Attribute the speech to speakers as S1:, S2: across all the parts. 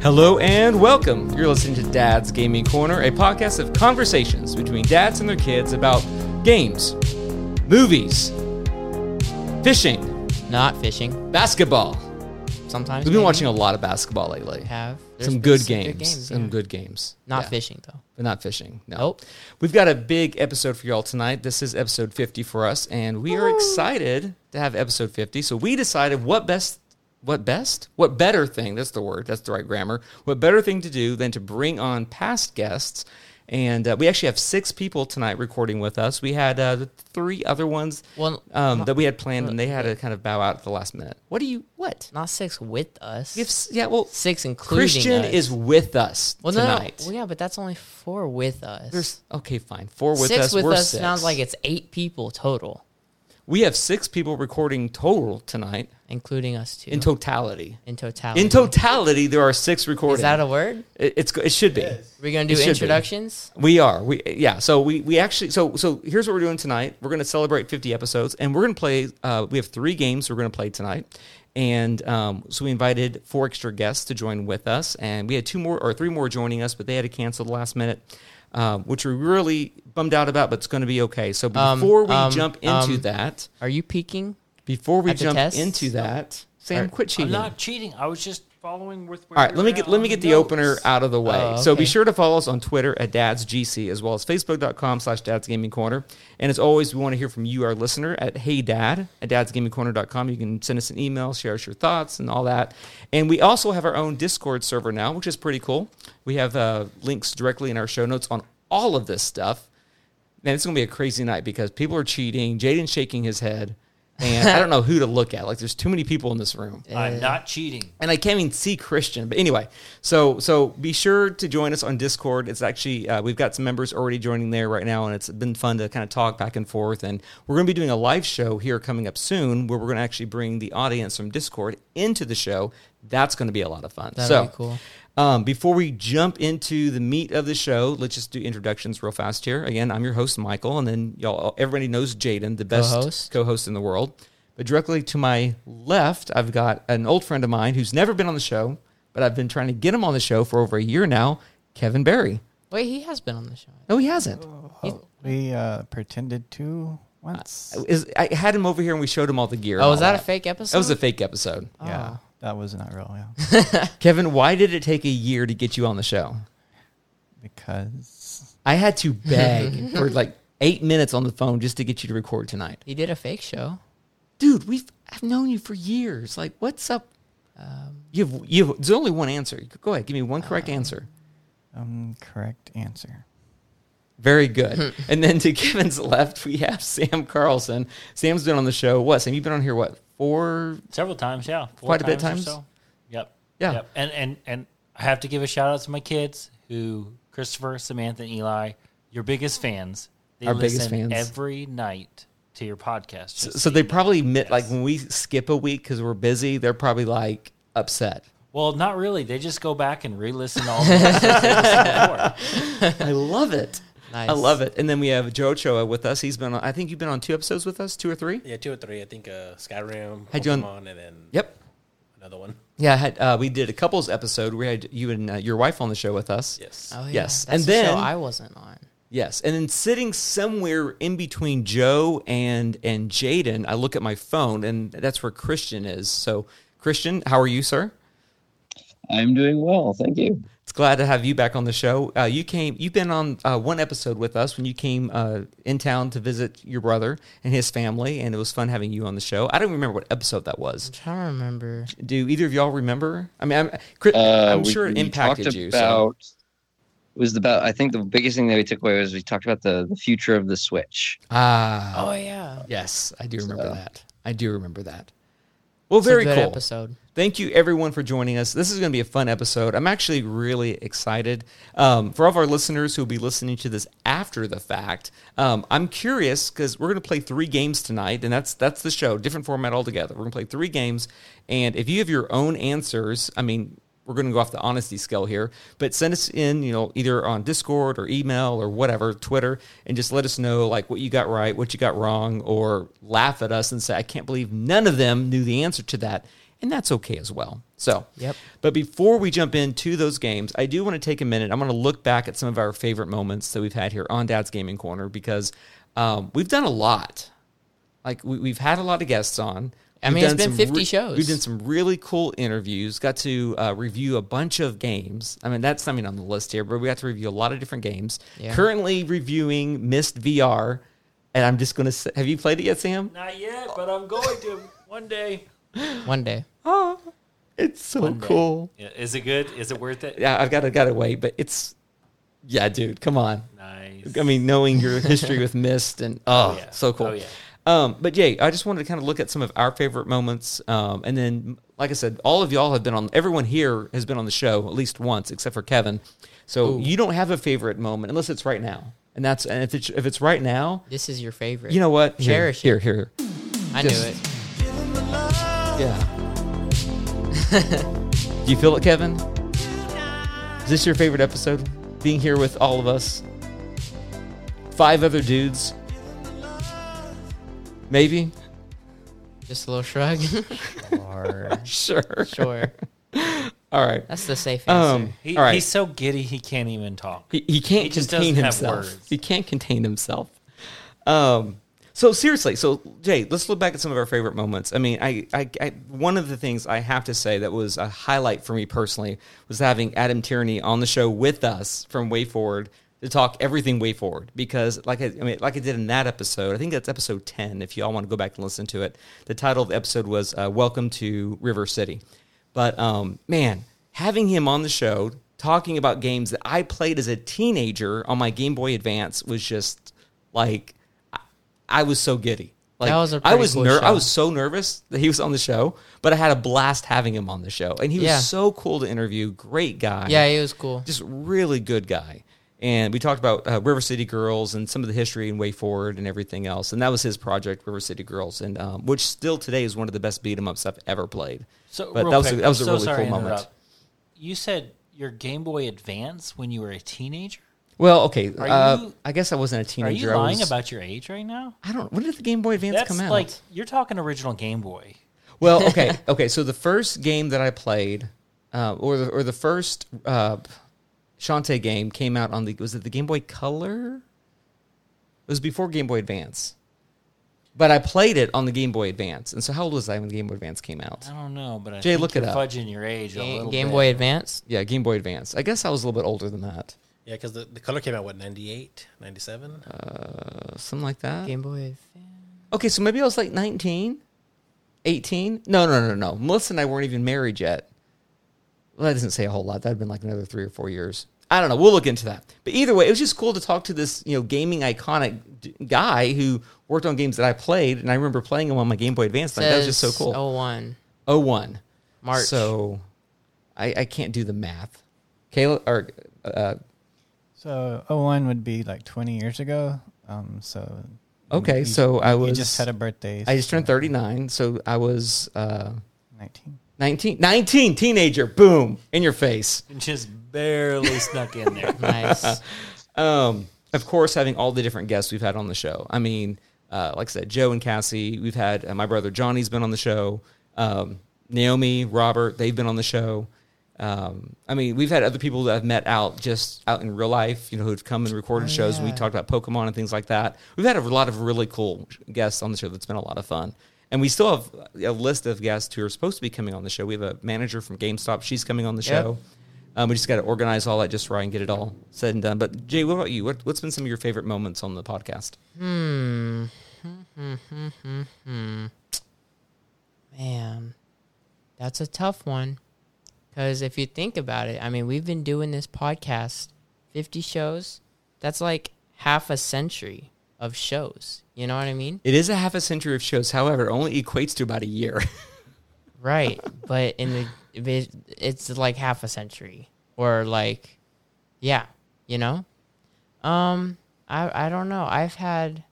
S1: Hello and welcome. You're listening to Dad's Gaming Corner, a podcast of conversations between dads and their kids about games, movies, fishing,
S2: Not fishing.
S1: basketball.
S2: Sometimes
S1: We've been
S2: maybe.
S1: watching a lot of basketball lately.
S2: Have There's
S1: Some
S2: been
S1: good games. Some
S2: yeah.
S1: good games.
S2: Not
S1: Yeah.
S2: fishing though.
S1: But not fishing. No.
S2: Nope.
S1: We've got a big episode for y'all tonight. This is episode 50 for us, and we are excited to have episode 50. So we decided what best, what best, what better thing, that's the word, that's the right grammar, what better thing to do than to bring on past guests. And uh, we actually have six people tonight recording with us. We had uh, the three other ones
S2: Well,
S1: um, that we had planned, and they had to kind of bow out at the last minute. What do you, what?
S2: Not six with us.
S1: We have, s- yeah, well,
S2: six including
S1: Christian
S2: us.
S1: is with us
S2: well, no, no,
S1: tonight.
S2: Well, yeah, but that's only four with us.
S1: There's okay, fine. Four with
S2: six
S1: us.
S2: with
S1: we're
S2: us
S1: six.
S2: sounds like it's eight people total,
S1: We have six people recording total tonight
S2: including us two
S1: in totality.
S2: in totality.
S1: In totality, there are six recording.
S2: Is that a word?
S1: it, it's it should be.
S2: We're gonna
S1: It
S2: do
S1: should be.
S2: introductions.
S1: We are. We yeah. So we we actually so so here's what we're doing tonight. We're going to celebrate 50 episodes, and we're going to play. Uh, we have three games we're going to play tonight, and um, so we invited four extra guests to join with us, and we had two more or three more joining us, but they had to cancel the last minute, um, which we're really bummed out about. But it's going to be okay. So
S2: Um,
S1: before we
S2: um,
S1: jump into
S2: um,
S1: that,
S2: Are you peeking?
S1: before we
S2: At the
S1: jump
S2: tests?
S1: into that, Sam,
S2: Or-
S1: quit cheating.
S3: I'm not cheating. I was just following with. Where
S1: All right,
S3: you
S1: let me
S3: were
S1: get
S3: at
S1: let
S3: on
S1: me get the
S3: notes.
S1: opener out of the way.
S2: Oh,
S1: So be
S2: okay.
S1: sure to follow us on Twitter at dadsgc as well as facebook.com slash dads gaming corner. And as always, we want to hear from you, our listener, at heydad at dadsgamingcorner.com. You can send us an email, share us your thoughts and all that. And we also have our own Discord server now, which is pretty cool. We have uh, links directly in our show notes on all of this stuff. Man, it's gonna be a crazy night because people are cheating. Jaden's shaking his head, and I don't know who to look at. Like, there's too many people in this room
S3: I'm not cheating.
S1: and I can't even see Christian. But anyway, so so be sure to join us on Discord. It's actually uh, we've got some members already joining there right now, and it's been fun to kind of talk back and forth. And we're going to be doing a live show here coming up soon, where we're going to actually bring the audience from Discord into the show. That's going to be a lot of fun.
S2: That'd
S1: so
S2: be cool.
S1: um, before we jump into the meat of the show, let's just do introductions real fast here. Again, I'm your host Michael, and then y'all everybody knows Jaden, the best
S2: Co-host.
S1: co-host in the world. But directly to my left, I've got an old friend of mine who's never been on the show, but I've been trying to get him on the show for over a year now, Kevin Barry.
S2: Wait, he has been on the show.
S1: No, he hasn't.
S4: We uh, pretended to once.
S1: Is, I had him over here and we showed him all the gear. and
S2: Oh, was
S1: all
S2: that a fake episode?
S1: That was a fake episode.
S4: yeah,
S2: Oh.
S4: that was not real. Yeah,
S1: Kevin, why did it take a year to get you on the show?
S4: because
S1: I had to beg for like eight minutes on the phone just to get you to record tonight.
S2: He did a fake show.
S1: dude, we've I've known you for years. Like, what's up?
S2: Um,
S1: you've you've there's only one answer. You could- Go ahead, give me one correct answer.
S4: um, correct answer.
S1: Very good. and then to Kevin's left, we have Sam Carlson. Sam's been on the show. What Sam? You've been on here what four?
S3: Several times, yeah. Four
S1: Quite a bit
S3: or
S1: times?
S3: so. Yep.
S1: Yeah.
S3: Yep. And and and I have to give a shout out to my kids, who Christopher, Samantha, and Eli, your biggest fans. They
S1: Our biggest
S3: listen
S1: fans.
S3: every night to your podcast.
S1: So,
S3: just
S1: so
S3: you
S1: they
S3: know.
S1: probably admit like
S3: Yes.
S1: when we skip a week because we're busy, they're probably like upset.
S3: Well, not really. They just go back and re-listen to all the episodes they listened before.
S1: I love it.
S2: Nice.
S1: I love it. And then we have Joe Choa with us. He's been on, I think you've been on two episodes with us, two or three.
S5: Yeah, two or three. I think uh, Skyrim,
S1: Had you on-
S5: Pokemon, and then
S1: Yep.
S5: another one.
S1: Yeah, I had, uh, we did a couples episode. We had you and uh, your wife on the show with us.
S5: Yes.
S2: Oh, yeah.
S1: Yes,
S2: That's
S1: and
S2: the show
S1: then-
S2: I wasn't on.
S1: Yes, and then sitting somewhere in between Joe and and Jaden, I look at my phone, and that's where Christian is. So, Christian, how are you, sir?
S6: I'm doing well, thank you.
S1: It's glad to have you back on the show. Uh, you came, you've been on uh, one episode with us when you came uh, in town to visit your brother and his family, and it was fun having you on the show. I don't remember what episode that was.
S2: I'm trying to remember.
S1: Do either of y'all remember? I mean, I'm, Chris,
S6: Uh,
S1: I'm
S6: we-
S1: sure it
S6: we
S1: impacted
S6: talked
S1: you. so.
S6: About, It was about. I think the biggest thing that we took away was we talked about the, the future of the Switch.
S1: Ah,
S2: Oh yeah.
S1: yes, I do remember
S6: So-
S1: that. I do remember that. Well, very
S2: it's a good
S1: cool.
S2: episode.
S1: Thank you, everyone, for joining us. This is going to be a fun episode. I'm actually really excited. Um, for all of our listeners who will be listening to this after the fact, um, I'm curious because we're going to play three games tonight, and that's that's the show, different format altogether. We're going to play three games, and if you have your own answers, I mean, we're going to go off the honesty scale here, but send us in, you know, either on Discord or email or whatever, Twitter, and just let us know like what you got right, what you got wrong, or laugh at us and say, I can't believe none of them knew the answer to that. and that's okay as well. So,
S2: Yep.
S1: But before we jump into those games, I do want to take a minute. I'm going to look back at some of our favorite moments that we've had here on Dad's Gaming Corner because um, we've done a lot. Like we, we've had a lot of guests on.
S2: I
S1: We've
S2: mean, it's
S1: done
S2: been
S1: some
S2: 50 shows.
S1: We've done some really cool interviews. Got to uh, review a bunch of games. I mean, that's not even on the list here, but we got to review a lot of different games.
S2: Yeah.
S1: Currently reviewing Mist VR, and I'm just going to. say Have you played it yet, Sam?
S3: Not yet, but I'm going to one day.
S2: One day.
S1: Oh, it's so
S3: One day.
S1: cool.
S3: Yeah, is it good? Is it worth it?
S1: Yeah, I've got to got to wait, but it's. Yeah, dude, come on.
S3: Nice.
S1: I mean, knowing your history with Mist and oh,
S3: Oh, yeah.
S1: so cool.
S3: Oh, yeah.
S1: Um, but yeah, I just wanted to kind of look at some of our favorite moments, um, and then, like I said, all of y'all have been on. Everyone here has been on the show at least once, except for Kevin. So you don't have a favorite moment unless it's right now, and that's and if it's if it's right now,
S2: This is your favorite.
S1: you know what? Here,
S2: Cherish it.
S1: here, here.
S2: I
S1: just-
S2: knew it.
S1: Yeah. Do you feel it, Kevin? Is this your favorite episode? Being here with all of us? Five other dudes? Maybe?
S2: Just a little shrug.
S4: Or
S1: Sure.
S2: sure.
S1: All right.
S2: That's the safe answer.
S1: Um,
S3: He,
S1: all right.
S3: He's so giddy he can't even talk.
S1: He, he can't
S3: He just
S1: contain
S3: doesn't have
S1: himself.
S3: words.
S1: He can't contain himself. Um, so seriously, so Jay, let's look back at some of our favorite moments. I mean, I, I, I, one of the things I have to say that was a highlight for me personally was having Adam Tierney on the show with us from Way Forward to talk everything Way Forward because, like I, I mean, like I did in that episode, I think that's episode ten. If you all want to go back and listen to it, the title of the episode was uh, "Welcome to River City." But um, man, having him on the show talking about games that I played as a teenager on my Game Boy Advance was just like I, I was so giddy. Like
S2: That was a
S1: I was
S2: pretty cool
S1: ner-
S2: show.
S1: I was so nervous that he was on the show, but I had a blast having him on the show, and he
S2: Yeah.
S1: was so cool to interview. Great guy.
S2: yeah, it was cool.
S1: just really good guy. And we talked about uh, River City Girls and some of the history and Way Forward and everything else. And that was his project, River City Girls, and um, which still today is one of the best beat 'em ups I've ever played.
S3: So,
S1: but
S3: real
S1: that was
S3: quick,
S1: a, that was
S3: I'm
S1: a
S3: so
S1: really
S3: sorry
S1: cool
S3: to
S1: moment.
S3: interrupt. You said your Game Boy Advance when you were a teenager.
S1: Well, okay.
S3: Are
S1: uh,
S3: you-
S1: I guess I wasn't a
S3: Are
S1: teenager.
S3: you
S1: I
S3: lying
S1: was-
S3: about your age right now?
S1: I don't. When did the Game Boy Advance
S3: That's
S1: come out?
S3: like you're talking original Game Boy.
S1: well, okay, okay. So the first game that I played, uh, or the or the first uh, Shantae game came out on the was it the Game Boy Color? It was before Game Boy Advance, but I played it on the Game Boy Advance. And so, how old was I when the Game Boy Advance came out?
S3: I don't know, but I
S1: Jay,
S3: think
S1: look
S3: you're
S1: it up.
S3: Fudging your age a
S2: Ga-
S3: little
S2: Game
S3: bit.
S2: Boy Advance.
S1: Yeah, Game Boy Advance. I guess I was a little bit older than that,
S5: Yeah, because the, the color came out, what, 98, 97?
S1: Uh, something like that.
S2: Game Boy Advance.
S1: Okay, so maybe I was like 19, 18. No, no, no, no. Melissa and I weren't even married yet. Well, that doesn't say a whole lot. That'd been like another three or four years. I don't know. We'll look into that. But either way, it was just cool to talk to this, you know, gaming iconic d- guy who worked on games that I played, and I remember playing them on my Game Boy Advance. Like, that was just so cool.
S2: Oh one.
S1: Oh one
S2: March.
S1: So, I, I can't do the math. Kayla or uh,
S4: so 01 would be like 20 years ago. Um, so
S1: okay,
S4: you-
S1: so I
S4: you
S1: was
S4: just had a birthday.
S1: I just turned thirty nine, so I was. Uh,
S4: 19.
S1: 19, 19 teenager, boom, in your face.
S3: Just barely snuck in there.
S2: nice.
S1: Um, of course, having all the different guests we've had on the show. I mean, uh, like I said, Joe and Cassie, we've had uh, my brother Johnny's been on the show, um, Naomi, Robert, they've been on the show. Um, I mean, we've had other people that I've met out just out in real life, you know, who've come and recorded shows and we
S2: Oh, yeah.
S1: talked about Pokemon and things like that. We've had a lot of really cool guests on the show that's been a lot of fun. And we still have a list of guests who are supposed to be coming on the show. We have a manager from GameStop. She's coming on the
S2: Yep.
S1: show. Um, we just got to organize all that just right and get it all said and done. But Jay, what about you? What, what's been some of your favorite moments on the podcast?
S2: Hmm. Hmm, hmm, hmm, hmm. Man, that's a tough one. Because if you think about it, I mean, we've been doing this podcast, 50 shows. That's like half a century of shows. You know what I mean?
S1: It is a half a century of shows. However, it only equates to about a year.
S2: Right. but in the, if it- it's like half a century or like, yeah, you know? Um, I, I don't know. I've had,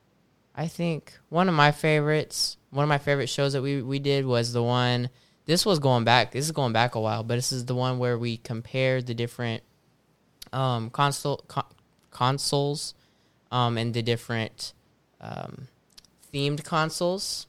S2: I think one of my favorites, one of my favorite shows that we, we did was the one, this was going back, this is going back a while, but this is the one where we compared the different, um, console, con- consoles, um, and the different, um, themed consoles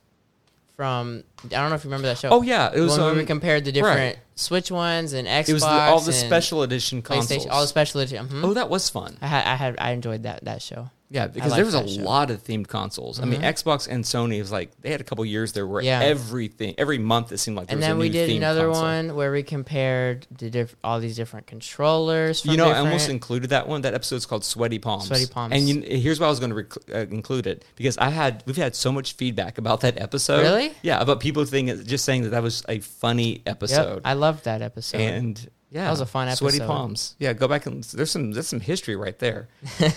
S2: from I don't know if you remember that show.
S1: Oh yeah, it was
S2: when
S1: um,
S2: we compared the different Switch ones and Xbox.
S1: it was the, all the
S2: and
S1: special edition consoles.
S2: PlayStation, all the special edition. mhm.
S1: oh, that was fun.
S2: I had I had I enjoyed that that show.
S1: Yeah, because
S2: like
S1: there was a
S2: that show. Mm-hmm.
S1: lot of themed consoles. I mean, Xbox and Sony was like they had a couple years there where
S2: Yeah.
S1: everything every month it seemed like. There
S2: and
S1: was a
S2: then we
S1: new
S2: did
S1: themed
S2: another
S1: console.
S2: one where we compared the diff- all these different controllers. From
S1: You know, I
S2: different-
S1: almost included that one. That episode's called "Sweaty Palms."
S2: Sweaty Palms.
S1: And you, here's why I was going to rec- uh, include it because I had we've had so much feedback about that episode.
S2: Really?
S1: Yeah, about people thinking just saying that that was a funny
S2: Yep,
S1: episode.
S2: I loved that episode.
S1: and yeah,
S2: That was a fun
S1: Sweaty
S2: episode.
S1: palms. Yeah, go back and there's some there's some history right there.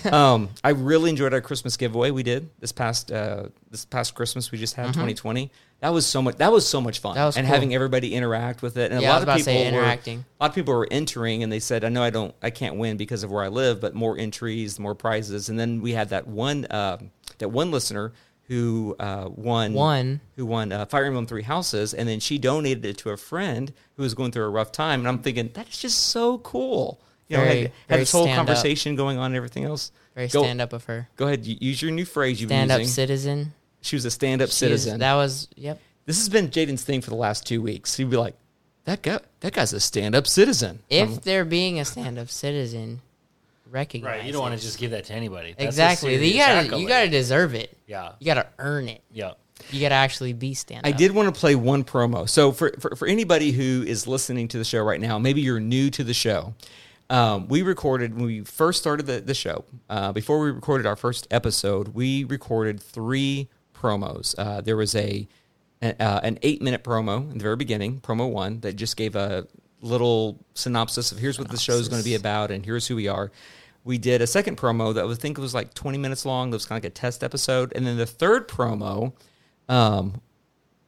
S1: um, I really enjoyed our Christmas giveaway we did this past uh, this past Christmas we just had 2020. That was so much. That was so much fun.
S2: Mm-hmm. That was
S1: and
S2: cool.
S1: having everybody interact with it. And
S2: Yeah,
S1: a
S2: I
S1: lot
S2: was
S1: of
S2: about to
S1: people
S2: say
S1: were,
S2: interacting.
S1: A lot of people were entering, and they said, "I know I don't, I can't win because of where I live, but more entries, more prizes." And then we had that one uh, that one listener who uh, won
S2: Won.
S1: who won uh, Fire Emblem Three Houses, and then she donated it to a friend who was going through a rough time. And I'm thinking that is just so cool. You know,
S2: Very-
S1: had, had
S2: very
S1: this whole
S2: stand up.
S1: conversation going on and everything else.
S2: very
S1: go,
S2: stand up of her.
S1: Go ahead, y- use your new phrase you've
S2: Stand
S1: been
S2: up
S1: using.
S2: citizen.
S1: she was a stand-up
S2: She is-
S1: citizen.
S2: That was yep.
S1: this has been Jaden's thing for the last two weeks. He'd be like, "That guy, that guy's a stand-up citizen."
S2: If they're being a stand up citizen, recognize
S3: Right. You don't want
S2: it.
S3: to just give that to anybody. That's a
S2: exactly. You
S3: serious
S2: gotta you
S3: accolade.
S2: gotta deserve it.
S3: Yeah.
S2: You gotta earn it.
S3: Yeah.
S2: You gotta actually be stand
S1: I
S2: up.
S1: did want to play one promo. So for, for for anybody who is listening to the show right now, maybe you're new to the show. Um, we recorded when we first started the, the show. Uh, before we recorded our first episode, we recorded three promos. Uh, there was a an, uh, an eight minute promo in the very beginning, promo one, that just gave a little synopsis of here's what the show is going to be about and here's who we are. We did a second promo that I would think was like 20 minutes long. That was kind of like a test episode. And then the third promo um,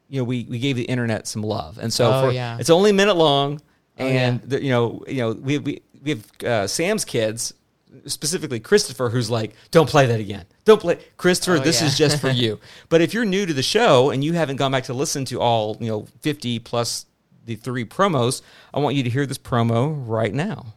S1: you know, we, we gave the internet some love, and so
S2: Oh,
S1: for,
S2: yeah. Oh,
S1: it's only a minute long, and
S2: yeah.
S1: the, you know, you know, we we we have uh, Sam's kids, specifically Christopher, who's like, don't play that again, don't play, Christopher,
S2: Oh,
S1: this
S2: yeah.
S1: is just for you. But if you're new to the show and you haven't gone back to listen to all you know fifty plus the three promos, I want you to hear this promo right now.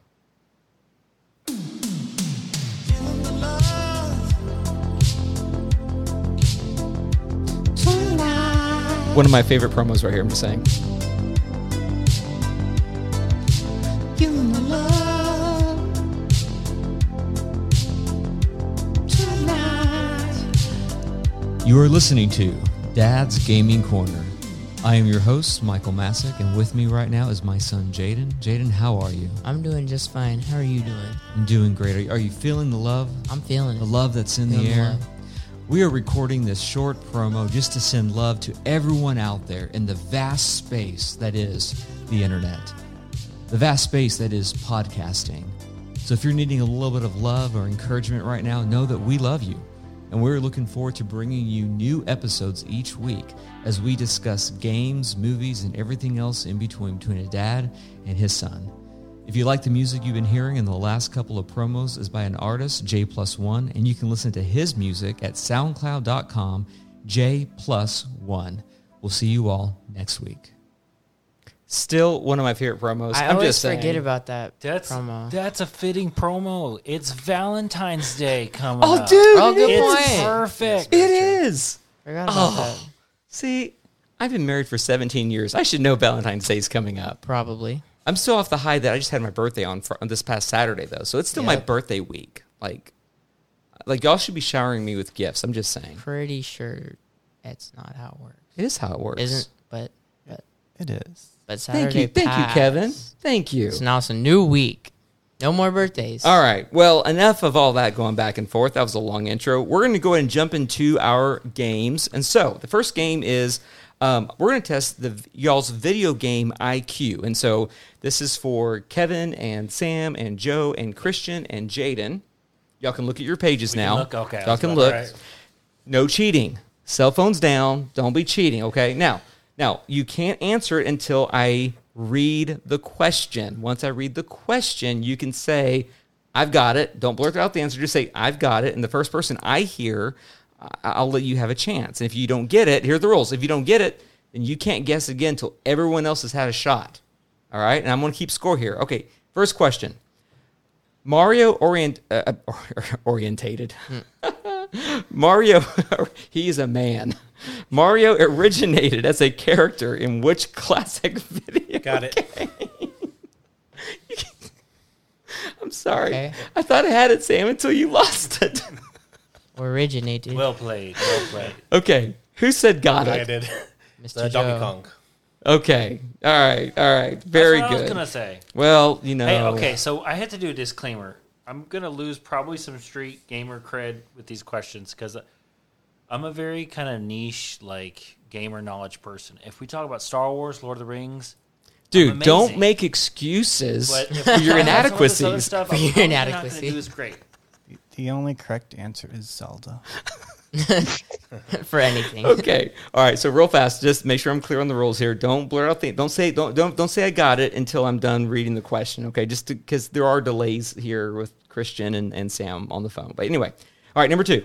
S1: One of my favorite promos right here. I'm just saying. You are listening to Dad's Gaming Corner. I am your host, Michael Masick, and with me right now is my son, Jaden. Jaden, how are you?
S2: I'm doing just fine. How are you doing?
S1: I'm doing great. Are you, are you feeling the love?
S2: I'm feeling
S1: The
S2: it.
S1: love that's in the
S2: Feeling the
S1: air?
S2: love.
S1: We are recording this short promo just to send love to everyone out there in the vast space that is the internet, the vast space that is podcasting. So if you're needing a little bit of love or encouragement right now, know that we love you. And we're looking forward to bringing you new episodes each week as we discuss games, movies, and everything else in between between a dad and his son. If you like the music you've been hearing in the last couple of promos is by an artist, J Plus One, and you can listen to his music at soundcloud.com, J Plus One. We'll see you all next week. Still one of my favorite promos.
S2: I
S1: am
S2: always
S1: just saying.
S2: forget about that
S3: That's
S2: promo.
S3: that's a fitting promo. It's Valentine's Day coming
S1: Oh,
S3: up.
S1: dude,
S2: Oh, good
S1: it
S2: point.
S1: is.
S3: It's perfect.
S1: It is.
S2: Forgot about that.
S1: Oh. See, I've been married for 17 years. I should know Valentine's Day's coming up.
S2: Probably.
S1: I'm still off the high that I just had my birthday on, fr- on this past Saturday though, so it's still my
S2: Yep.
S1: birthday week. Like, like y'all should be showering me with gifts. I'm just saying,
S2: Pretty sure that's not how it works.
S1: it is how it works.
S2: Isn't but but
S4: It is.
S2: but Saturday
S1: Thank you, thank you, Kevin.
S2: passed.
S1: Thank you.
S2: So now it's a new week. No more birthdays.
S1: All right. Well, enough of all that going back and forth. That was a long intro. We're going to go ahead and jump into our games. And so the first game is um, we're going to test the y'all's video game IQ. And so this is for Kevin and Sam and Joe and Christian and Jaden. Y'all can look at your pages
S3: can
S1: now.
S3: look? Okay, I
S1: Y'all
S3: was
S1: can
S3: about to-
S1: look.
S3: all right.
S1: No cheating. Cell phones down. Don't be cheating. Okay. Now, now you can't answer it until I read the question. Once I read the question, you can say, "I've got it." Don't blurt out the answer. Just say, "I've got it." And the first person I hear, I- I'll let you have a chance. And if you don't get it, here are the rules. If you don't get it, then you can't guess again until everyone else has had a shot. All right. And I'm going to keep score here. Okay. First question. Mario orient uh, uh, orientated. Mario, he's a man. Mario originated as a character in which classic video?
S5: Got it.
S1: I'm sorry.
S2: Okay.
S1: I thought I had it, Sam, until you lost it.
S2: originated
S3: Well played. Well played.
S1: okay. Who said got
S5: I
S1: it?
S5: did.
S2: Mr.
S5: The Donkey
S2: Joe.
S5: Kong.
S1: Okay. All right. All right. Very
S3: That's what I was
S1: good. Oh.
S3: gonna say.
S1: Well, you know.
S3: Hey, okay, so I had to do a disclaimer. I'm gonna lose probably some street gamer cred with these questions because I'm a very kind of niche like gamer knowledge person. If we talk about Star Wars, Lord of the Rings,
S1: Dude,
S3: amazing.
S1: don't make excuses
S3: but if
S1: for
S3: we
S1: your
S3: talk about some of this other
S1: inadequacies.
S3: stuff,
S2: For
S3: I'm
S2: your
S3: probably not gonna
S2: inadequacy.
S3: do this great.
S4: The only correct answer is Zelda.
S2: for anything.
S1: okay. All right. So real fast, just make sure I'm clear on the rules here. Don't blur out things. Don't say don't don't don't say I got it until I'm done reading the question. Okay. Just because there are delays here with Christian and, and Sam on the phone. But anyway, all right. Number two,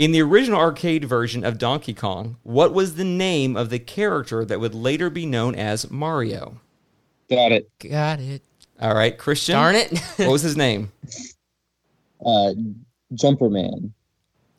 S1: in the original arcade version of Donkey Kong, what was the name of the character that would later be known as Mario?
S6: Got it.
S2: Got it.
S1: All right, Christian.
S2: Darn it.
S1: What was his name?
S6: Uh, Jumper Man.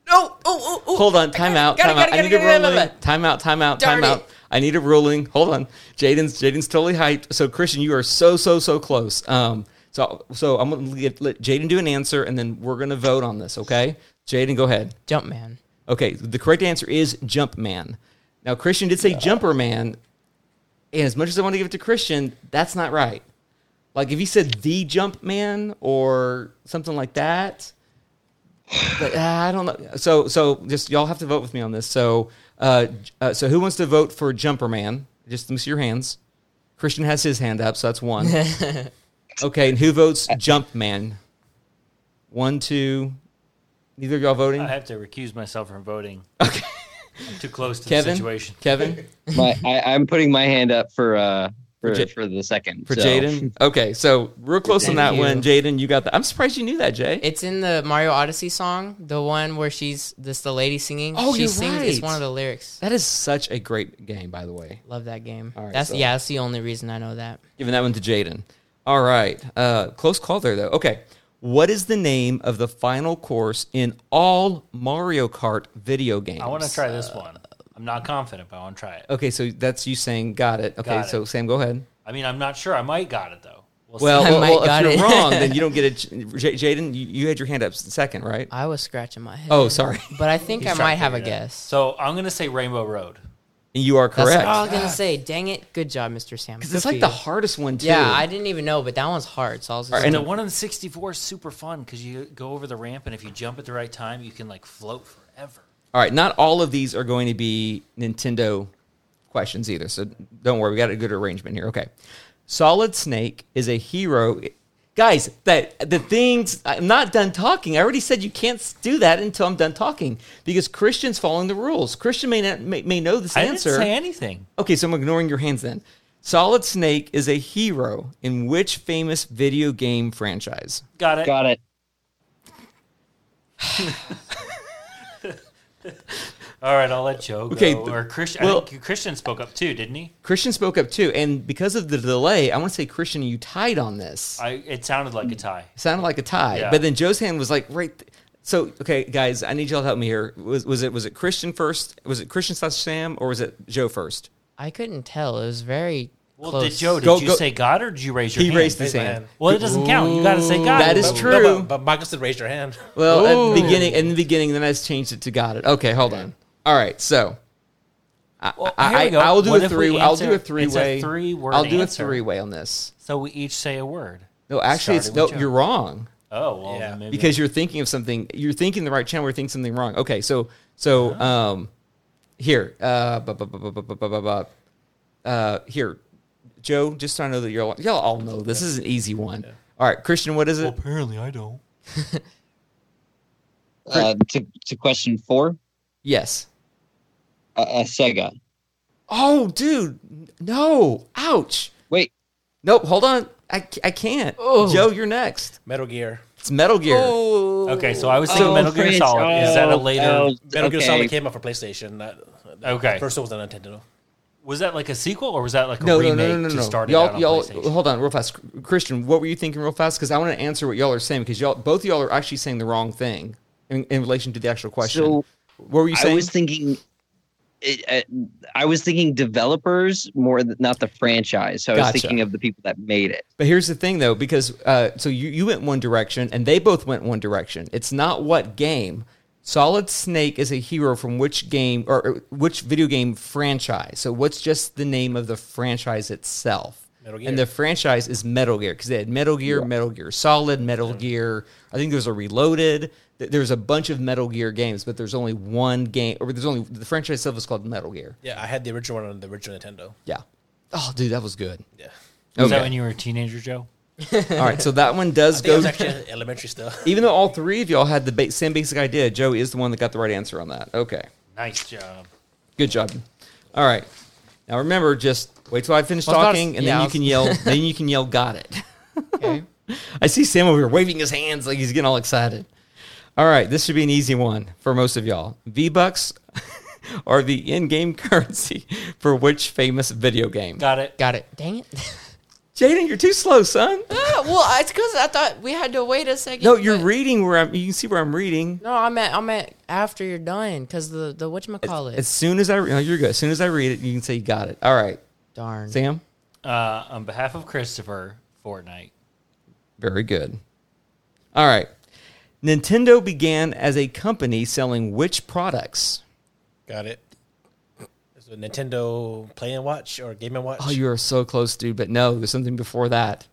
S2: no. Oh, oh, oh.
S1: Hold on, time out,
S2: gotta-
S1: time out.
S2: gotta-
S1: I need a
S2: gotta- gotta-
S1: ruling.
S2: gotta-
S1: Time out, time out, time
S2: Darn it.
S1: out. I need a ruling. Hold on, Jaden's Jaden's totally hyped. So Christian, you are so so so close. Um, so so I'm gonna let, let Jaden do an answer, and then we're gonna vote on this. Okay, Jaden, go ahead.
S2: Jumpman.
S1: Okay, the correct answer is Jump Man. Now Christian did say Jumper Man, and as much as I want to give it to Christian, that's not right. Like if he said the Jump Man or something like that, but uh, I don't know. So so just y'all have to vote with me on this. So uh, j- uh so who wants to vote for Jumper Man? Just let me see your hands. Christian has his hand up, so that's one. okay, and who votes Jump Man? One, two. Neither of y'all voting.
S3: I have to recuse myself from voting.
S1: Okay.
S3: I'm too close to
S1: Kevin?
S3: the situation.
S1: Kevin
S6: My, I, I'm putting my hand up for uh
S1: For
S6: for
S1: Ja-
S6: for, the second
S1: for
S6: so.
S1: Jaden. Okay, so real close on
S2: Thank
S1: that
S2: you.
S1: one. Jaden, you got that. I'm surprised you knew that, Jay.
S2: It's in the Mario Odyssey song, the one where she's this the lady singing.
S1: Oh,
S2: she
S1: you're
S2: sings it's
S1: right.
S2: one of the lyrics.
S1: that is such a great game, by the way.
S2: Love that game.
S1: All right,
S2: that's
S1: so-
S2: yeah, that's the only reason I know that.
S1: Giving that one to Jaden. All right, uh, close call there though. Okay, what is the name of the final course in all Mario Kart video games?
S3: I want to try this one. I'm not confident, but I want to try it.
S1: Okay, so that's you saying got it. Okay,
S3: Got it.
S1: so Sam, go ahead.
S3: I mean, I'm not sure. I might got it though. see.
S1: Well,
S2: I
S1: well,
S2: might
S1: well, if
S2: got
S1: you're
S2: it.
S1: wrong, then you don't get it. J- Jaden, you, you had your hand up second, right?
S2: I was scratching my head.
S1: Oh, sorry.
S2: But I think I
S3: He's trying
S2: might
S3: to
S2: have a
S3: figure it out.
S2: guess.
S3: So I'm gonna say Rainbow Road.
S1: You are
S2: That's
S1: correct.
S2: all I was gonna say. Dang it! Good job, Mr. Sam.
S1: Because it's
S2: Good
S1: like
S2: for
S1: the
S2: you.
S1: hardest one too.
S2: Yeah, I didn't even know, but that one's hard. So I was just
S1: right, and-
S3: the one on the 64 is super fun because you go over the ramp, and if you jump at the right time, you can like float forever.
S1: All right, not all of these are going to be Nintendo questions either. So don't worry, we got a good arrangement here. Okay. Solid Snake is a hero. Guys, that the things I'm not done talking. I already said you can't do that until I'm done talking because Christian's following the rules. Christian may not may, may know this
S3: I didn't
S1: answer.
S3: say anything.
S1: Okay, so I'm ignoring your hands then. Solid Snake is a hero in which famous video game franchise?
S3: Got it.
S6: Got it.
S3: All right, I'll let Joe go.
S1: Okay,
S3: Okay,
S1: th-
S3: or Christian.
S1: well-
S3: I think Christian spoke up too, didn't he?
S1: Christian spoke up too, and because of the delay, I want to say Christian, you tied on this.
S3: I. It sounded like a tie.
S1: sounded like a tie.
S3: Yeah.
S1: But then Joe's hand was like right. Th- so okay, guys, I need y'all to help me here. Was was it was it Christian first? Was it Christian slash Sam or was it Joe first?
S2: I couldn't tell. It was very
S3: Well,
S2: close.
S3: did Joe? Did
S1: Go-
S3: you
S1: go-
S3: say God or did you raise your?
S1: He
S3: hand?
S1: raised his
S5: Raise my
S1: hand.
S5: hand.
S3: Well, it doesn't count. You got to say God.
S1: That is
S5: But-
S1: true.
S5: no, but, but Michael said raise your hand.
S1: Well, at the
S2: Ooh.
S1: beginning, in the beginning, then I changed it to got it. Okay, hold on. All right, so I,
S3: Well, here
S1: I,
S3: we
S1: I
S3: go.
S1: I'll do
S3: What
S1: a
S3: if we
S1: three. I'll do
S3: answer-
S1: a
S3: it's a
S1: three way.
S3: three-word
S1: I'll do
S3: answer.
S1: a three way on this.
S3: So we each say a word.
S1: No, actually, it's,
S3: Started
S1: no.
S3: with Joe.
S1: You're wrong.
S3: Oh well,
S5: Yeah.
S3: then maybe
S1: because you're thinking of something you're thinking the right channel or thinking something wrong okay so so um here uh bu- bu- bu- bu- bu- bu- bu- bu- bu- uh here joe just so i know that you're all- y'all all know this is an easy one all right christian what is it
S3: apparently I don't.
S6: Uh, to to question four,
S1: yes
S6: uh, uh, Sega.
S1: oh dude no ouch
S6: Wait,
S1: nope hold on i, c- I can't joe you're next
S5: Metal Gear.
S1: it's metal gear
S3: Okay, so I was thinking
S1: Oh,
S3: Metal Gear
S6: Fridge.
S3: Solid. Is that a
S6: Oh,
S3: later?
S6: oh,
S5: Metal Gear
S6: okay.
S5: Solid came out for PlayStation. Not,
S3: Okay.
S5: First one was on Nintendo.
S3: Was that like a sequel or was that like a
S1: no, no, no,
S3: remake
S1: no, no, no.
S3: to start it out
S1: y'all,
S3: on
S1: y'all,
S3: PlayStation?
S1: hold on, real fast. Christian, what were you thinking, real fast? Because I want to answer what y'all are saying because y'all, both y'all are actually saying the wrong thing. in, in relation to the actual question.
S6: So
S1: what were you
S6: I
S1: saying?
S6: was thinking. It, uh, I was thinking developers more, than, not the franchise. So I was
S1: Gotcha.
S6: thinking of the people that made it.
S1: But here's the thing, though, because uh, so you, you went one direction and they both went one direction. It's not what game. Solid Snake is a hero from which game or or which video game franchise? So what's just the name of the franchise itself?
S5: Metal
S1: And the franchise is Metal Gear because they had Metal Gear, Metal Gear Solid, Metal Gear. I think there's a Reloaded. Th- There's a bunch of Metal Gear games, but there's only one game, or there's only the franchise itself is called Metal Gear.
S5: Yeah, I had the original one on the original Nintendo.
S1: Yeah. Oh, dude, that was good.
S5: Yeah.
S3: Is that
S1: Okay.
S3: when you were a teenager, Joe?
S1: All right. So that one does
S5: I think it
S1: go.
S5: was actually elementary still.
S1: Even though all three of y'all had the ba- same basic idea, Joey is the one that got the right answer on that. Okay.
S3: Nice job.
S1: Good job. All right. Now remember, just wait till I finish
S2: Well, I thought
S1: talking,
S2: it's-
S1: and
S2: yeah,
S1: then
S2: I
S1: you
S2: was-
S1: can yell. then you can yell, "Got it."
S2: Okay.
S1: I see Sam over here waving his hands like he's getting all excited. All right, this should be an easy one for most of y'all. V Bucks are the in-game currency for which famous video game?
S3: Got it.
S2: Got it. Dang it.
S1: Jaden, you're too slow, son.
S2: Ah, well, it's because I thought we had to wait a second.
S1: No, you're
S2: but-
S1: reading where I'm. You can see where I'm reading.
S2: No, I'm at I'm at after you're done because the the whatchamacallit.
S1: As
S2: It's
S1: soon as I, re- no, you're good. As soon as I read it, you can say you got it. All right,
S2: darn.
S1: Sam.
S3: Uh, on behalf of Christopher, Fortnite.
S1: Very good. All right. Nintendo began as a company selling which products?
S5: Got it. Is it Nintendo Play and Watch or Game and Watch?
S1: Oh, you are so close, dude. But no, there's something before that.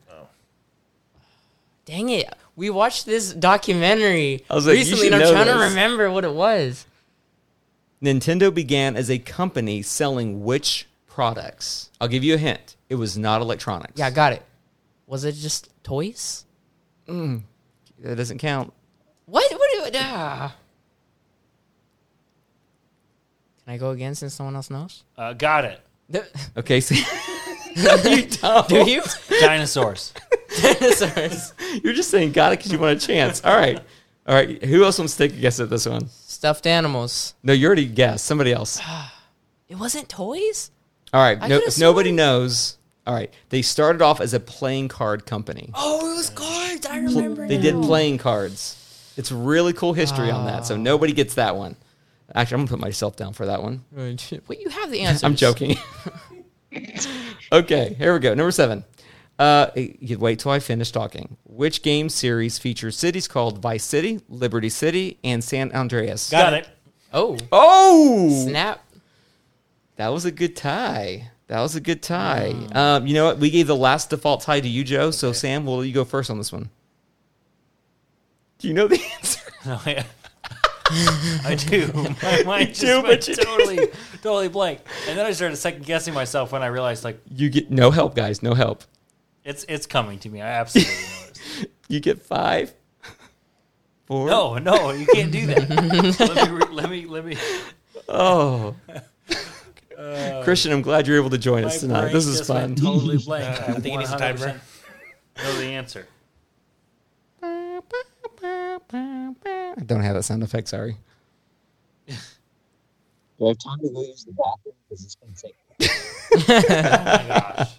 S2: Dang it. We watched this documentary
S1: I was like, you
S2: recently,
S1: should
S2: and I'm
S1: know
S2: trying to
S1: this.
S2: remember what it was.
S1: Nintendo began as a company selling which products? I'll give you a hint. It was not electronics.
S2: Yeah, I got it. Was it just toys?
S1: that doesn't count.
S2: What? What? do- Ah. Can I go again since someone else knows?
S3: Uh, got it.
S2: The-
S1: Okay, see. you dumb.
S2: Do you?
S3: Dinosaurs.
S2: Dinosaurs.
S1: You're just saying got it because you want a chance. All right. All right. Who else wants to take a guess at this one?
S2: Stuffed animals.
S1: No, you already guessed. Somebody else.
S2: It wasn't toys?
S1: All right.
S2: I
S1: No,
S2: coulda
S1: if nobody
S2: sworn-
S1: knows. All right. They started off as a playing card company.
S2: Oh, it was cards. I
S1: Pl-
S2: remember.
S1: they did playing cards. It's really cool history on that. So nobody gets that one. Actually, I'm going to put myself down for that one.
S2: Well, you have the answer.
S1: I'm joking. okay. Here we go. Number seven. Uh, you wait till I finish talking. Which game series features cities called Vice City, Liberty City, and San Andreas?
S3: Got it.
S2: Oh,
S1: oh!
S2: snap.
S1: That was a good tie. That was a good tie. Um, you know what? We gave the last default tie to you, Joe. So Sam, we'll let you go first on this one. Do you know the answer?
S3: No, Oh, yeah. I do. My mind just
S1: do,
S3: went
S1: but you
S3: totally, totally blank. And then I started second guessing myself when I realized like
S1: You get no help, guys. No help.
S3: it's it's coming to me. I absolutely know this.
S1: You get five, four.
S3: No, no, you can't do that. let me, re- let me, let me.
S1: Oh. Christian, I'm glad you're able to join
S3: my
S1: us tonight.
S3: brain
S1: uh, This is
S3: just went
S1: fun.
S3: Totally blank.
S5: I think it needs a timer.
S3: 100% Know the answer.
S1: I don't have that sound effect. Sorry.
S6: Do I have time to go use the bathroom? Because it's going to take.
S3: Oh my gosh,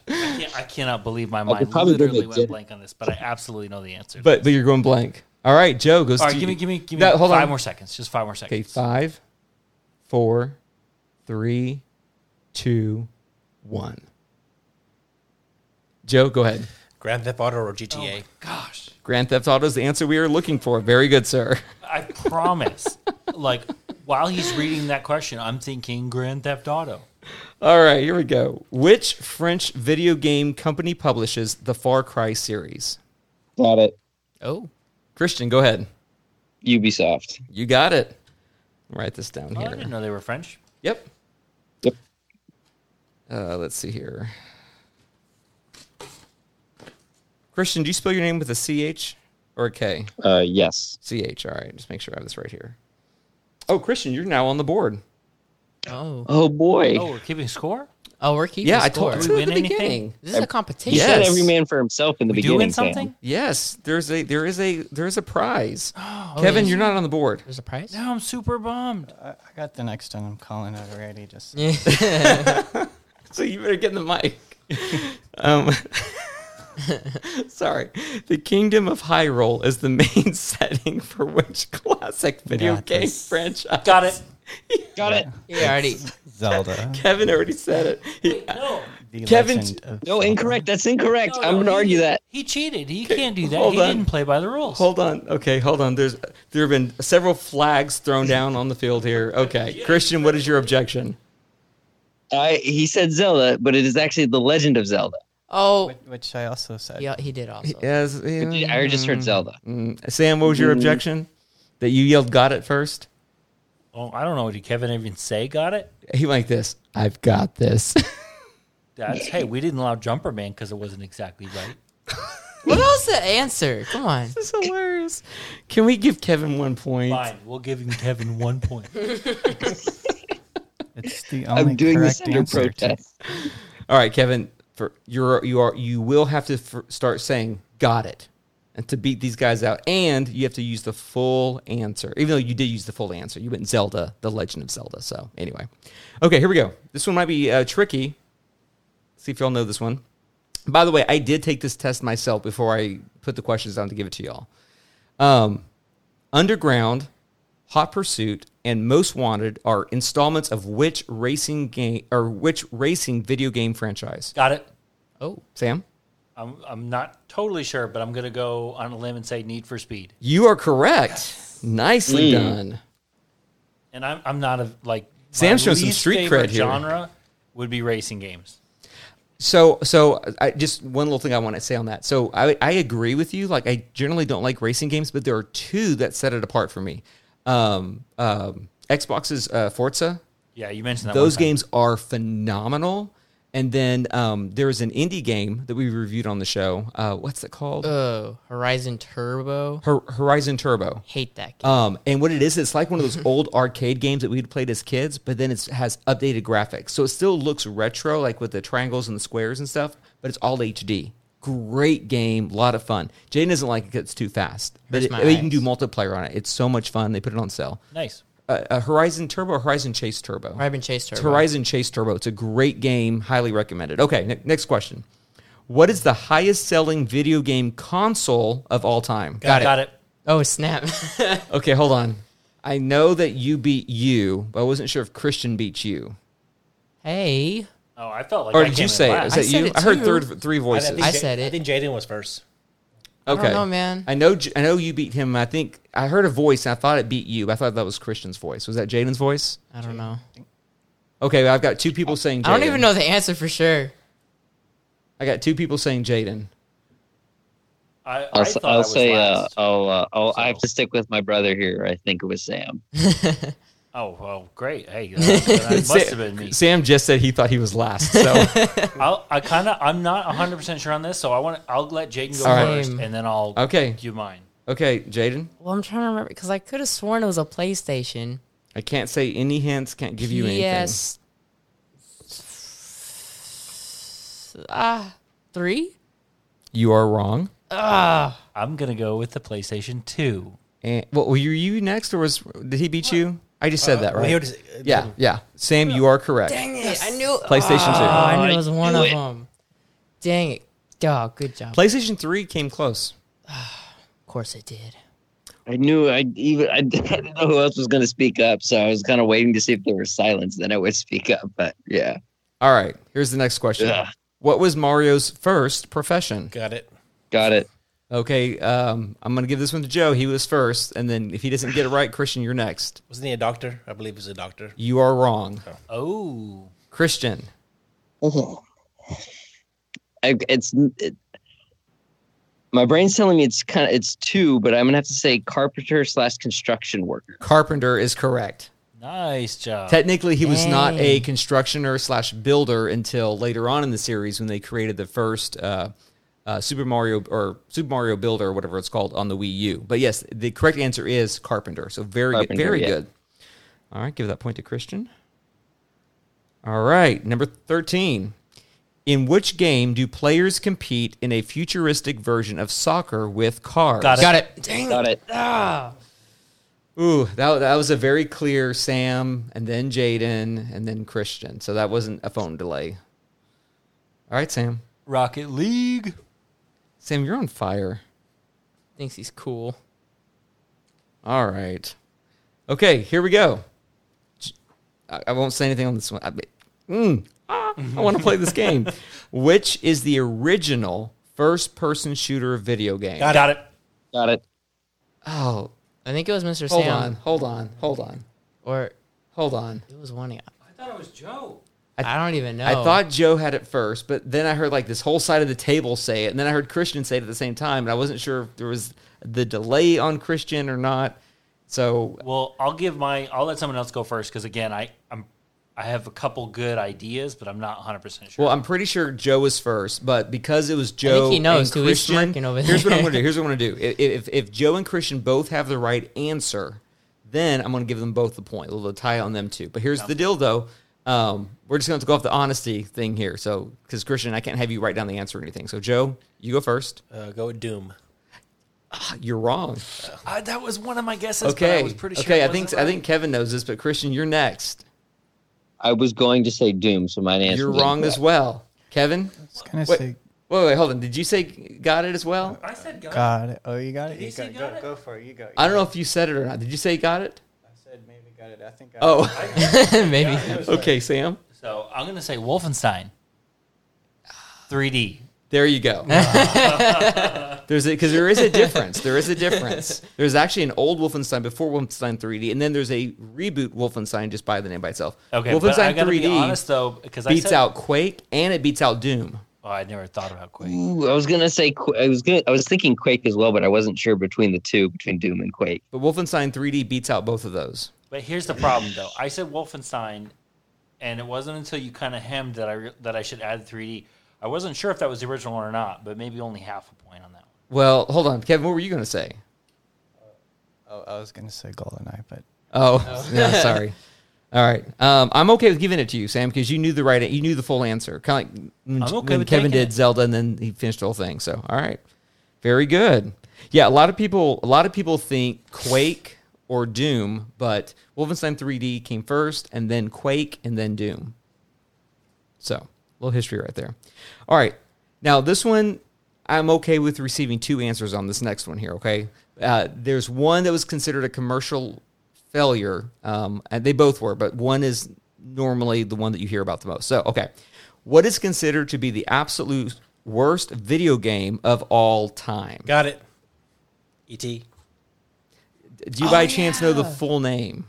S3: I, can't, I cannot believe my mind
S6: probably didn't
S3: literally went
S6: get it.
S3: blank on this, but I absolutely know the answer.
S1: But but you're going blank. All right, Joe goes.
S3: all right,
S1: to
S3: give
S1: you.
S3: me, give me, give me
S1: No, hold
S3: five
S1: on.
S3: more seconds. Just five more
S1: Okay,
S3: seconds.
S1: five, four, three, two, one. Joe, go ahead.
S5: Grand Theft Auto or
S1: Oh
S5: GTA?
S3: Gosh,
S1: Grand Theft Auto is the answer we are looking for. Very good, sir.
S3: I promise. like while he's reading that question, I'm thinking Grand Theft Auto.
S1: All right, here we go. Which French video game company publishes the Far Cry series?
S6: Got it.
S2: Oh,
S1: Christian, go ahead.
S6: Ubisoft.
S1: You got it. Write this down
S3: Oh, I
S1: here.
S3: didn't know they were French.
S1: Yep.
S6: Yep.
S1: Uh, let's see here. Christian, do you spell your name with a CH or a K?
S6: Uh, yes.
S1: CH. All right. Just make sure I have this right here. Oh, Christian, you're now on the board.
S2: oh,
S6: Oh boy.
S3: Oh, we're keeping score.
S2: oh, we're keeping
S1: yeah, I
S2: score.
S1: told
S3: Do
S1: you
S3: we
S1: at the
S3: win anything?
S1: beginning.
S2: This is a competition.
S6: You
S1: Yeah.
S6: said
S1: Yes.
S6: every man for himself in the
S3: We do
S6: beginning.
S3: win
S6: Sam.
S3: something.
S1: Yes, there's a there is a there is a prize.
S3: Oh,
S1: Kevin,
S2: yes.
S1: you're not on the board.
S2: There's a prize.
S3: Now I'm super bummed.
S4: I, I got the next one. I'm calling it already. Just
S1: So you better get in the mic. um, Sorry. The Kingdom of Hyrule is the main setting for which classic video
S4: Got
S1: game
S4: this.
S1: franchise?
S3: Got it.
S6: Got it.
S2: You already.
S4: Zelda.
S1: Kevin already said it. He-
S3: No.
S4: The
S1: Kevin-
S4: Legend of
S6: No,
S4: Zelda.
S6: incorrect. That's incorrect.
S3: no, no,
S6: I'm going to
S3: he-
S6: argue that.
S3: He cheated. He can't do that.
S1: hold
S3: He
S1: on.
S3: didn't play by the rules.
S1: Hold on. Okay, hold on. There's there have been several flags thrown down on the field here. Okay, Christian, what is your objection?
S6: I he said Zelda, but it is actually the Legend of Zelda.
S2: Oh,
S4: Which, which I also said.
S2: yeah, he did also.
S1: Yes,
S6: I just heard Zelda.
S3: Mm,
S1: Sam, what was your objection? That you yelled "got it" first.
S3: Oh, I don't know. Did Kevin even say got it?
S1: He went like this. I've got this.
S3: That's hey, we didn't allow Jumper Man because it wasn't exactly right.
S2: What else to answer? Come on.
S1: It's hilarious. Can we give Kevin one point?
S3: Fine, we'll give him Kevin one point.
S4: It's the only
S6: I'm doing
S4: correct
S6: this under
S4: answer to-
S6: protest.
S1: All right, Kevin. For you're you are you will have to f- start saying "got it," and to beat these guys out, and you have to use the full answer. Even though you did use the full answer, you went Zelda, The Legend of Zelda. So anyway, okay, here we go. This one might be uh, tricky. See if y'all know this one. By the way, I did take this test myself before I put the questions down to give it to y'all. Um, Underground, Hot Pursuit, and Most Wanted are installments of which racing game or which racing video game franchise?
S3: Got it.
S2: Oh,
S1: Sam,
S3: I'm I'm not totally sure, but I'm gonna go on a limb and say Need for Speed.
S1: you are correct. Nicely
S6: Mm.
S1: done.
S3: And I'm I'm not a like
S1: Sam
S3: my
S1: shows some
S3: least
S1: street cred
S3: favorite
S1: here.
S3: Genre would be racing games.
S1: So, so I just one little thing I want to say on that. So, I, I agree with you. Like, I generally don't like racing games, but there are two that set it apart for me. Um, um, Xbox's uh, Forza
S3: Yeah, you mentioned that.
S1: those
S3: one time.
S1: games are phenomenal. And then um, there is an indie game that we reviewed on the show. Uh, what's it called?
S2: oh, Horizon Turbo.
S1: Hor- Horizon Turbo.
S2: Hate that game.
S1: Um, and what it is, it's like one of those old arcade games that we'd played as kids, but then it has updated graphics. So it still looks retro, like with the triangles and the squares and stuff, but it's all HD. Great game, a lot of fun. Jaden doesn't like it because it's too fast, but
S2: Hurts
S1: it,
S2: my
S1: I mean, you can
S2: eyes.
S1: do multiplayer on it. It's so much fun. They put it on sale.
S3: nice.
S1: Uh, uh, Horizon Turbo, or Horizon Chase Turbo.
S2: Horizon Chase Turbo.
S1: It's Horizon Chase Turbo. It's a great game. Highly recommended. Okay, ne- next question. What is the highest selling video game console of all time?
S2: Got it.
S3: Got it.
S2: Oh, snap.
S1: Okay, hold on. I know that you beat you, but I wasn't sure if Christian beat you.
S2: hey.
S3: Oh, I felt like
S1: Or
S3: I
S1: did
S3: came
S1: you
S3: in
S1: say it?
S3: last.
S1: Is
S2: I
S1: that
S2: said
S1: you?
S2: it
S1: I heard
S2: too.
S1: third, three
S5: I,
S1: voices.
S5: think
S2: I
S5: Ja-
S2: said it.
S5: I think Jaden was first.
S2: I
S1: okay.
S2: don't know, man.
S1: I know, J- I know you beat him. I think I heard a voice and I thought it beat you. But I thought that was Christian's voice. Was that Jaden's voice?
S2: I don't know.
S1: Okay, I've got two people saying Jaden.
S2: I don't even know the answer for sure.
S1: I got two people saying Jaden.
S3: I, I
S6: I'll, s-
S3: thought I
S6: I'll
S3: was
S6: say uh,
S3: last.
S6: I'll, uh, I'll I have
S3: So-
S6: to stick with my brother here. I think it was Sam.
S3: oh well, great. Hey, that, that must have been me.
S1: Sam just said he thought he was last. So
S3: I'll, I kind of I'm not 100 percent sure on this, so I want I'll let Jaden go
S1: All right.
S3: first, and then I'll
S1: okay,
S3: do mine.
S1: okay, Jaden.
S2: Well, I'm trying to remember because I could have sworn it was a PlayStation.
S1: I can't say any hints. Can't give you anything.
S2: Yes. Ah, three.
S1: you are wrong.
S2: Ah,
S3: I'm gonna go with the PlayStation 2.
S1: And well, were you- you next, or was did he beat you? I just said that
S5: Well, he
S1: right.
S5: already s- uh,
S1: Yeah, yeah. Sam, you are correct.
S2: dang it! I knew
S1: PlayStation
S2: Oh,
S5: Ah.
S2: I knew
S6: I
S2: it was one of
S6: knew it.
S2: them. Dang it! Oh, good job.
S1: Two. PlayStation Three came close.
S2: of course it did.
S6: I knew I even I didn't know who else was going to speak up, so I was kind of waiting to see if there was silence. Then I would speak up, but yeah,
S1: All right. Here's the next question.
S6: Ugh.
S1: What was Mario's first profession?
S5: Got it.
S6: got it.
S1: Okay, um, I'm gonna give this one to Joe. He was first, and then if he doesn't get it right, Christian, you're next.
S5: Wasn't he a doctor? I believe he was a doctor.
S1: You are wrong,
S3: Oh,
S1: Christian.
S6: Mm-hmm. I, it's it, my brain's telling me it's kind of it's two, but I'm gonna have to say carpenter slash construction worker.
S1: Carpenter is correct.
S3: nice job.
S1: Technically, he was not a
S2: Dang.
S1: constructioner slash builder until later on in the series when they created the first uh, uh, Super Mario or Super Mario Builder or whatever it's called on the Wii U. But yes, the correct answer is carpenter. So very good,
S6: Carpenter,
S1: very
S6: yeah.
S1: good. All right, give that point to Christian. All right, number thirteen. In which game do players compete in a futuristic version of soccer with cars?
S3: Got it.
S2: Got it. Dang
S6: Got it.
S2: Ah.
S1: Ooh, that, that was a very clear Sam and then Jaden and then Christian. So that wasn't a phone delay. All right, Sam.
S3: Rocket League.
S1: Sam, you're on fire.
S2: Thinks he's cool.
S1: All right. Okay, here we go. I, I won't say anything on this one. I, be- mm, ah, I want to play this game. Which is the original first person shooter video game?
S5: Got, it.
S6: Got it.
S1: Oh,
S2: I think it was Mr.
S1: hold
S2: Sam
S1: on, hold on, hold on,
S2: or
S1: hold on.
S2: it was one. of-
S3: I thought it was Joe.
S2: I, don't even know.
S1: I thought Joe had it first, but then I heard like this whole side of the table say it, and then I heard Christian say it at the same time, and I wasn't sure if there was the delay on Christian or not. So
S3: Well, I'll give my. I'll let someone else go first because again, I I'm I have a couple good ideas, but I'm not 100 percent sure.
S1: Well, I'm pretty sure Joe was first, but because it was Joe
S2: he knows,
S1: and
S2: too. He's
S1: Christian,
S2: smirking over
S1: here's what I'm
S2: there.
S1: going to do. Here's what I'm going to do. If, if, if Joe and Christian both have the right answer, then I'm going to give them both the point. A little tie on them too. But here's the deal, though. Um, we're just going to go off the honesty thing here. So, because Christian, I can't have you write down the answer or anything. So, Joe, you go first.
S5: Uh, go with Doom.
S1: You're wrong.
S3: I, that was one of my guesses. but I
S1: Okay.
S3: was pretty sure.
S1: okay.
S3: it
S1: I think
S3: wasn't
S1: I think Kevin knows this, but Christian, you're next.
S6: I was going to say Doom, so my answer.
S1: you're
S6: was
S1: wrong as well, Kevin.
S4: It's gonna
S1: Wait.
S4: say
S1: Wait, wait, hold on. Did you say got it as well?
S3: right. I said God.
S4: got it. Oh, you got it.
S3: Did he
S4: You
S3: say
S4: got,
S3: got
S4: go,
S3: it?
S4: go for it. You go.
S1: I don't know if you said it or not. Did you say got it?
S4: I said maybe got it. I think. I
S1: Oh.
S2: maybe.
S1: Okay, Sam.
S3: So I'm gonna say Wolfenstein. 3D.
S1: There you go. There's because there is a difference. There is a difference. There's actually an old Wolfenstein before Wolfenstein 3D, and then there's a reboot Wolfenstein just by the name by itself.
S3: Okay, but I
S1: Wolfenstein
S3: gotta
S1: 3D
S3: be honest though, because I
S1: beats
S3: said,
S1: out Quake, and it beats out Doom.
S3: Oh, I never thought about Quake.
S6: Ooh, I was gonna say Qu- I was gonna I was thinking Quake as well, but I wasn't sure between the two, between Doom and Quake.
S1: But Wolfenstein 3D beats out both of those.
S3: But here's the problem, though. I said Wolfenstein, and it wasn't until you kind of hemmed that I re- that I should add 3D. I wasn't sure if that was the original one or not, but maybe only half a point on that one.
S1: Well, hold on, Kevin. What were you going to say?
S4: Oh, I was gonna say Goldeneye, but
S1: Oh, no, sorry. All right, um, I'm okay with giving it to you, Sam, because you knew the right, you knew the full answer. Kind of like when,
S3: I'm okay
S1: when
S3: with
S1: Kevin
S3: taking
S1: did
S3: it.
S1: Zelda, and then he finished the whole thing. So, all right, very good. Yeah, a lot of people, a lot of people think Quake or Doom, but Wolfenstein 3D came first, and then Quake, and then Doom. So, a little history right there. All right. Now, this one, I'm okay with receiving two answers on this next one here, okay? Uh, there's one that was considered a commercial failure, um, and they both were, but one is normally the one that you hear about the most. So, okay. What is considered to be the absolute worst video game of all time?
S5: Got it. E E.T.
S1: Do you by chance know the full name?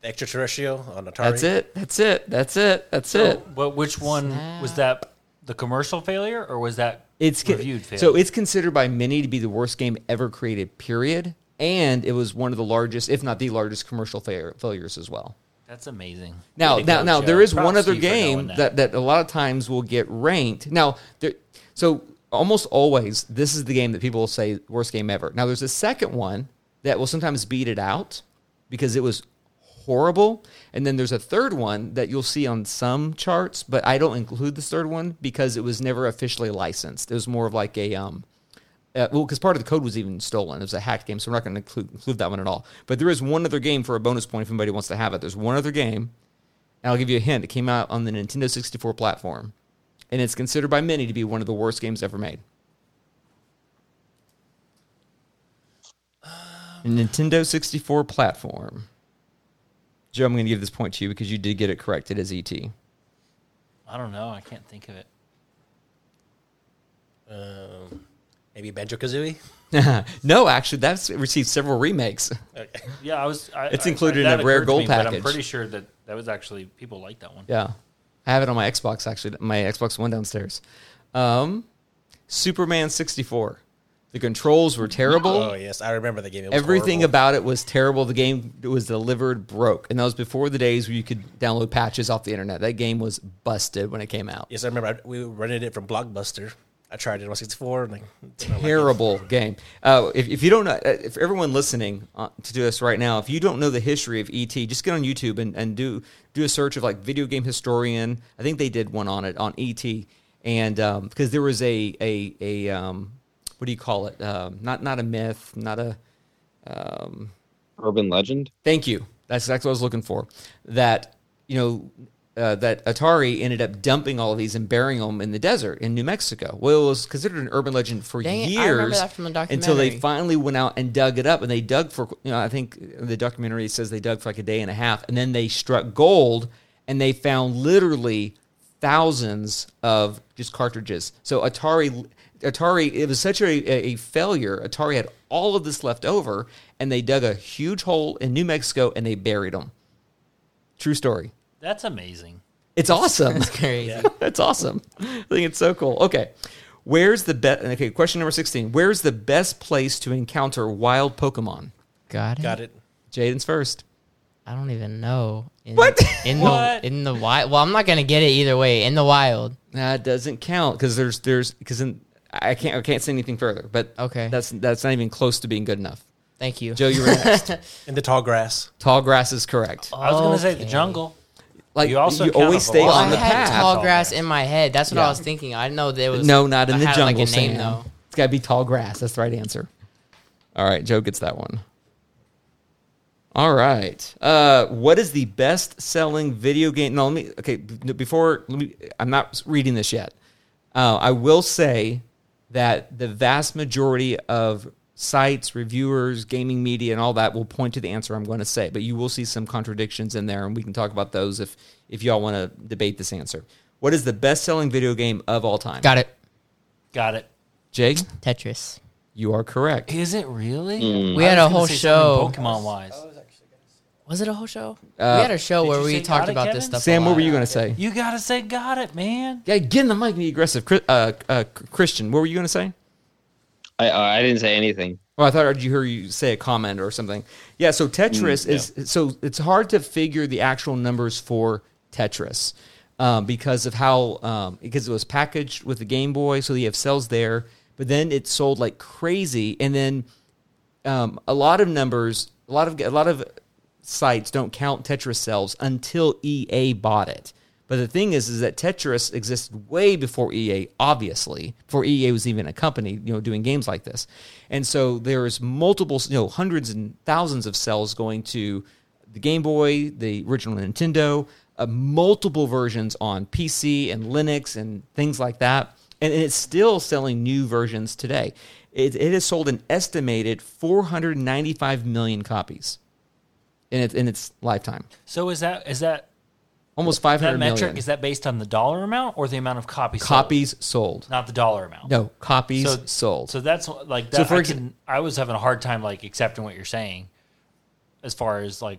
S5: The extraterrestrial on Atari.
S1: That's it. That's it. That's it. That's it.
S3: Oh, But which one was that? The commercial failure, or was that
S1: It's con-
S3: reviewed failure?
S1: so it's considered by many to be the worst game ever created. Period, and it was one of the largest, if not the largest, commercial fail- failures as well.
S3: that's amazing.
S1: Now,
S3: Way to
S1: now,
S3: go,
S1: now,
S3: Joe.
S1: there is
S3: Props
S1: one
S3: to
S1: other
S3: you for knowing
S1: game that. That, a lot of times will get ranked. Now, there, so almost always, this is the game that people will say worst game ever. Now, there's a second one that will sometimes beat it out because it was horrible, and then there's a third one that you'll see on some charts, but I don't include this third one because it was never officially licensed. It was more of like a um, uh, well, because part of the code was even stolen. It was a hacked game, so we're not going to include, include that one at all. But there is one other game for a bonus point if anybody wants to have it. There's one other game, and I'll give you a hint. It came out on the Nintendo 64 platform, and it's considered by many to be one of the worst games ever made. Nintendo 64 platform. Joe, I'm going to give this point to you because you did get it E correct. It is ET.
S3: I don't know. I can't think of it.
S5: Um, maybe Banjo Kazooie.
S1: no, actually, that's received several remakes.
S3: Yeah, I was. I,
S1: It's
S3: I-
S1: included
S3: I-
S1: in
S3: that
S1: a rare
S3: occurred to
S1: gold
S3: me, But
S1: package.
S3: I'm pretty sure that that was actually people liked that one.
S1: Yeah. I have it on my Xbox actually, my Xbox One downstairs. Um, Superman 64. The controls were terrible.
S5: Oh yes, I remember the game. It was
S1: Everything
S5: horrible.
S1: about it was terrible. The game that was delivered broke. And that was before the days where you could download patches off the internet. That game was busted when it came out.
S5: Yes, I remember. I, we rented it from Blockbuster. I tried it on 64. Like, did not like it.
S1: terrible game. Uh, if, if you don't know, uh, if everyone listening uh, to do this right now, if you don't know the history of ET, just get on YouTube and, and do do a search of like video game historian. I think they did one on it on ET, and because there was a a a um, what do you call it? Um, not not a myth, not a
S6: Urban Legend.
S1: Thank you. That's exactly what I was looking for. That you know, uh, that Atari ended up dumping all of these and burying them in the desert in New Mexico. Well, it was considered an urban legend for
S2: Dang it, I remember
S1: years
S2: that from the
S1: until they
S2: documentary.
S1: finally went out and dug it up. And they dug for, you know, I think the documentary says they dug for like a day and a half, and then they struck gold and they found literally thousands of just cartridges. So Atari, Atari, it was such a, a failure. Atari had all of this left over, and they dug a huge hole in New Mexico and they buried them. True story.
S3: That's amazing.
S1: It's awesome.
S2: Crazy.
S1: That's awesome. I think it's so cool. Okay. Where's the best? Okay, question number 16. Where's the best place to encounter wild Pokemon?
S2: Got it.
S5: Got it.
S1: Jaden's first.
S2: I don't even know. In,
S1: What?
S2: in
S3: What?
S2: the in the wild? Well, I'm not gonna get it either way. In the wild.
S1: That doesn't count because there's, there's, because in, I can't, I can't say anything further, but
S2: Okay.
S1: That's, that's not even close to being good enough.
S2: Thank you.
S1: Joe, you were next.
S5: In the tall grass.
S1: Tall grass is correct.
S3: I was going to say
S2: Okay.
S3: the jungle.
S1: Like, you,
S3: Uh, You also count
S1: always
S3: off a
S1: stay
S3: lot.
S2: Well,
S1: on
S2: I
S1: the
S2: had
S1: path.
S2: tall
S3: Tall
S2: grass
S3: grass.
S2: in my head. That's what
S1: Yeah.
S2: I was thinking. I didn't know there was
S1: no, not in
S2: I
S1: the
S2: had,
S1: jungle.
S2: Like a name
S1: Sam.
S2: though.
S1: It's got to be tall grass. That's the right answer. All right, Joe gets that one. All right. Uh, what is the best-selling video game? No, let me. Okay, b- before let me, I'm not reading this yet. Uh, I will say that the vast majority of sites, reviewers, gaming media, and all that will point to the answer I'm going to say. But you will see some contradictions in there, and we can talk about those if if y'all want to debate this answer. What is the best-selling video game of all time?
S2: Got it.
S3: Got it.
S1: Jake,
S2: Tetris.
S1: you are correct.
S3: Is it really?
S2: We had
S3: I was
S2: a
S3: gonna
S2: whole
S3: say
S2: show.
S3: something Pokemon wise.
S2: Was it a whole show?
S1: Uh,
S2: we had a show
S3: Did
S2: where
S3: you
S2: we
S3: say
S2: talked
S3: got it,
S2: about this
S3: Kevin?
S2: stuff. a
S1: Sam, what were
S2: lot.
S1: you going to say?
S3: You got to say got it, man.
S1: Yeah, get in the mic and be aggressive. Chris, uh, uh, Christian, what were you going to say?
S6: I, uh, I didn't say anything.
S1: Well, I thought I heard you heard you say a comment or something. Yeah, so Tetris is so it's hard to figure the actual numbers for Tetris um, because of how um, because it was packaged with the Game Boy, so you have cells there. But then it sold like crazy, and then um, a lot of numbers, a lot of a lot of sites don't count Tetris cells until EA bought it. But the thing is, is that Tetris existed way before EA, obviously, before EA was even a company, you know, doing games like this. And so there is multiple, you know, hundreds and thousands of cells going to the Game Boy, the original Nintendo, uh, multiple versions on PC and Linux and things like that. And it's still selling new versions today. It, it has sold an estimated 495 million copies in its, in its lifetime,
S3: So is that is that
S1: almost 500
S3: that
S1: million
S3: metric is that based on the dollar amount or the amount of copies? sold?
S1: copies sold.
S3: not the dollar amount.
S1: No, copies sold.
S3: So that's like that.
S1: So for
S3: I,
S1: exa-
S3: can, I was having a hard time like accepting what you're saying, as far as like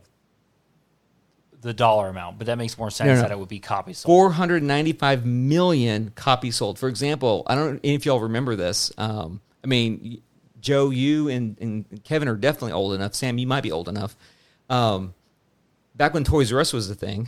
S3: the dollar amount. But that makes more sense
S1: no.
S3: that it would be copies sold.
S1: 495 million copies sold. For example, I don't know if y'all remember this. Um, I mean, y- Joe, you and, and Kevin are definitely old enough. Sam, you might be old enough. Um, back when Toys R Us was a thing.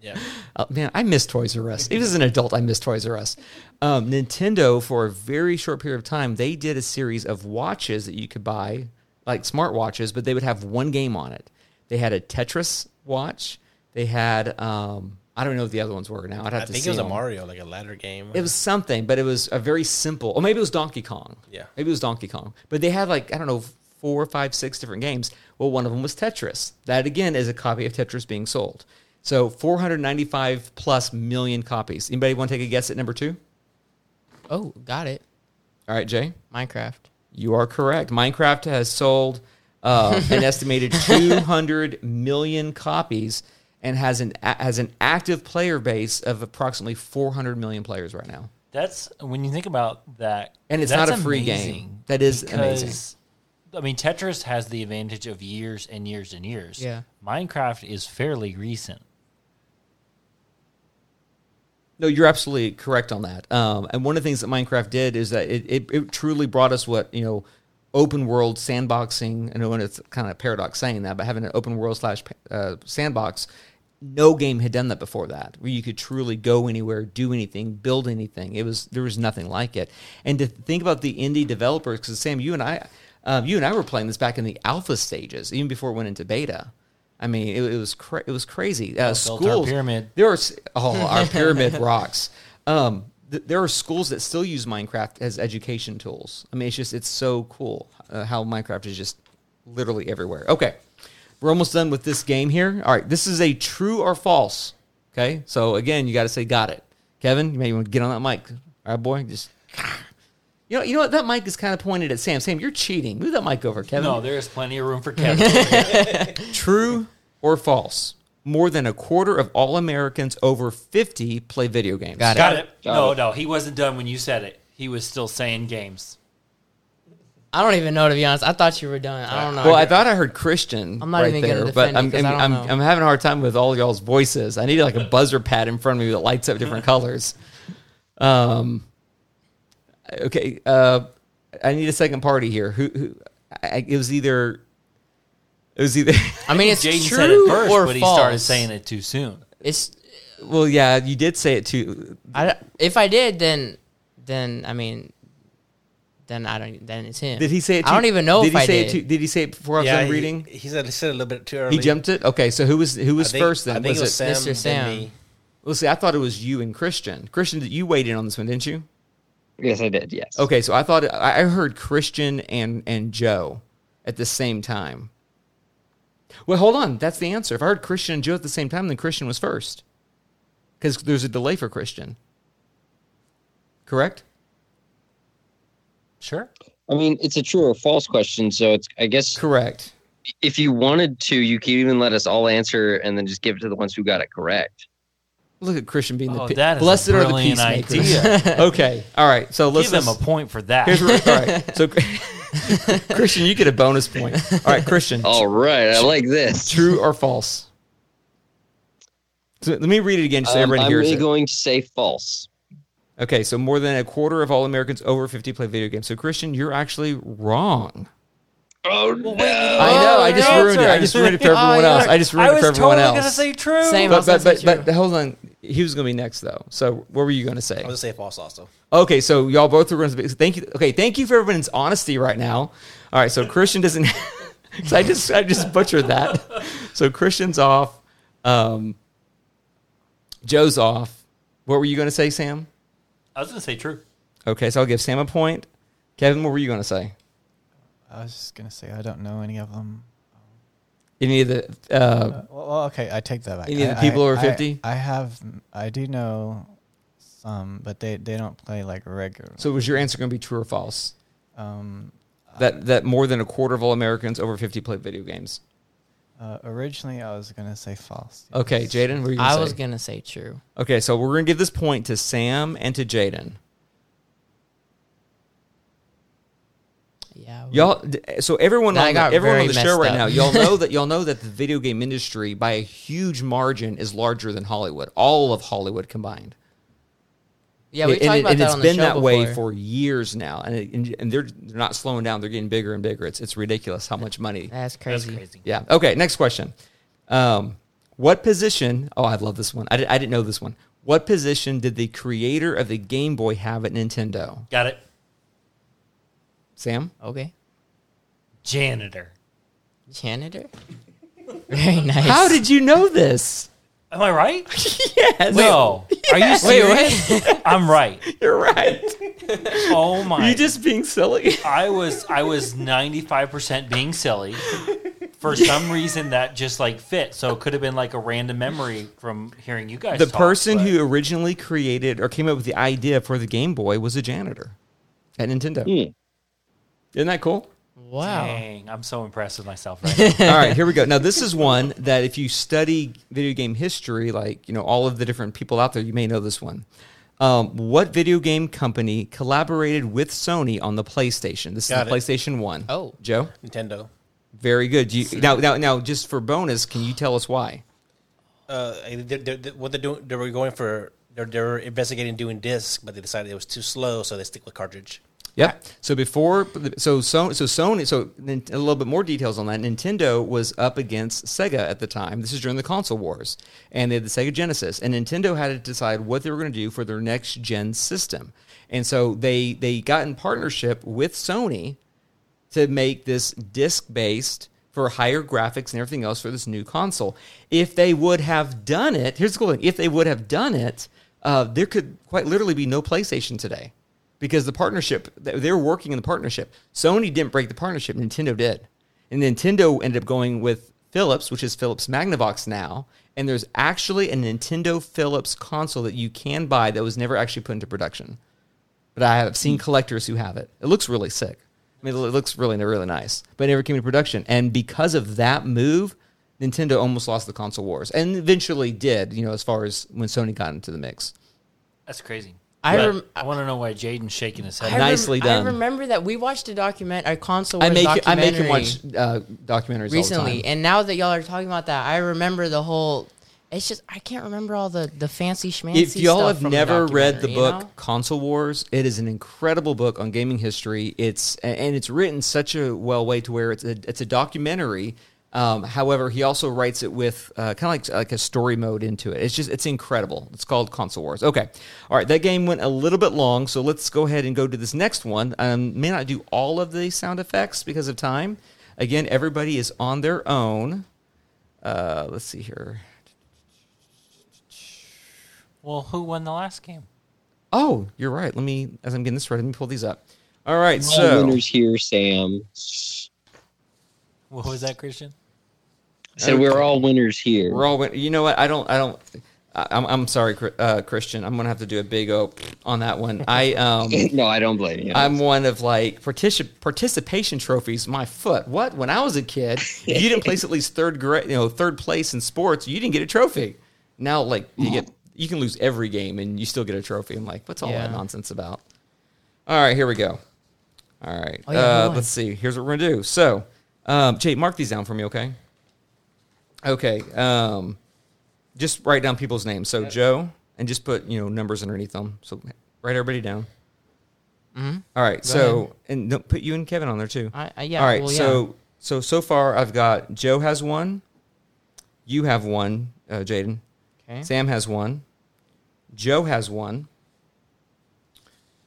S5: Yeah.
S1: Oh, man, I miss Toys R Us. Even as an adult, I miss Toys R Us. Um, Nintendo, for a very short period of time, they did a series of watches that you could buy, like smart watches, but they would have one game on it. They had a Tetris watch. They had, um, I don't know what the other ones were now. I'd have
S5: I
S1: to
S5: think
S1: see
S5: it was a
S1: them.
S5: Mario, like a ladder game.
S1: It was something, but it was a very simple. Or maybe it was Donkey Kong.
S5: Yeah.
S1: Maybe it was Donkey Kong. But they had like I don't know four, five, six different games. Well, one of them was Tetris. That again is a copy of Tetris being sold. So 495 plus million copies. Anybody want to take a guess at number two?
S2: Oh, got it.
S1: All right, Jay,
S2: Minecraft.
S1: you are correct. Minecraft has sold uh, an estimated 200 million copies and has an has an active player base of approximately 400 million players right now.
S3: That's when you think about that,
S1: And it's
S3: that's
S1: not a free game. That is amazing.
S3: because, I mean, Tetris has the advantage of years and years and years.
S2: Yeah.
S3: Minecraft is fairly recent.
S1: No, you're absolutely correct on that. Um, and one of the things that Minecraft did is that it, it, it truly brought us what you know, open world sandboxing. I know and it's kind of a paradox saying that, but having an open world slash uh, sandbox, no game had done that before that, where you could truly go anywhere, do anything, build anything. It was there was nothing like it. And to think about the indie developers, because Sam, you and I, um, you and I were playing this back in the alpha stages, even before it went into beta. I mean, it, it was cra- it was crazy. Uh,
S3: built our
S1: schools-
S3: pyramid.
S1: there are s- oh our pyramid rocks. Um, th- there are schools that still use Minecraft as education tools. I mean, it's just it's so cool uh, how Minecraft is just literally everywhere. Okay, we're almost done with this game here. All right, this is a true or false Okay, so again, you got to say got it. Kevin, you may want to get on that mic. All right, boy, just. You know, you know what? That mic is kind of pointed at Sam. Sam, you're cheating. Move that mic over, Kevin.
S3: No, there is plenty of room for Kevin.
S1: True or false? More than a quarter of all Americans over 50 play video games.
S2: Got it.
S3: Got it.
S6: Got
S3: no,
S6: it.
S3: no, he wasn't done when you said it. He was still saying games.
S2: I don't even know to be honest. I thought you were done. I don't know.
S1: Well, I thought I heard Christian
S2: I'm not
S1: right
S2: even gonna
S1: there,
S2: defend
S1: but
S2: it
S1: I'm,
S2: 'cause
S1: I'm,
S2: I
S1: I'm,
S2: don't know.
S1: I'm having a hard time with all y'all's voices. I need like a buzzer pad in front of me that lights up different colors. Um, okay, uh, I need a second party here. Who? who I, it was either. It was either.
S2: I mean, it's
S3: Jaden
S2: true
S3: said it first,
S2: or
S3: but he
S2: false.
S3: started saying it too soon.
S2: It's
S1: well, yeah, you did say it too.
S2: I, don't- if I did, then then I mean, then I don't. Then it's him.
S1: Did he say it? Too,
S2: I don't even know
S1: Did
S2: if
S1: he
S2: I
S1: say
S2: did.
S1: it? Too, did he say it before I was done
S5: he-
S1: reading?
S5: He, said, he said a little bit too early.
S1: He jumped it. Okay, so who was who
S5: I
S1: was
S5: think-
S1: first then?
S5: I think
S1: was
S5: it was
S1: it?
S5: Sam.
S2: Mr.
S5: then
S2: Sam.
S5: me.
S1: Well, see, I thought it was you and Christian. Christian, you weighed in on this one, didn't you?
S6: Yes, I did. Yes.
S1: Okay, so I thought I I heard Christian and and Joe at the same time. Well, hold on, that's the answer. If I heard Christian and Joe at the same time, then Christian was first, because there's a delay for Christian. Correct.
S5: Sure.
S6: I mean, it's a true or false question, so it's I guess
S1: Correct.
S6: if you wanted to, you could even let us all answer and then just give it to the ones who got it correct.
S1: Look at Christian being
S3: Oh,
S1: the pe-
S3: that is a
S1: blessed are the
S3: brilliant
S1: peacemakers. okay, all right. So let's
S3: Give him a
S1: let's-
S3: point for that.
S1: Here's where, all right. So Christian, you get a bonus point. All right, Christian.
S6: All right, I like this.
S1: True or false? So let me read it again so
S6: Um,
S1: everyone
S6: I'm
S1: hears it.
S6: going to say false.
S1: Okay, so more than a quarter of all Americans over 50 play video games. So Christian, you're actually wrong. Oh,
S6: Oh no!
S1: I know. I
S2: your
S1: just ruined it. I
S2: answer.
S1: just ruined it for
S3: Oh,
S1: everyone else. I just ruined it for everyone
S3: totally
S1: else.
S3: gonna say true.
S2: Same.
S1: but, but,
S2: That's
S1: but,
S2: so
S1: but
S2: true.
S1: hold on. He was going to be next though. So what were you going to say?
S5: I was going to say false also.
S1: Okay, so y'all both are going to be. Thank you. Okay, thank you for everyone's honesty right now. All right, so Christian doesn't. so I just I just butchered that. So Christian's off. Um, Joe's off. What were you going to say, Sam?
S3: I was gonna say true.
S1: Okay, so I'll give Sam a point. Kevin, what were you going to say?
S4: I was just gonna say I don't know any of them.
S1: Any of the uh,
S4: Well, well, okay, I take that back.
S1: Any of the
S4: I-
S1: people
S4: I-
S1: over
S4: I-
S1: 50?
S4: I, have, I do know some, but they they don't play like regular.
S1: so was your answer going to be true or false?
S4: Um,
S1: That that more than a quarter of all Americans over fifty play video games.
S4: uh, originally, I was gonna say false.
S1: Okay, Jaden, what were you? Gonna
S2: I
S1: say?
S2: was gonna say true.
S1: Okay, so we're gonna give this point to Sam and to Jaden.
S2: Yeah. we-
S1: Y'all, d- so everyone,
S2: Now I
S1: on the,
S2: got
S1: everyone on
S2: very
S1: the show
S2: messed
S1: right
S2: up.
S1: now, y'all know that y'all know that the video game industry, by a huge margin, is larger than Hollywood. All of Hollywood combined.
S2: Yeah, we
S1: And-
S2: talked
S1: and,
S2: about
S1: and
S2: that
S1: it's
S2: on the
S1: been
S2: show
S1: that way for
S2: before.
S1: years now, and, it, and and they're they're not slowing down. They're getting bigger and bigger. It's it's ridiculous how much money.
S2: That's
S3: That's
S2: crazy.
S3: crazy.
S1: Yeah. Okay. Next question. Um, what position? Oh, I love this one. I, di- I didn't know this one. What position did the creator of the Game Boy have at Nintendo?
S3: Got it.
S1: Sam.
S2: Okay.
S3: Janitor.
S2: Janitor. Very nice.
S1: How did you know this?
S3: Am I right?
S1: Yes.
S3: No. Are you
S2: Wait,
S3: serious?
S2: what?
S3: I'm right.
S1: You're right.
S3: Oh my!
S1: You just being silly.
S3: I was I was ninety five percent being silly. For some reason, that just like fit. So it could have been like a random memory from hearing you guys.
S1: The
S3: talk,
S1: person
S3: but-
S1: who originally created or came up with the idea for the Game Boy was a janitor at Nintendo.
S6: Hmm.
S1: Isn't that cool?
S2: wow.
S3: Dang, I'm so impressed with myself right now.
S1: All right, here we go. Now, this is one that if you study video game history, like, you know, all of the different people out there, you may know this one. Um, what video game company collaborated with Sony on the PlayStation? This is
S5: Got
S1: the
S5: it.
S1: PlayStation 1.
S2: Oh.
S1: Joe?
S5: Nintendo.
S1: Very good. You, now, now, now, just for bonus, can you tell us why?
S5: Uh, they they they what they're doing, they were going for, they're, they're investigating doing disc, but they decided it was too slow, so they stick with cartridge.
S1: Yep. So before, so so so Sony, so nin- a little bit more details on that. Nintendo was up against Sega at the time. This is during the console wars, and they had the Sega Genesis, and Nintendo had to decide what they were going to do for their next gen system. And so they they got in partnership with Sony to make this disc based for higher graphics and everything else for this new console. If they would have done it, here's the cool thing: if they would have done it, uh, there could quite literally be no PlayStation today because the partnership th- they were working in the partnership. Sony didn't break the partnership; Nintendo did, and Nintendo ended up going with Philips, which is Philips Magnavox now, and there's actually a Nintendo Philips console that you can buy that was never actually put into production. But I have seen collectors who have it. It looks really sick. I mean, it looks really, really nice, but it never came into production. And because of that move, Nintendo almost lost the console wars, and eventually did. You know, as far as when Sony got into the mix.
S3: That's crazy.
S2: I
S3: But
S2: rem-
S3: I want to know why Jaden's shaking his
S2: I
S3: head.
S2: rem-
S1: Nicely done.
S2: I remember that we watched a document, a console
S1: I
S2: wars
S1: make I
S2: documentary
S1: make him watch uh, documentaries All the
S2: recently,
S1: time.
S2: and now that y'all are talking about that, I remember the whole. It's just I can't remember all the the fancy schmancy.
S1: if y'all
S2: stuff
S1: have
S2: from the
S1: never read the
S2: documentary, you
S1: book
S2: know?
S1: console wars it is an incredible book on gaming history it's a- and it's written such a well way to where it's a, it's a documentary um, however he also writes it with uh, kind of like like a story mode into it it's just it's incredible it's called console wars okay all right that game went a little bit long so let's go ahead and go to this next one um, may not do all of the sound effects because of time again everybody is on their own uh, let's see here
S3: well, who won the last game?
S1: Oh, you're right. Let me, as I'm getting this ready, let me pull these up. All right,
S6: The
S1: so
S6: winners here, Sam.
S3: What was that, Christian?
S6: I said we're all winners here.
S1: we're all. Win- you know what? I don't. I don't. I- I'm, I'm sorry, Chri- uh, Christian. I'm gonna have to do a big O on that one. I um.
S6: no, I don't blame you.
S1: I'm one of like particip- participation trophies. My foot. What? When I was a kid, if you didn't place at least third grade, you know, third place in sports, you didn't get a trophy. Now, like you get, you can lose every game and you still get a trophy. I'm like, what's all
S2: Yeah.
S1: that nonsense about? All right, here we go. All right,
S2: Oh, yeah,
S1: uh,
S2: hold on.
S1: let's see. Here's what we're gonna do. So, um, Jay, mark these down for me, okay? Okay. Um, just write down people's names. So Joe, and just put you know numbers underneath them. So write everybody down. All right. so and don't put you and Kevin on there too.
S2: Mm-hmm. I, I, yeah.
S1: All right.
S2: well, yeah.
S1: So so so far I've got Joe has one. You have one, uh, Jaden.
S2: Okay.
S1: Sam has one. Joe has one.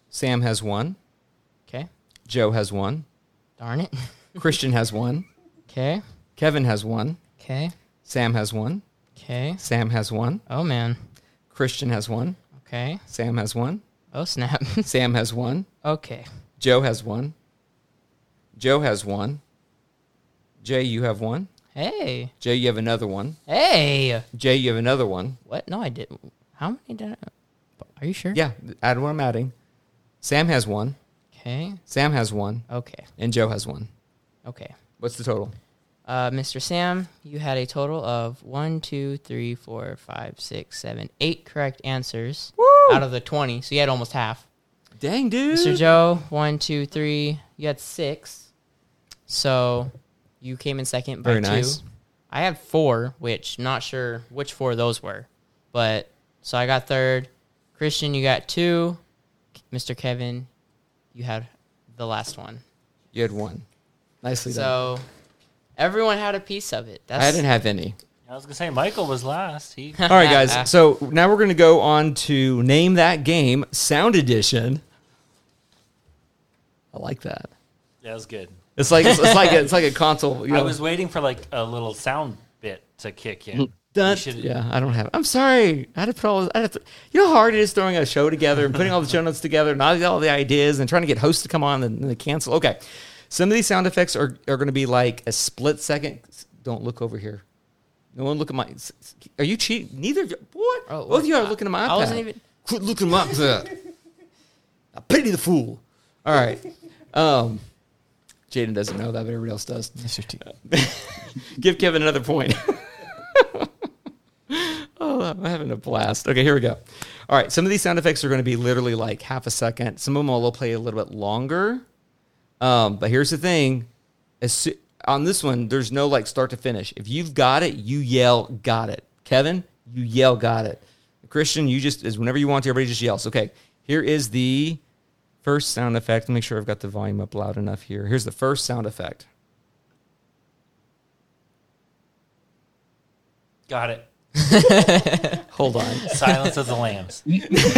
S1: Sam has one.
S2: okay.
S1: Joe has one.
S2: Darn it.
S1: Christian has one.
S2: Okay.
S1: Kevin has one.
S2: Okay.
S1: Sam has one.
S2: Okay.
S1: Sam has one.
S2: Oh man.
S1: Christian has one.
S2: Okay.
S1: Sam has one.
S2: Oh snap.
S1: Sam has one.
S2: okay.
S1: Joe has one. Joe has one. Jay, you have one.
S2: Hey.
S1: Jay, you have another one.
S2: Hey.
S1: Jay, you have another one.
S2: What? No, I didn't. How many did I? Are you sure?
S1: Yeah, add what I'm adding. Sam has one.
S2: Okay.
S1: Sam has one.
S2: Okay.
S1: And Joe has one.
S2: Okay.
S1: What's the total?
S2: Uh, Mr. Sam, you had a total of one, two, three, four, five, six, seven, eight correct answers out of the 20. So you had almost half.
S1: Dang, dude.
S2: Mr. Joe, one, two, three. You had six. So you came in second by
S1: Very
S2: two.
S1: nice.
S2: I had four, which not sure which four those were. But so I got third. Christian, you got two. Mr. Kevin, you had the last one.
S1: You had one. Nicely done.
S2: So everyone had a piece of it. That's
S1: I didn't have any.
S3: I was gonna say Michael was last. He
S1: All right, guys. So now we're going to go on to name that game Sound Edition. I like that.
S3: that was good.
S1: It's like it's, it's like a, it's like a console. You know,
S3: I was waiting for like a little sound bit to kick in.
S1: Dun-
S3: You should-
S1: yeah, I don't have. I'm sorry. I had to put all. I had to, you know how hard it is throwing a show together and putting all the show notes together and all, all the ideas and trying to get hosts to come on and, and they cancel. Okay, some of these sound effects are are going to be like a split second. Don't look over here. No one look at my. Are you cheat? Neither of you. What?
S2: Oh,
S1: Both of you are
S2: I-
S1: looking at my iPad.
S2: I wasn't even-
S1: Quit looking at my iPad. I pity the fool. All right. Um, Jaden doesn't know that, but everybody else does.
S4: Mr. T.
S1: Give Kevin another point. oh, I'm having a blast. Okay, here we go. All right, some of these sound effects are going to be literally like half a second. Some of them will play a little bit longer. Um, but here's the thing: As soo- on this one, there's no like start to finish. If you've got it, you yell, "Got it!" Kevin, you yell, "Got it!" Christian, you just is whenever you want to. Everybody just yells. Okay, here is the first sound effect. Make sure I've got the volume up loud enough here. Here's the first sound effect.
S3: Got it.
S1: Hold on.
S3: Silence of the Lambs.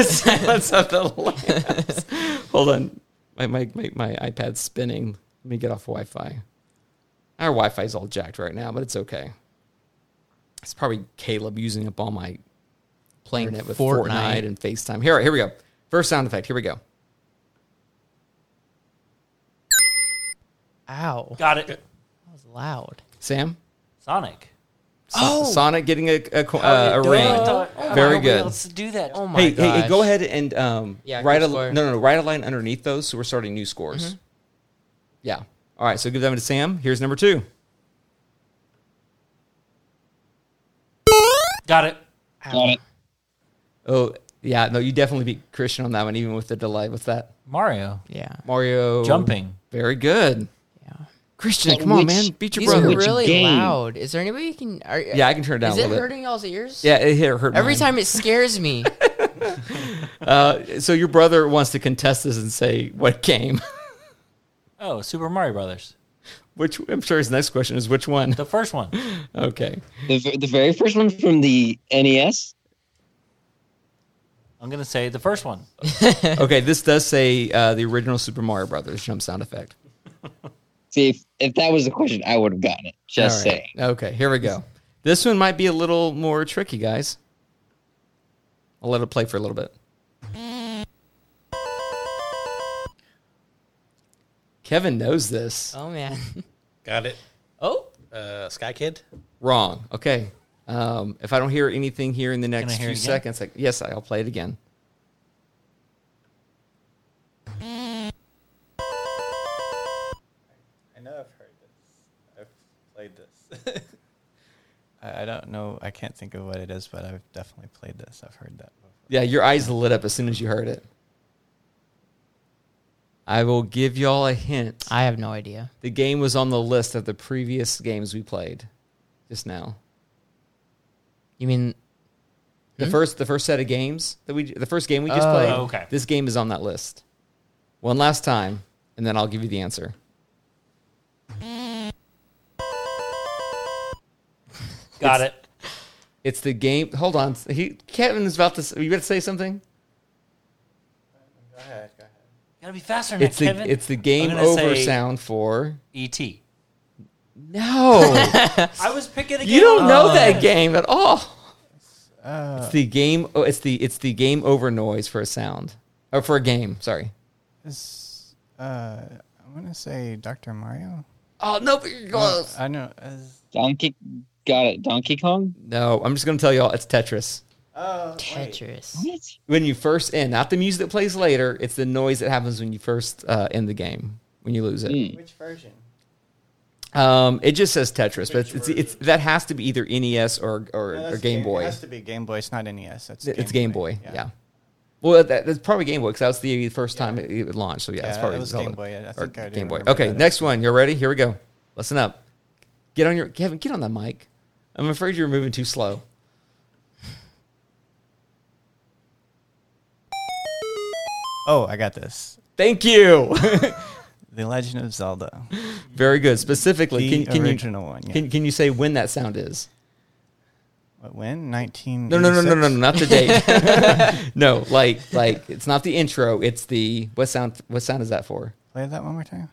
S1: Silence of the Lambs. Hold on. My, my, my, my iPad's spinning. Let me get off Wi Fi. Our Wi Fi's all jacked right now, but it's okay. It's probably Caleb using up all my
S2: playing
S1: internet with Fortnite,
S2: Fortnite.
S1: and FaceTime. Here, here we go. First sound effect. Here we go.
S2: Ow. That
S3: Got it.
S2: was loud.
S1: Sam?
S3: Sonic.
S2: Oh.
S1: Son- Sonic getting a, a, co-
S3: How
S1: uh, a
S3: did-
S1: ring.
S3: how did- how
S1: Very
S3: were we
S1: good.
S3: able to do that.
S2: Oh my
S1: hey,
S2: gosh.
S1: hey, hey, go ahead and um,
S2: Yeah,
S1: write a
S2: good score. Mm-hmm.
S1: no, no, no, write a line underneath those. So we're starting new scores. Yeah. All right. So give them to Sam. Here's number two.
S3: Got it.
S6: Got it.
S1: Oh yeah, no, you definitely beat Christian on that one, even with the delay. What's that?
S3: Mario.
S2: Yeah.
S1: Mario
S3: Jumping.
S1: Very good,
S2: Yeah.
S1: Christian.
S6: And
S1: Come on,
S6: which-
S1: man, beat your
S2: These are
S1: brother.
S6: Which
S2: really
S6: game?
S2: loud. Is there anybody you can? Are,
S1: yeah, I can turn it down
S2: Is
S1: a
S2: it
S1: little bit.
S2: hurting y'all's ears?
S1: Yeah, it hit- hurt
S2: Every
S1: mine.
S2: time it scares me.
S1: Uh, so your brother wants to contest this and say what game?
S3: Oh, Super Mario Brothers.
S1: which I'm sure his next question is which one.
S3: The first one.
S1: Okay.
S6: The, v- the very first one from the E NES.
S3: I'm gonna say the first one.
S1: Okay. This does say uh, the original Super Mario Brothers jump sound effect.
S6: See, if, if that was the question, I would have gotten it. Just
S1: All right.
S6: saying.
S1: Okay, here we go. This one might be a little more tricky, guys. I'll let it play for a little bit. Kevin knows this.
S2: oh man.
S5: Got it.
S2: Oh.
S5: Uh, Sky Kid.
S1: Wrong. Okay. Um, if I don't hear anything here in the next
S3: hear
S1: few
S3: it again?
S1: seconds, like, yes, I'll play it again.
S4: I know I've heard this. I've played this. I, I don't know. I can't think of what it is, but I've definitely played this. I've heard that before.
S1: Yeah, your eyes lit up as soon as you heard it. I will give y'all a hint.
S2: I have no idea.
S1: The game was on the list of the previous games we played just now.
S2: You mean
S1: The first the first set of games that we the first game we just
S2: Oh.
S1: played.
S3: Hmm? Oh, okay.
S1: This game is on that list. One last time, and then I'll give you the answer.
S3: Got it.
S1: It's the game. Hold on, he Kevin is about to. s- You going to say something?
S3: Gotta be faster than
S1: It's
S3: that,
S1: the
S3: Kevin.
S1: it's the game
S3: I'm gonna
S1: over
S3: say- E
S1: sound for.
S3: E.T.
S1: No,
S3: I was picking a game.
S1: you don't
S3: on-
S1: know that game at all.
S4: Uh,
S1: It's the game. Oh, it's the it's the game over noise for a sound or for a game. Sorry.
S4: it's, uh, I want to say Dr. Mario.
S1: Oh no, but you're close.
S4: Uh, I know. As,
S6: Donkey got it. Donkey Kong.
S1: No, I'm just gonna tell y'all it's Tetris.
S4: oh,
S2: Tetris?
S6: What?
S1: when you first end, not the music that plays later. It's the noise that happens when you first uh, end the game when you lose it.
S4: which version?
S1: Um, it just says Tetris, but it's, it's, it's that has to be either NES or or, or Game, Boy.
S4: It has to be Game Boy. It's not NES. It's,
S1: it's Game Boy, yeah. Well, that, that's probably Game Boy because that was the first time it, it launched. So yeah,
S4: Yeah,
S1: it's probably
S4: it was
S1: called
S4: Game Boy. I
S1: or
S4: think I do
S1: Game Boy.
S4: remember
S1: Okay,
S4: that.
S1: next one. You're ready? Here we go. Listen up. Get on your Kevin. Get on that mic. I'm afraid you're moving too slow.
S4: Oh, I got this.
S1: Thank you.
S4: The Legend of Zelda.
S1: Very good. Specifically,
S4: the
S1: can, can you
S4: original one. Yeah.
S1: can, can you say when that sound is?
S4: What, when? 19.
S1: No, no, no, no, no, no, not the date. no, like, like it's not the intro. It's the what sound? What sound is that for?
S4: Play that one more time.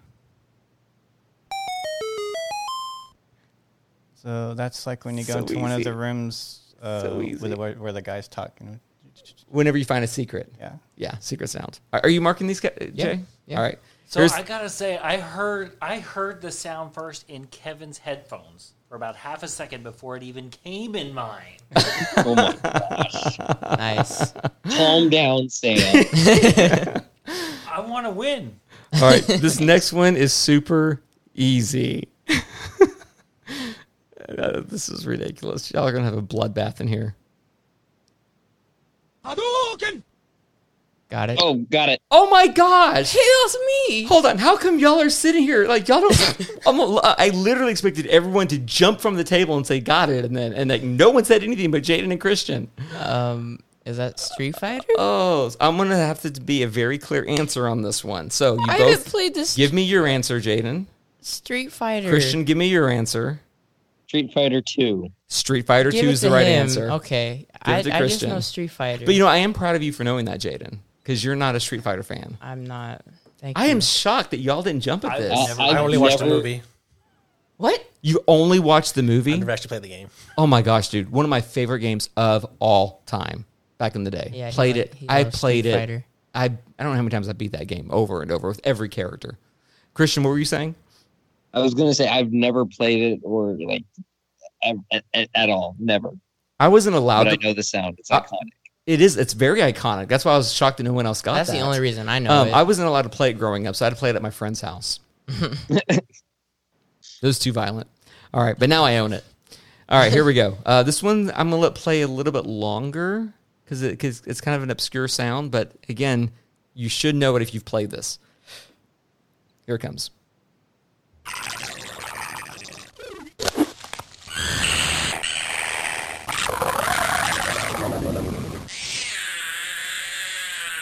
S4: So that's like when you go
S1: So
S4: into one of
S1: easy.
S4: the rooms uh,
S1: So
S4: with
S1: easy.
S4: the, where, where the guy's talking.
S1: Whenever you find a secret,
S4: Yeah.
S1: yeah, secret sound. Are, are you marking these, Ke- Jay?
S2: yeah.
S1: All right.
S3: So
S1: Here's-
S3: I gotta say, I heard I heard the sound first in Kevin's headphones for about half a second before it even came in mine.
S6: Oh my gosh!
S2: Nice.
S6: Calm down, Sam.
S3: I want to win.
S1: all right. This next one is super easy. Uh, this is ridiculous. Y'all are gonna have a bloodbath in here.
S2: Got it.
S6: Oh, got it.
S1: Oh my gosh!
S2: Kills me.
S1: Hold on, how come y'all are sitting here like y'all don't? I'm, I literally expected everyone to jump from the table and say "got it," and then and like no one said anything but Jaden and Christian.
S2: Um, is that Street Fighter?
S1: Oh, so I'm gonna have to be a very clear answer on this one. So you
S2: I haven't
S1: both
S2: played this
S1: give me your answer, Jaden.
S2: Street Fighter.
S1: Christian, give me your answer.
S6: Street Fighter Two.
S1: Street Fighter
S2: Give
S1: Two
S2: it
S1: is the
S2: to
S1: right
S2: him.
S1: answer.
S2: Okay.
S1: Give it
S2: I,
S1: to
S2: I just
S1: Christian.
S2: know Street Fighter.
S1: But you know, I am proud of you for knowing that, Jaden, because you're not a Street Fighter fan.
S2: I'm not. Thank
S1: I
S2: you.
S1: am shocked that y'all didn't jump at
S3: I-
S1: this.
S3: I've never-
S6: I-
S5: I only watched the
S6: never-
S5: movie.
S2: What?
S1: You only watched the
S5: I
S1: movie.
S5: never actually played the game.
S1: Oh my gosh, dude! One of my favorite games of all time. Back in the day,
S2: Yeah, he
S1: played
S2: like-
S1: it.
S2: he
S1: I
S2: loves
S1: played
S2: Street
S1: it.
S2: Fighter.
S1: I I don't know how many times I beat that game over and over with every character. Christian, what were you saying?
S6: I was gonna say I've never played it or like ev- at, at, at all, never.
S1: I wasn't allowed.
S6: But I
S1: To,
S6: know the sound. It's
S1: Uh,
S6: iconic.
S1: it is. It's very iconic. That's why I was shocked that no one else got
S2: That's
S1: that.
S2: the only reason I know
S1: Um,
S2: it.
S1: I wasn't allowed to play it growing up, so I had to play it at my friend's house. it was too violent. All right, but now I own it. All right, here we go. Uh, this one I'm gonna let play a little bit longer because it, 'cause it's kind of an obscure sound, but again, you should know it if you've played this. Here it comes.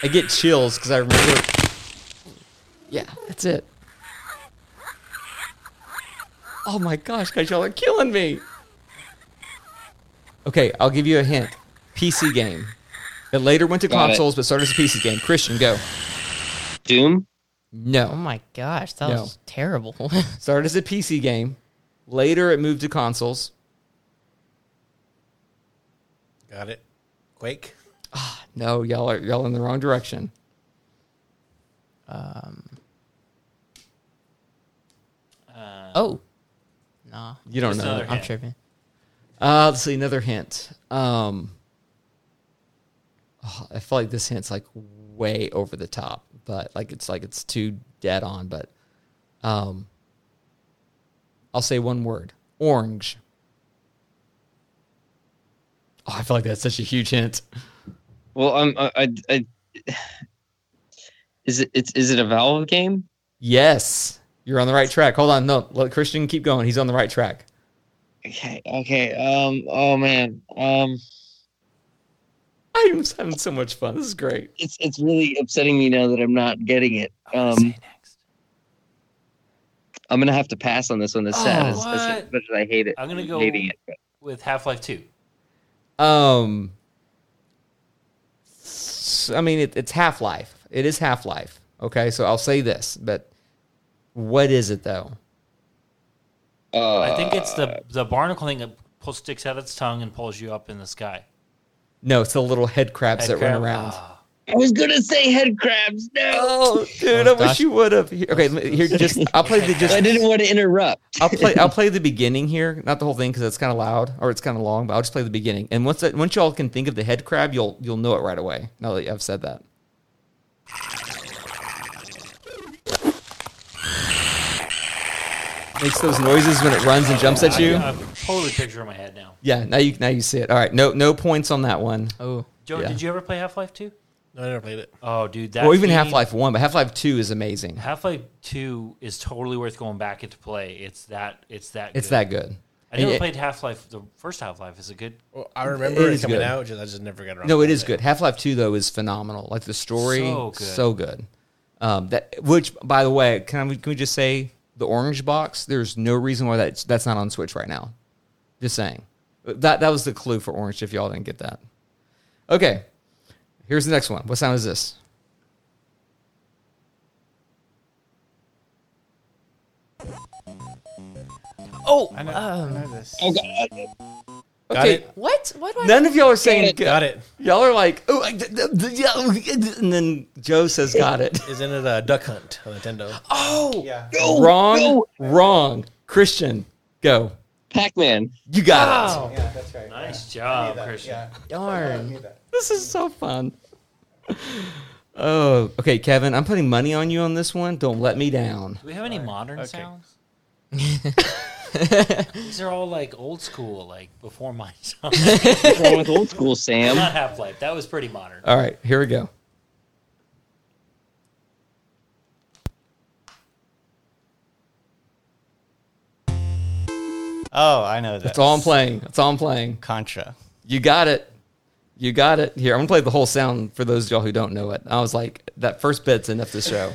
S1: I get chills because I remember. Yeah, that's it. Oh my gosh, guys, y'all are killing me. Okay, I'll give you a hint. PC game. It later went to
S6: Got it.
S1: consoles, but started as a PC game. Christian, go.
S6: Doom.
S2: oh
S1: No.
S2: my gosh, that
S1: No.
S2: was terrible.
S1: Started as a PC game. Later, it moved to consoles.
S5: Got it. Quake.
S1: No, y'all are y'all in the wrong direction. Um,
S6: Um,
S2: oh, nah,
S1: You don't
S3: Just
S1: know.
S3: another
S1: it.
S2: I'm
S3: Yeah.
S2: tripping.
S1: Uh, let's see another hint. Um, oh, I feel like this hint's like way over the top, but like it's like it's too dead on. But um, I'll say one word: orange. Oh, I feel like that's such a huge hint.
S6: Well, um, I, I, I- is it it's, is it a Valve game?
S1: Yes, you're on the right track. Hold on, no, let Christian keep going. He's on the right track.
S6: Okay, okay. Um, oh man. Um,
S1: I'm having so much fun. This is great.
S6: it's it's really upsetting me now that I'm not getting it. Um,
S3: next.
S6: I'm gonna have to pass on this one. As sad as, as
S3: Oh, What?
S6: much as I hate it,
S3: I'm gonna go-
S6: hating it. but-
S3: With Half Life Two,
S1: Um, s- I mean, it, it's Half Life. It is Half Life. Okay, so I'll say this, but what is it though?
S6: Uh,
S3: I think it's the the barnacle thing that pull, sticks out its tongue and pulls you up in the sky.
S1: No, it's the little head crabs
S3: Head
S1: that
S3: crab.
S1: run around.
S3: Ah.
S6: I was gonna say head crabs. No,
S1: Oh, dude, I
S2: Oh,
S1: wish
S2: gosh.
S1: you would have. Okay, l- here, just I'll play the
S6: I
S1: just.
S6: didn't want to interrupt.
S1: I'll play. I'll play the beginning here, not the whole thing because it's kind of loud or it's kind of long. But I'll just play the beginning, and once that, once y'all can think of the head crab, you'll you'll know it right away. Now that I've said that. Makes those noises when it runs and jumps at you.
S3: I, I'm totally picture in my head now.
S1: Yeah, now you now you see it. All right, no no points on that one.
S2: Oh,
S3: Joe,
S1: Yeah.
S3: did you ever play Half Life Two?
S5: No, I never played it.
S3: Oh, dude, that
S1: Or even
S3: theme-
S1: Half Life One, but Half Life Two is amazing.
S3: Half Life Two is totally worth going back into play. It's that. It's that.
S1: It's
S3: good.
S1: that good.
S3: I never
S1: And it-
S3: played Half Life. The first Half Life is a good.
S5: Well, Oh, I remember
S1: It
S5: it,
S1: is
S5: coming
S1: good.
S5: out. Just, I just never got around.
S1: No,
S5: to
S1: it is
S5: playing
S1: good. Half Life Two though is phenomenal. Like the story,
S3: So good.
S1: so good. Um, that which, by the way, can we can we just say the orange box? There's no reason why that's that's not on Switch right now. Just saying. That that was the clue for orange. If y'all didn't get that. Okay, here's the next one. What sound is this?
S2: oh,
S4: I know, I
S2: um,
S4: know this.
S6: Oh, God.
S5: Got
S1: okay,
S5: it.
S2: what? What? what?
S1: none of y'all are saying.
S6: it.
S5: Got it.
S1: Y'all are like, oh, I, d- d- d- yeah, oh, and then Joe says, "Got it."
S5: Isn't it a uh, Duck Hunt on Nintendo?
S2: Oh,
S4: Yeah.
S6: No,
S1: wrong,
S6: no.
S1: wrong. Christian, go.
S6: Pac-Man.
S1: You got it.
S2: wow,
S4: Oh, Yeah, that's right.
S3: Nice
S4: I knew
S3: job,
S4: that,
S3: Christian.
S4: yeah. I
S2: darn.
S4: knew that.
S1: This is so fun. Oh, okay, Kevin. I'm putting money on you on this one. Don't let me down.
S3: Do we have any modern
S4: Okay.
S3: sounds? These are all like old school, like before my time.
S6: What's wrong with old school, Sam?
S3: Not Half Life. That was pretty modern.
S1: All right, here we go.
S4: Oh, I know that.
S1: That's all I'm playing. That's all I'm playing.
S4: Contra.
S1: You got it. You got it. Here, I'm gonna play the whole sound for those of y'all who don't know it. I was like, that first bit's enough to show.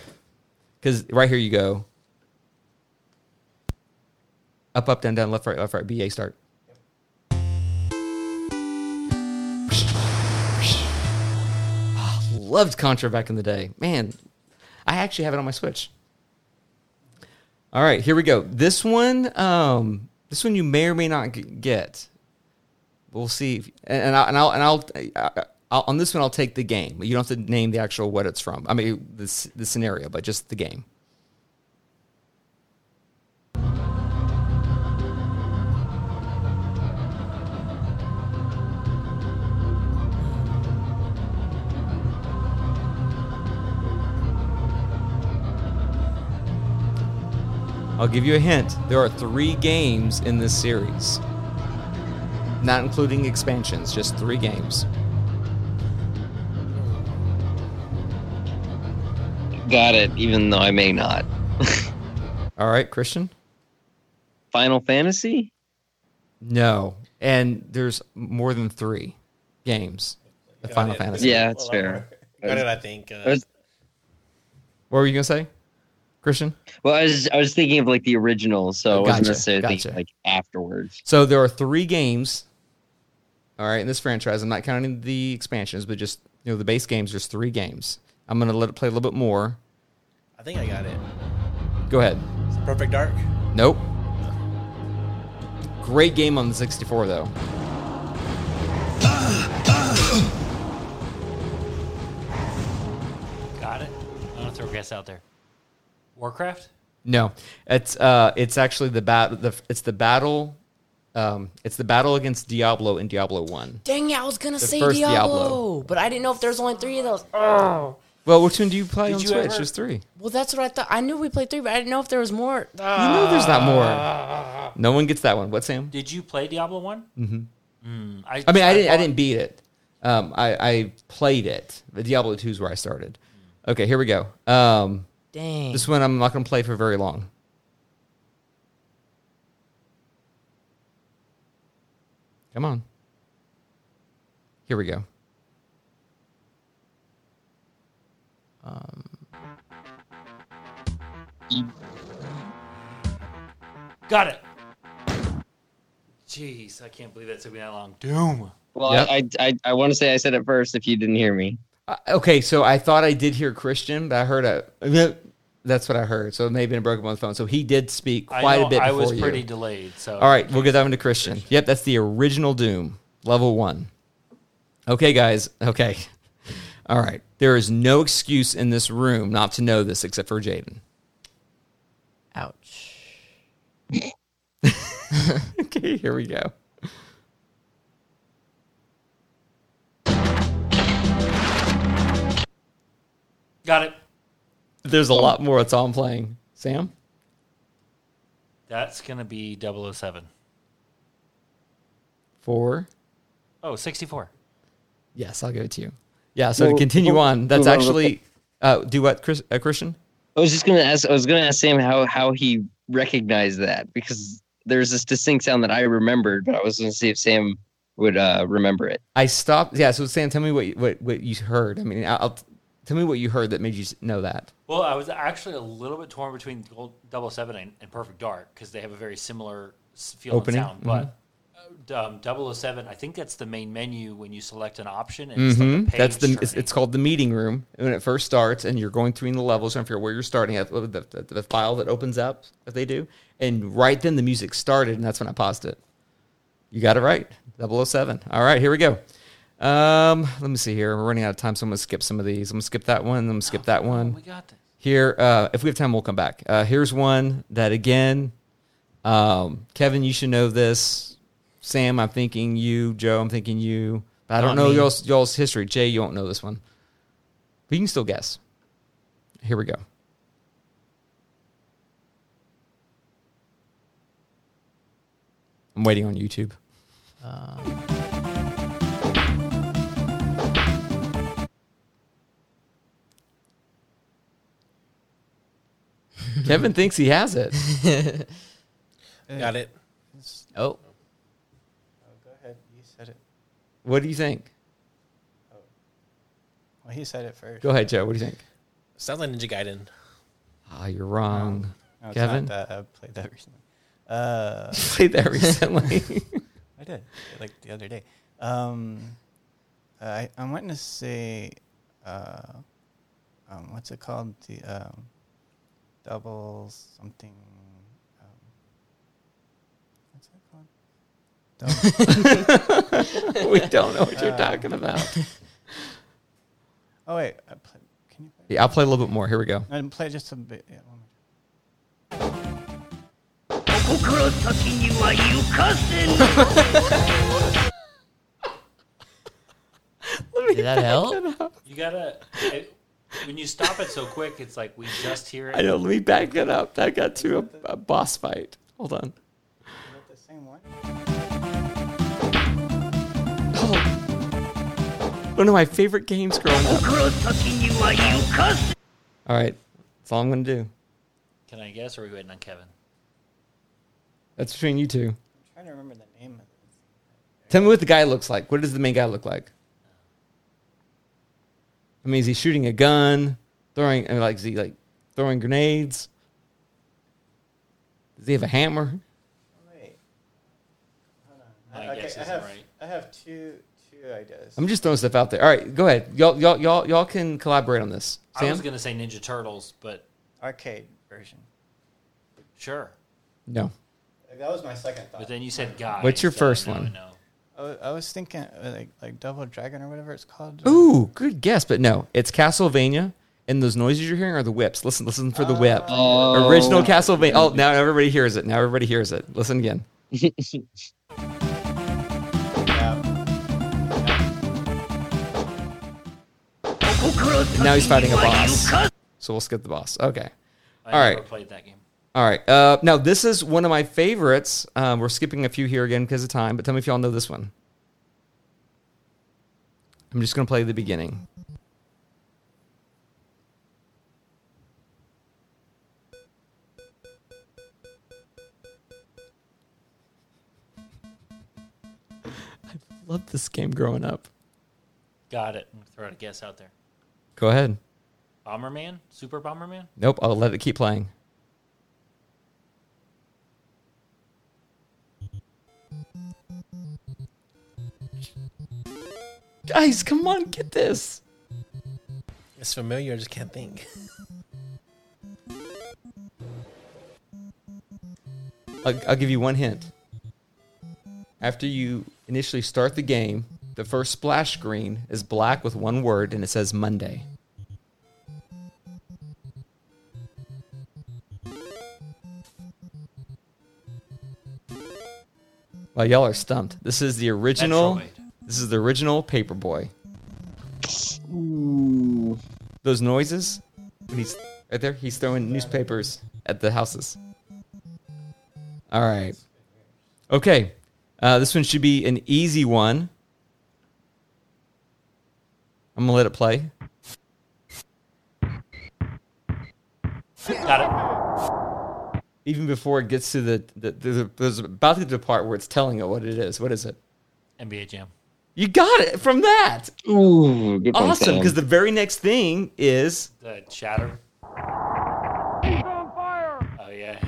S1: Because right here you go. Up, up, down, down, left, right, left, right. BA start. Ah, Loved Contra back in the day. Man, I actually have it on my Switch. All right, here we go. This one, um, this one you may or may not g- get we'll see. If, and, and, I, and I'll and I'll, I- I'll on this one I'll take the game. You don't have to name the actual what it's from. I mean the s- the scenario, but just the game. I'll give you a hint. There are three games in this series, not including expansions, just three games.
S6: Got it, even though I may not.
S1: All right, Christian?
S6: Final Fantasy?
S1: No. And there's more than three games. The Final
S5: it.
S1: Fantasy.
S6: Yeah, that's fair.
S5: Got it, I think.
S6: I
S5: Uh,
S6: was,
S1: What were you gonna say, Christian?
S6: well, I was I was thinking of like the original, so I wasn't
S1: Gotcha,
S6: necessarily
S1: gotcha.
S6: thinking like afterwards.
S1: So there are three games. All right, in this franchise, I'm not counting the expansions, but just you know the base games. There's three games. I'm gonna let it play a little bit more.
S5: I think I got it.
S1: Go ahead.
S5: It's Perfect Dark.
S1: Nope. Great game on the 64 though.
S3: Got it. I'm gonna throw a guess out there. Warcraft.
S1: No, it's uh, it's actually the bat. The, it's the battle. Um, it's the battle against Diablo in Diablo One.
S2: Dang it, I was gonna say
S1: first
S2: Diablo,
S1: Diablo.
S2: but I didn't know if there's only three of those.
S1: Well, which one do you play on
S3: you
S1: Switch?
S3: ever-
S1: There's three.
S2: Well, that's what I thought. I knew we played three, but I didn't know if there was more.
S1: You know there's not more. No one gets that one. What Sam?
S3: Ah. Did you play Diablo One? Mm-hmm. I,
S1: I mean, I didn't. I didn't beat it. Um, I, I played it. The Diablo two is where I started. Okay, here we go. Um,
S2: Dang.
S1: this one I'm not going to play for very long. Come on. Here we go.
S3: Got it. Jeez, I can't believe that took me that long. Doom.
S6: Well,
S1: Yep.
S6: I I, I, I want to say I said it first if you didn't hear me.
S1: Uh, okay, so I thought I did hear Christian, but I heard a. That's what I heard. So it may have been broken on the phone. So he did speak
S3: I
S1: quite
S3: know
S1: a bit
S3: I
S1: before
S3: was
S1: you.
S3: pretty delayed. So
S1: All right, we'll get that one to Christian. Yep, that's the original Doom, level one. Okay, guys. Okay. All right. There is no excuse in this room not to know this except for Jaden.
S2: Ouch.
S1: Okay, here we go.
S3: Got it.
S1: There's a lot more. That's all I'm playing. Sam?
S3: That's gonna be 007.
S1: Four?
S3: Oh, 64.
S1: Yes, I'll give it to you. Yeah, so to
S6: Well,
S1: continue
S6: well,
S1: on, that's
S6: well, well,
S1: actually. Uh, do what, Chris, uh, Christian?
S6: I was just gonna ask. I was gonna ask Sam how how he recognized that because there's this distinct sound that I remembered, but I was gonna see if Sam would uh, remember it.
S1: I stopped. Yeah, so Sam, tell me what, you- what, what you heard. I mean, I'll- I'll, tell me what you heard that made you s- know that.
S3: Well, I was actually a little bit torn between Gold 007 and, and Perfect Dark because they have a very similar s- feel
S1: Opening, Mm-hmm.
S3: and sound. But um, 007, I think that's the main menu when you select an option. And
S1: hmm
S3: it's like a
S1: That's
S3: page
S1: the it's,
S3: turning.
S1: it's called the meeting room when it first starts, and you're going between the levels trying to figure out where you're starting at the, the, the file that opens up that they do, and right then the music started, and that's when I paused it. You got it right, 007. All right, here we go. Um, let me see here. We're running out of time, so I'm gonna skip some of these. I'm gonna skip that one. I'm gonna skip that one.
S3: We got this.
S1: Here, uh, if we have time, we'll come back. Uh, here's one that again, um, Kevin, you should know this. Sam, I'm thinking you. Joe, I'm thinking you. But I don't
S2: Not
S1: know
S2: me.
S1: y'all's, y'all's history. Jay, you won't know this one, but you can still guess. Here we go. I'm waiting on YouTube. Kevin thinks he has it.
S5: Got it.
S2: Oh,
S4: Oh, go ahead. You said it.
S1: What do you think?
S4: Well, he said it first.
S1: Go ahead, Joe. What do you think?
S5: Sounds like Ninja Gaiden.
S1: Ah, you're wrong.
S4: Um, No, it's
S1: Kevin?
S4: not that. I played that recently. Uh,
S1: Played that recently.
S4: I did like the other day. Um, I I'm wanting to say, uh, um, what's it called? The um, double something. Um, what's it called? Double,
S1: we don't know what you're talking about.
S4: oh wait, I play, can you play?
S1: Yeah, I'll play a little bit more. Here we go.
S4: I didn't play just a bit. Yeah, one more.
S7: 心の先には行かせぬ
S2: did that help?
S3: You gotta. It, when you stop it so quick, it's like we just hear it.
S1: I know. Let me back that up. That got to a, a boss fight. Hold on.
S4: Is that the same one?
S1: One of my favorite games growing up.
S7: Girl tucking you while you cuss.
S1: All right. That's all I'm going to do.
S3: Can I guess? Or are we waiting on Kevin?
S1: That's between you two.
S4: I'm trying to remember the name of it.
S1: Tell me what the guy looks like. What does the main guy look like? I mean, is he shooting a gun? Throwing I mean, like is he like throwing grenades? Does he have a hammer?
S4: Wait. Hold on.
S3: My guess
S4: I
S3: isn't
S4: have,
S3: right.
S4: I have two two ideas.
S1: I'm just throwing stuff out there. All right, go ahead. Y'all, y'all, y'all, y'all can collaborate on this. Sam,
S3: I was gonna say Ninja Turtles, but
S4: Arcade version.
S3: sure.
S1: no.
S4: That was my second thought.
S3: But then you said God.
S1: What's your first
S3: no,
S1: one?
S3: No.
S4: I was, I was thinking uh, like like Double Dragon or whatever it's called.
S1: Ooh, good guess, but no. It's Castlevania, and those noises you're hearing are the whips. Listen, listen for the whip.
S6: Oh.
S1: Original Castlevania. Oh, now everybody hears it. Now everybody hears it. Listen again.
S4: Yeah.
S7: Girl tucking
S1: Now he's fighting
S7: you
S1: a
S7: while you
S1: boss.
S7: cuss.
S1: So we'll skip the boss. Okay.
S3: I
S1: All
S3: never
S1: right.
S3: played that game.
S1: All right. Uh, now this is one of my favorites. Um, we're skipping a few here again because of time, but tell me if y'all know this one. I'm just gonna play the beginning. I loved this game growing up.
S3: Got it. I'm gonna throw out a guess out there.
S1: Go ahead.
S3: Bomberman, Super Bomberman.
S1: Nope. I'll let it keep playing. Guys, come on, get this.
S5: It's familiar. I just can't think.
S1: I'll, I'll give you one hint. After you initially start the game, the first splash screen is black with one word and it says Monday. Well, y'all are stumped. This is the original.
S3: Metroid.
S1: This is the original Paperboy.
S6: Ooh.
S1: Those noises when he's right there, he's throwing newspapers at the houses. All right. Okay. Uh, this one should be an easy one. I'm gonna let it play.
S3: Got it.
S1: Even before it gets to the, the, the there's about to get to the part where it's telling it what it is. What is it?
S3: NBA Jam.
S1: You got it from that.
S6: Ooh. Good one,
S1: Awesome.
S6: Sam.
S1: Because the very next thing is
S3: The Shatter. Oh yeah.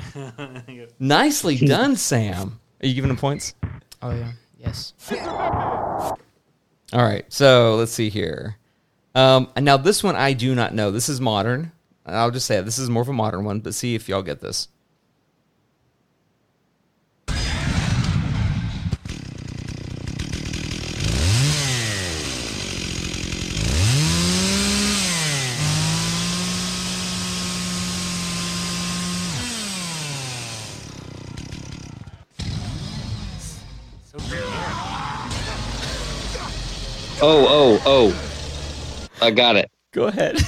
S1: nicely done, Sam. Are you giving him points?
S2: Oh yeah. Yes.
S1: All right, so let's see here. Um, and now this one I do not know. This is modern. And I'll just say it. this is more of a modern one, but see if y'all get this.
S3: so generic.
S6: Oh, oh, oh. I got it.
S1: Go ahead.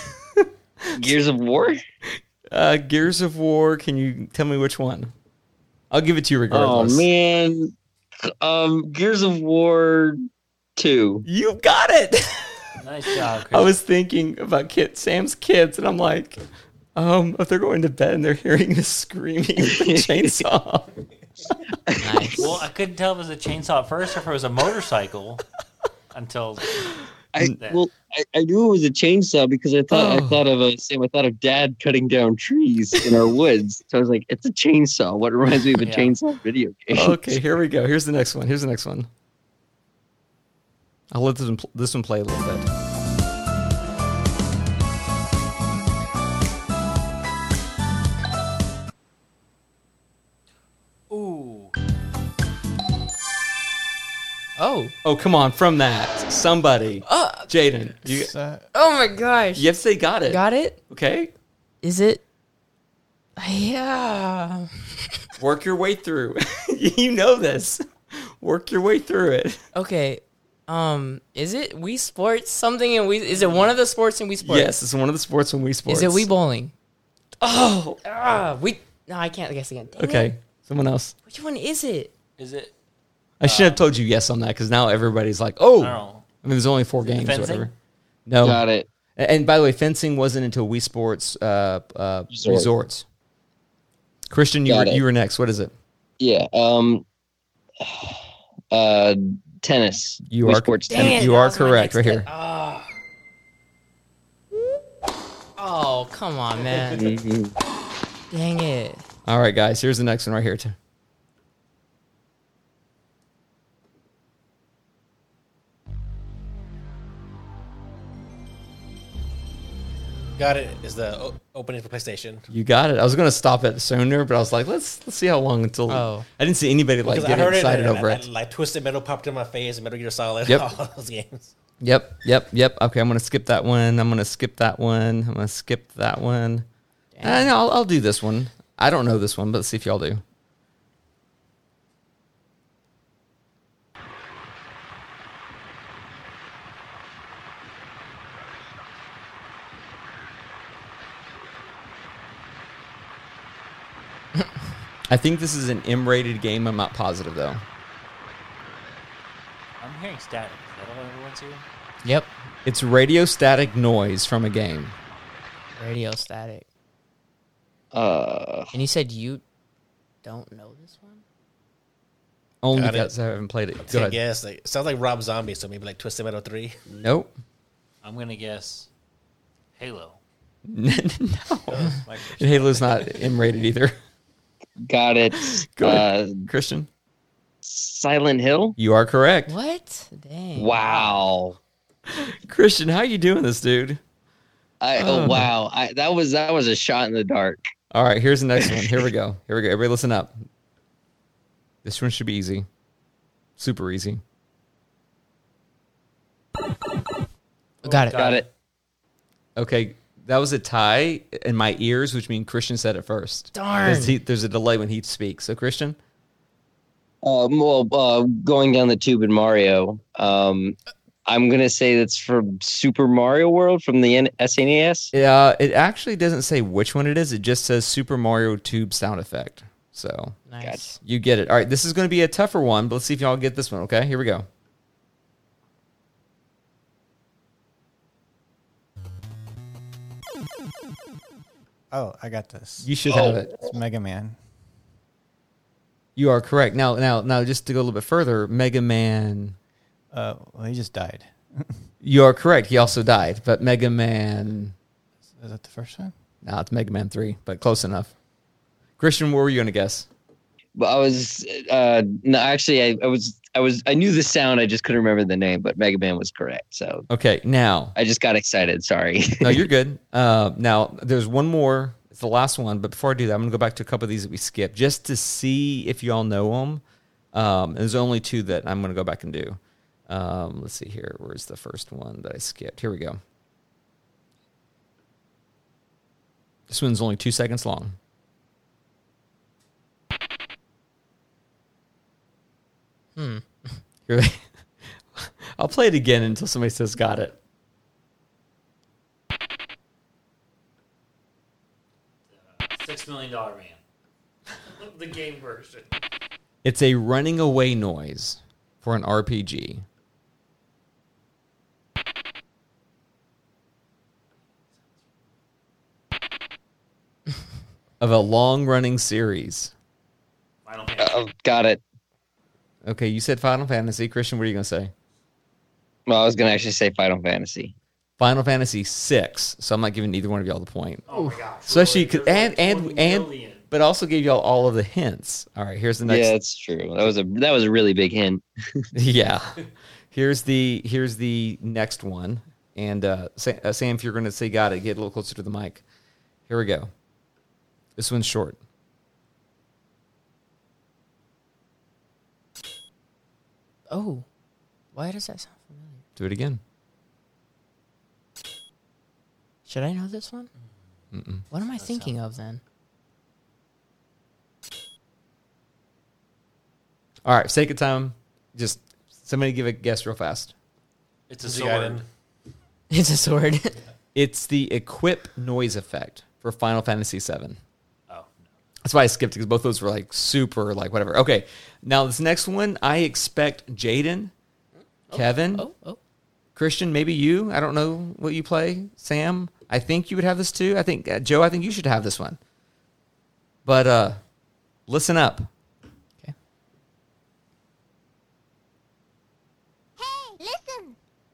S6: Gears of War?
S1: uh, Gears of War. Can you tell me which one? I'll give it to you
S6: Oh,
S1: regardless.
S6: man. Um, Gears of War 2.
S1: You got it.
S3: Nice job, Chris.
S1: I was thinking about kid, Sam's kids, and I'm like, um, if they're going to bed and they're hearing this screaming with the chainsaw.
S2: Nice.
S3: Well, I couldn't tell if it was a chainsaw at first or if it was a motorcycle until
S6: I well, I, I knew it was a chainsaw because I thought
S1: Oh.
S6: I thought of a Sam. I thought of Dad cutting down trees in our woods. So I was like, it's a chainsaw. What reminds me of a
S3: Yeah.
S6: chainsaw video game?
S1: okay, here we go. Here's the next one. Here's the next one. I'll let this one, pl- this one play a little bit.
S3: ooh.
S2: oh.
S1: Oh, come on, from that. Somebody.
S2: Uh,
S1: Jaden, you,
S4: So,
S2: oh my gosh.
S1: you have to say got it.
S2: Got it?
S1: Okay.
S2: Is it? Yeah.
S1: Work your way through. you know this. Work your way through it.
S2: Okay. Um, is it Wii Sports something? And we is it one of the sports in Wii Sports?
S1: Yes, it's one of the sports on Wii Sports.
S2: Is it Wii Bowling? Oh, ah, we. No, I can't guess again. Dang it.
S1: Okay, someone else.
S2: which one is it?
S3: Is it?
S5: Uh,
S1: I should have told you yes on that because now everybody's like, oh,
S3: I
S1: I,
S3: don't know.
S1: mean, there's only four games,
S3: fencing?
S1: whatever. No,
S6: Got it.
S1: A- And by the way, fencing wasn't until Wii Sports uh, uh,
S6: Resort.
S1: resorts. Christian, you were,
S6: Got it.
S1: you were next. What is it?
S6: Yeah. Um. Uh, tennis.
S1: You
S6: Wii
S1: are-
S6: sports
S1: Dang
S6: tennis.
S1: it. you
S2: that
S1: are
S2: was my
S1: correct,
S2: next
S1: right
S2: guess. Ah. Oh, come on, man!
S6: Mhm.
S2: Dang it!
S1: All right, guys. Here's the next one right here. too.
S5: Got it. Is the o- opening for PlayStation?
S1: You got it. I was gonna stop it sooner, but I was like, let's let's see how long until.
S2: Oh.
S1: I didn't see anybody like
S5: Because I
S1: getting
S5: heard it,
S1: excited
S5: and
S1: over
S5: I-
S1: it.
S5: I- like Twisted Metal popped in my face, and Metal Gear Solid,
S1: Yep.
S5: all those games.
S1: Yep, yep, yep. Okay, I'm gonna skip that one. I'm gonna skip that one. I'm gonna skip that one. Uh, no, I'll, I'll do this one. I don't know this one, but let's see if y'all do. I think this is an M-rated game. I'm not positive though.
S3: I'm hearing static. Is that all everyone's hearing?
S2: Yep,
S1: It's radio static noise from a game.
S2: radio static.
S6: Uh,
S2: And you said you don't know this one.
S1: Only
S5: Got it.
S1: because I haven't played it. Go
S5: I
S1: ahead.
S5: guess like, sounds like Rob Zombie, so maybe like Twisted Metal Three.
S1: Nope.
S3: I'm gonna guess Halo.
S1: no.
S3: My first-
S1: And Halo's not M rated either.
S6: got it.
S1: Go
S6: uh,
S1: ahead. Christian,
S6: Silent Hill.
S1: you are correct.
S2: What? Dang!
S6: Wow.
S1: Christian, how you doing this, dude?
S6: I oh wow. I that was that was a shot in the dark.
S1: All right, here's the next one. Here we go. Here we go. Everybody listen up. This one should be easy. Super easy.
S2: Got it.
S6: Got it.
S1: Okay, that was a tie in my ears, which means Christian said it first.
S2: Darn.
S1: 'Cause he- there's a delay when he speaks. So, Christian,
S6: Um, well, uh, going down the tube in Mario. Um, I'm gonna say that's from Super Mario World from the N- E SNES.
S1: uh, it actually doesn't say which one it is. It just says Super Mario Tube sound effect. So,
S2: Nice.
S1: You get it. All right, this is going to be a tougher one, but let's see if y'all get this one. Okay, here we go.
S4: Oh, I got this.
S1: You should have it.
S4: It's Mega Man.
S1: You are correct. Now, now, now, just to go a little bit further, Mega Man.
S4: Uh, well, he just died.
S1: You are correct. He also died, but Mega Man.
S4: Is that the first one?
S1: No, it's Mega Man Three, but close enough. Christian, what were you going to guess?
S6: But I was uh, no, actually, I, I was I was I knew the sound. I just couldn't remember the name. But Mega Man was correct. So
S1: Okay, now,
S6: I just got excited. Sorry.
S1: no, you're good. Uh, now, there's one more. It's the last one, but before I do that, I'm going to go back to a couple of these that we skipped just to see if y'all know them. Um, there's only two that I'm going to go back and do. Um, let's see here. Where's the first one that I skipped? Here we go. This one's only two seconds long. Hmm. I'll play it again until somebody says got it.
S3: Six million dollar man. the game version.
S1: It's a running away noise for an RPG. of a long running series.
S3: Final Fantasy.
S6: oh, got it.
S1: Okay, you said Final Fantasy. Christian, what are you going to say?
S6: Well, I was gonna actually say Final Fantasy.
S1: Final Fantasy 6. So I'm not giving either one of y'all the point.
S3: oh my gosh.
S1: Especially, 'cause-
S3: There's
S1: and,
S3: like
S1: and,
S3: 20
S1: and,
S3: million.
S1: but also gave y'all all of the hints. All right, here's the next
S6: Yeah, that's true. That was a that was a really big hint.
S1: yeah here's the here's the next one and uh, Sa- uh, sam if you're going to say got it get a little closer to the mic here we go this one's short
S2: Oh, why does that sound familiar?
S1: do it again
S2: Should I know this one? What am I thinking of then?
S1: all right for sake of time just Somebody give a guess real fast.
S3: It's a
S5: The
S3: sword.
S5: island.
S2: It's a sword.
S1: It's the equip noise effect for Final Fantasy VII.
S3: Oh,
S1: That's why I skipped because both those were like super, like whatever. Okay, now this next one, I expect Jaden, Kevin,
S2: oh, oh.
S1: Christian, maybe you. I don't know what you play. Sam, I think you would have this too. I think uh, Joe, I think you should have this one. But uh listen up.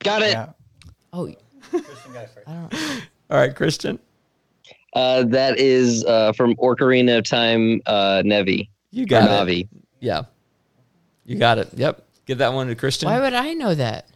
S6: Got it.
S4: Yeah.
S2: Oh,
S1: All right, Christian.
S6: Uh, that is uh, from Orcarina of Time, uh, Nevi.
S1: You
S6: Or
S1: got it.
S6: Navi.
S1: Yeah. You got it. Yep. Give that one to Christian.
S2: why would I know that?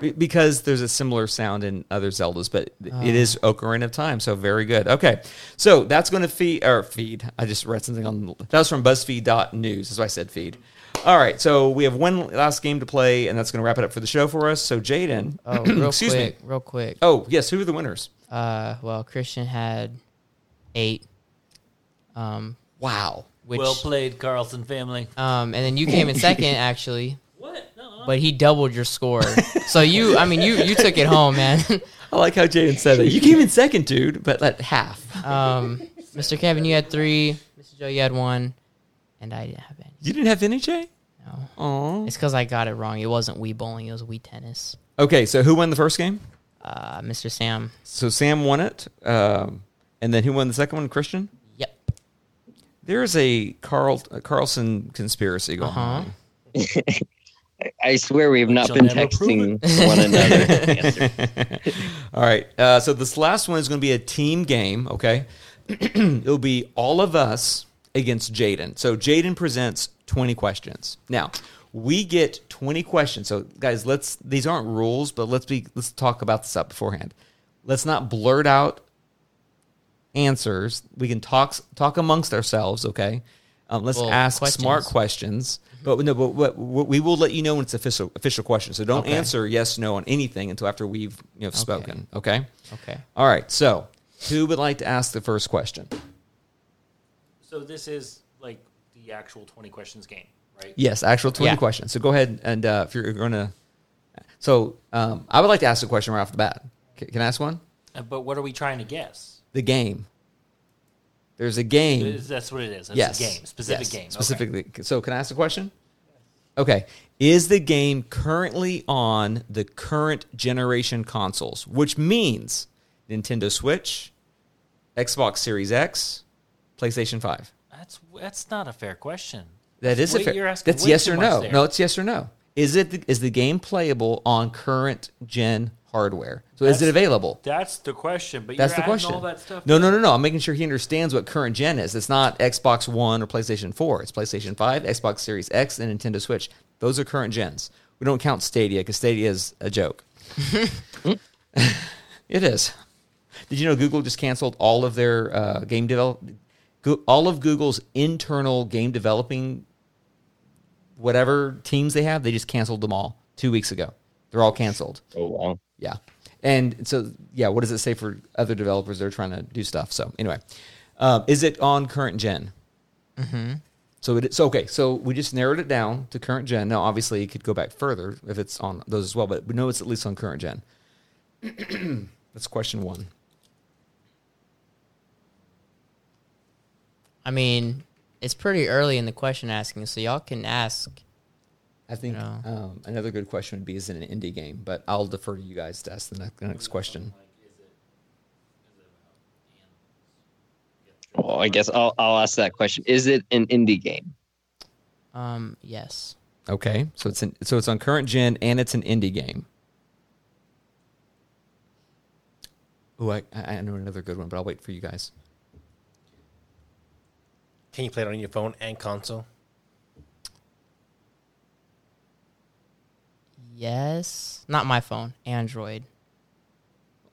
S1: Be- because there's a similar sound in other Zeldas, but it is
S2: Ah.
S1: Ocarina of Time, so very good. Okay, so that's going to feed or feed. I just read something on that was from BuzzFeed.news. That's why I said feed. All right, so we have one last game to play, and that's going to wrap it up for the show for us. So Jaden,
S2: Oh, real
S1: excuse me.
S2: quick, real quick.
S1: Oh yes, who are the winners?
S2: Uh, well, Christian had eight. Um,
S1: Wow.
S2: which
S3: well played, Carlson family.
S2: um, and then you came in second actually,
S3: What? No.
S2: but he doubled your score. so you, I mean, you you took it home, man.
S1: I like how Jaden said it. You came in second, dude, but like half.
S2: Um, Mr. Kevin, you had three. Mr. Joe, you had one, and I didn't have any.
S1: You didn't have any, Jay.
S2: No.
S1: Aw.
S2: It's because I got it wrong. It wasn't Wii bowling. It was Wii tennis.
S1: Okay, so who won the first game?
S2: Uh, Mr. Sam.
S1: So Sam won it, um, and then who won the second one? Christian.
S2: Yep.
S1: There is a Carl a Carlson conspiracy going
S2: Uh-huh.
S1: on.
S6: I swear we have not
S3: She'll
S6: been
S3: never
S6: texting
S3: prove
S6: one another.
S1: All right. Uh, so this last one is going to be a team game. Okay, it'll be all of us against Jaden. So Jaden presents twenty questions. Now we get twenty questions. So guys, let's these aren't rules, but let's be let's talk about this up beforehand. Let's not blurt out answers. We can talk talk amongst ourselves. Okay. Um, let's
S2: Well,
S1: ask
S2: questions.
S1: smart questions, Mm-hmm. but no, but, but we will let you know when it's official official question. So don't
S2: Okay.
S1: answer yes no on anything until after we've you know spoken. Okay.
S2: Okay.
S1: All right. So who would like to ask the first question?
S3: So this is like the actual twenty questions game, right?
S1: Yes, actual twenty
S2: Yeah.
S1: questions. So go ahead and uh, if you're going to, so um, I would like to ask a question right off the bat. Can, can I ask one?
S3: Uh, But what are we trying to guess?
S1: The game. There's a game.
S3: Is- That's what it is. It's
S1: yes.
S3: a game, specific
S1: Yes,
S3: game. Okay.
S1: Specifically. So, can I ask a question? Okay. Is the game currently on the current generation consoles, which means Nintendo Switch, Xbox Series X, PlayStation 5?
S3: That's that's not a fair question.
S1: That is
S3: Wait,
S1: a fair.
S3: you're asking
S1: that's
S3: way
S1: yes
S3: too
S1: or
S3: much
S1: no.
S3: there.
S1: No, it's yes or no. Is it the, is the game playable on current gen hardware? So is
S3: That's-
S1: it available?
S3: That's the question. But
S1: That's
S3: you're
S1: the
S3: adding
S1: question.
S3: All that stuff.
S1: no, no, no, no. I'm making sure he understands what current gen is. It's not Xbox One or PlayStation 4. It's PlayStation 5, Xbox Series X, and Nintendo Switch. Those are current gens. We don't count Stadia because Stadia is a joke. it is. Did you know Google just canceled all of their uh, game develop, Go- all of Google's internal game developing, whatever teams they have, they just canceled them all two weeks ago. They're all canceled.
S6: oh wow.
S1: Yeah. And so, yeah, what does it say for other developers that are trying to do stuff? So, anyway, um, is it on current general Mm-hmm. So, it, so, okay, so we just narrowed it down to current gen. Now, obviously, it could go back further if it's on those as well, but we know it's at least on current gen. That's question one.
S2: I mean, it's pretty early in the question asking, so y'all can ask.
S1: I think
S2: Yeah.
S1: um, another good question would be is it an indie game? But I'll defer to you guys to ask the next, the next question.
S6: Well, I guess I'll I'll ask that question. Is it an indie game?
S2: Um, yes.
S1: Okay, so it's an, so it's on current gen and it's an indie game. Oh, I, I I know another good one, but I'll wait for you guys.
S5: Can you play it on your phone and console?
S2: Yes. Not my phone, Android.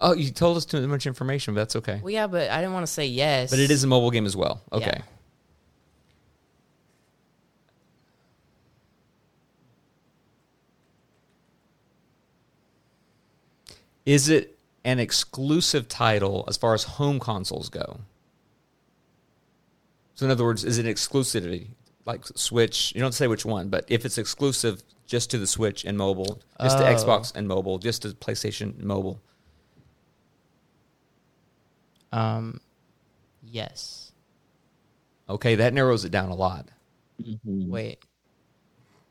S1: Oh, you told us too much information, but that's okay.
S2: Well, yeah, but I didn't want to say yes.
S1: But it is a mobile game as well.
S2: Yeah.
S1: Okay. Is it an exclusive title as far as home consoles go? So, in other words, is it exclusivity like Switch. You don't say which one, but if it's exclusive just to the Switch and mobile, just to Xbox and mobile, just to PlayStation and mobile.
S2: Um, yes.
S1: Okay, that narrows it down a lot. Mm.
S2: Wait.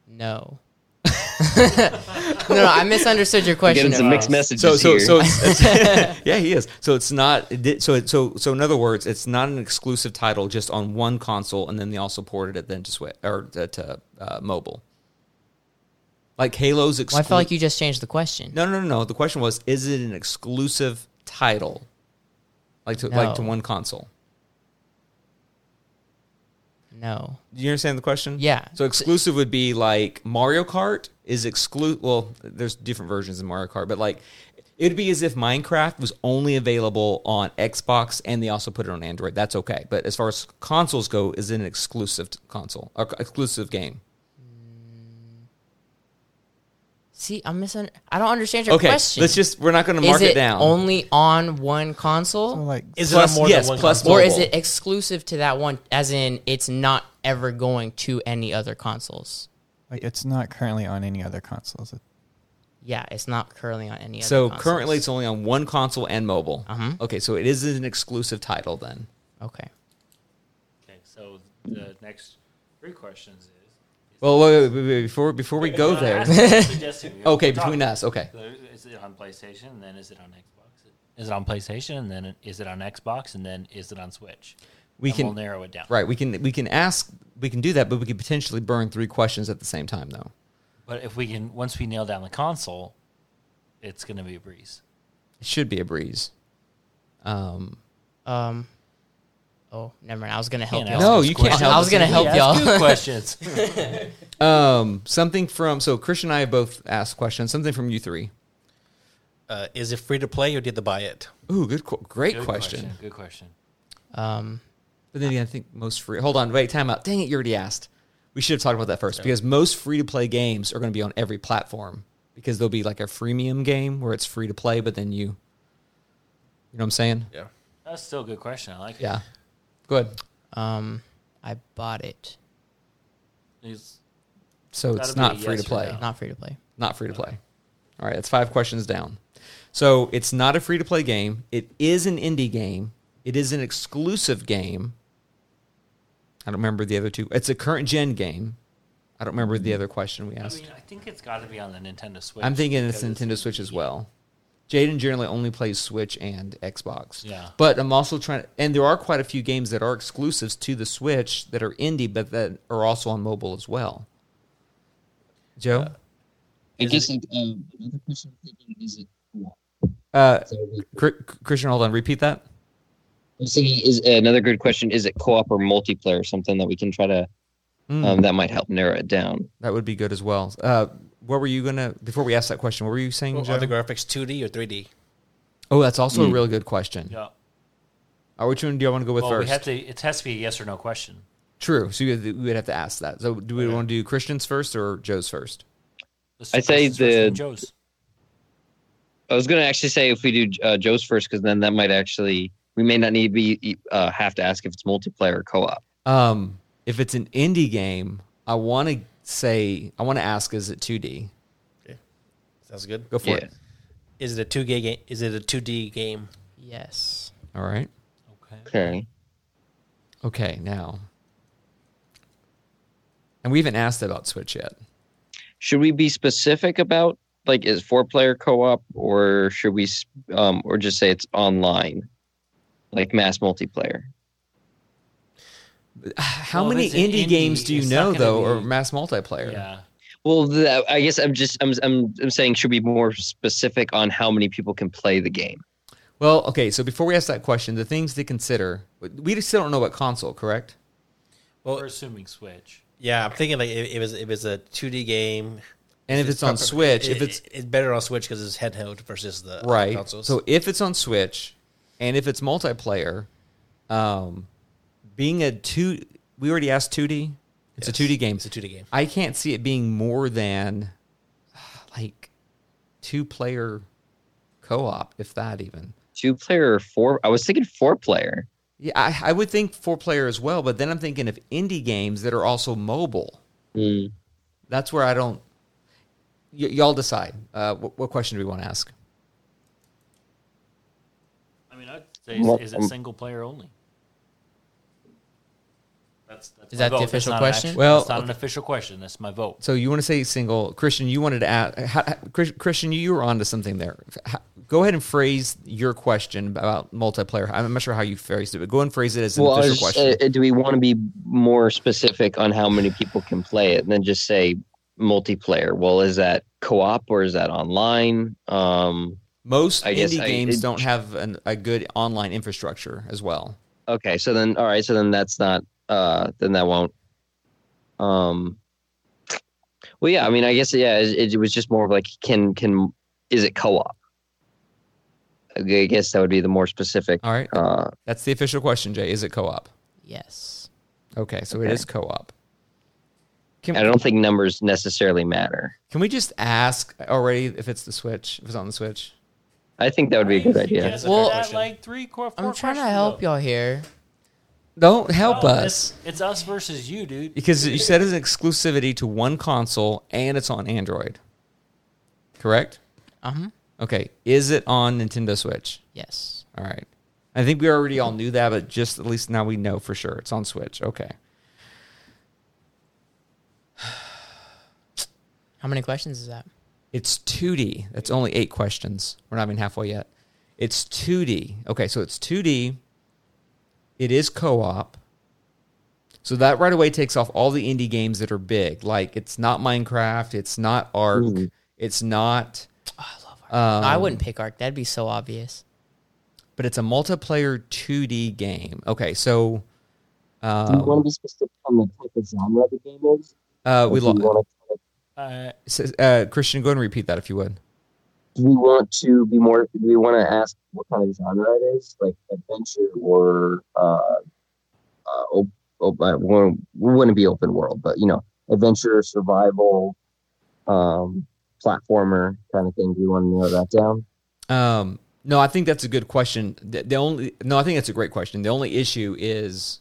S2: No. no, no, I misunderstood your question.
S6: Getting some
S2: Earl.
S6: mixed messages
S1: So so
S6: here.
S1: so it's, it's- yeah, he is. So it's not it did- so it, so so in other words, it's not an exclusive title just on one console, and then they also ported it then to Switch or to, to uh, mobile. Like Halo's
S2: Well, I
S1: exclusive.
S2: feel like you just changed the question.
S1: No, no, no, no. The question was, is it an exclusive title, like to like to
S2: No.
S1: one console?
S2: No.
S1: Do you understand the question?
S2: Yeah.
S1: So exclusive would be like Mario Kart is exclusive. Well, there's different versions of Mario Kart, but like it'd be as if Minecraft was only available on Xbox and they also put it on Android. That's okay. But as far as consoles go, is it an exclusive t- console or c- exclusive game?
S2: See, I'm missing. I don't understand your
S1: Okay.
S2: question.
S1: Let's just we're not going to
S2: Is
S1: mark
S2: it,
S1: it, down.
S2: only on one console,
S4: So like
S5: Is
S1: Plus-
S5: it on more
S1: yes,
S5: than one
S1: plus
S5: console?
S2: or is
S1: mobile.
S2: it exclusive to that one? As in, it's not ever going to any other consoles.
S4: like it's not currently on any other consoles. It-
S2: Yeah, it's not currently on any.
S1: so
S2: other
S1: currently it's
S2: consoles.
S1: only on one console and mobile.
S2: Uh-huh.
S1: Okay, so it is an exclusive title then.
S2: okay.
S3: Okay, so the next three questions is.
S1: Well, wait, wait, wait, wait, before before we go
S3: Uh,
S1: there.
S3: I'm suggesting we-
S1: Okay,
S3: we're talking.
S1: between us. Okay.
S3: So Is it on PlayStation? And then is it on Xbox? Is it on PlayStation? And then is it on Xbox? And then is it on Switch?
S1: We
S3: And
S1: can
S3: we'll narrow it down.
S1: Right. We can we can ask we can do that, but we could potentially burn three questions at the same time though.
S3: But if we can, once we nail down the console, it's going to be a breeze.
S1: It should be a breeze. Um,
S2: Um. Oh, never mind. I was gonna help y'all.
S3: Can't
S1: no,
S3: us
S1: you can't
S3: questions.
S1: help.
S2: I was
S1: us
S2: gonna
S1: either.
S2: help
S3: Yeah,
S2: y'all.
S3: ask good questions.
S1: Um, something from so Christian and I have both asked questions. Something from you three.
S5: Uh, is it free to play or did they buy it?
S1: Ooh, good, qu- great
S3: Good
S1: question.
S3: Good question.
S2: Um.
S1: But then again, I think most free. Hold on, wait, time out. Dang it, you already asked. We should have talked about that first because most free to play games are going to be on every platform because there'll be like a freemium game where it's free to play, but then you, you know what I'm saying?
S5: Yeah.
S3: That's still a good question. I like it.
S1: Yeah. Go ahead.
S2: Um. I bought it.
S3: It's-
S1: So
S3: That'll
S1: it's
S3: be a
S1: not
S3: yes
S1: free
S3: or
S1: to play.
S3: no.
S2: Not free to play.
S1: not free to play. All right, that's five questions down. So it's not a free to play game. It is an indie game. It is an exclusive game. I don't remember the other two. It's a current gen game. I don't remember the other question we
S3: I
S1: asked.
S3: mean, I think it's got to be on the Nintendo Switch.
S1: I'm thinking it's
S3: because
S1: Nintendo Switch as well. Jaden generally only plays Switch and Xbox.
S3: Yeah.
S1: But I'm also trying, and there are quite a few games that are exclusives to the Switch that are indie, but that are also on mobile as well. Joe,
S6: I guess it, um, another question I'm thinking is it.
S1: uh,
S6: So we-
S1: Cr- Christian, hold on. Repeat that.
S6: I'm thinking is uh, another good question. Is it co-op or multiplayer? Something that we can try to
S1: Mm,
S6: um, that might help narrow it down.
S1: that would be good as well. Uh, what were you gonna before we asked that question? What were you saying,
S5: Well,
S1: Joe?
S5: are the graphics 2D or 3D?
S1: oh, that's also a
S6: Mm.
S1: really good question.
S3: Yeah.
S1: Uh, which one do you want to go with
S3: Well,
S1: first?
S3: we have to. It has to be a yes or no question.
S1: True. So you have to- we would have to ask that. So do we want to do Christian's first or Joe's first?
S3: Let's
S6: I
S3: do
S6: say
S3: Christian's first and
S6: the-
S3: then Joe's.
S6: I was going to actually say if we do uh, Joe's first, because then that might actually we may not need to be uh, have to ask if it's multiplayer or co-op.
S1: Um, if it's an indie game, I want to say I want to ask: Is it 2D?
S5: Sounds good.
S1: Go for
S6: Yeah.
S1: it.
S5: Is it a 2G game? Is it a 2D game?
S2: Yes.
S1: All right.
S3: Okay.
S6: Okay.
S1: Okay. Now, and we haven't asked about Switch yet.
S6: Should we be specific about like is four player co-op or should we s- um, or just say it's online, like mass multiplayer?
S1: How
S3: Well, if
S1: many
S3: it's an
S1: indie,
S3: indie,
S1: games do you
S3: it's
S1: know
S3: not gonna
S1: though, or
S3: be-
S1: mass multiplayer?
S3: Yeah.
S6: Well, that, I guess I'm just I'm, I'm I'm saying should be more specific on how many people can play the game.
S1: Well, okay. So before we ask that question, the things to consider, we still don't know what console, correct?
S3: We're assuming Switch.
S5: Yeah, I'm thinking like if, if it's if it's a 2D game,
S1: And if it's on
S5: proper-
S1: Switch, if
S5: it-
S1: it's
S5: it's better on Switch because it's handheld versus the other
S1: right.
S5: consoles.
S1: So if it's on Switch, and if it's multiplayer, um, being a two, we already asked two D. It's a
S5: Yes,
S1: two D game.
S5: it's a 2D game.
S1: I can't see it being more than like two player co op, if that even.
S6: Two player or four? I was thinking four player.
S1: Yeah, I, I would think four player as well, but then I'm thinking of indie games that are also mobile.
S6: Mm.
S1: That's where I don't. Y- y'all decide. Uh, what, what question do we want to ask?
S3: I mean, I'd say is,
S6: Well,
S3: is it
S6: um,
S3: single player only? That's, that's
S2: Is
S3: my
S2: that the
S3: vote. That's
S2: official
S3: not an
S2: question?
S3: actual-
S1: Well,
S3: that's not an
S1: okay.
S3: official question. That's my vote.
S1: So you want to say single, Christian? You wanted to ask how, how- Chris- Christian. You were onto something there. How- go ahead and phrase your question about multiplayer. I'm not sure how you phrased it, but go and phrase it as an
S6: Well, I was
S1: official
S6: just,
S1: question.
S6: uh, do we want to be more specific on how many people can play it, and then just say multiplayer? Well, is that co-op or is that online? Um,
S1: Most
S6: I guess
S1: indie
S6: I-
S1: games
S6: it-
S1: don't have an, a good online infrastructure as well.
S6: okay, so then all right, so then that's not uh, then that won't. Um, well, yeah, I mean, I guess yeah, it, it was just more of like can can is it co-op? I guess that would be the more specific.
S1: All right,
S6: Uh,
S1: that's the official question, Jay. Is it co-op?
S2: Yes.
S1: Okay, so it
S6: Okay.
S1: is co-op. Can,
S6: I don't think numbers necessarily matter.
S1: can we just ask already if it's the Switch? If it's on the Switch?
S6: I think that would be a good idea.
S5: That's a fair
S2: Well-
S5: question.
S3: like three, four,
S2: I'm trying to help y'all here.
S1: Don't help us
S3: It's, it's us versus you, dude.
S1: because you said it's an exclusivity to one console and it's on Android. Correct.
S2: Uh huh.
S1: Okay, is it on Nintendo Switch?
S2: Yes.
S1: All right. I think we already all knew that, but just at least now we know for sure it's on Switch. Okay.
S2: How many questions is that?
S1: It's 2D. That's only eight questions. We're not even halfway yet. It's 2D. Okay, so it's 2D. It is co op. So that right away takes off all the indie games that are big. Like it's not Minecraft, it's not Ark,
S6: Ooh.
S1: it's not.
S2: No, Uh, I wouldn't pick Ark. That'd be so obvious.
S1: But it's a multiplayer 2D game. Okay, so
S6: Do you want
S1: um,
S6: to be specific on the type of genre the game is?
S1: uh, we
S6: Or do,
S1: lo-
S6: we want to,
S3: Uh,
S1: S- uh, Christian, go ahead and repeat that if you would.
S6: do we want to be more? Do we want to ask what kind of genre it is, like adventure or uh, uh, op- op- uh, well, wouldn't be open world, but you know, adventure, survival, um, platformer kind of thing. Do you want to narrow that down?
S1: Um, no, I think that's a good question. The, the only no, I think that's a great question. The only issue is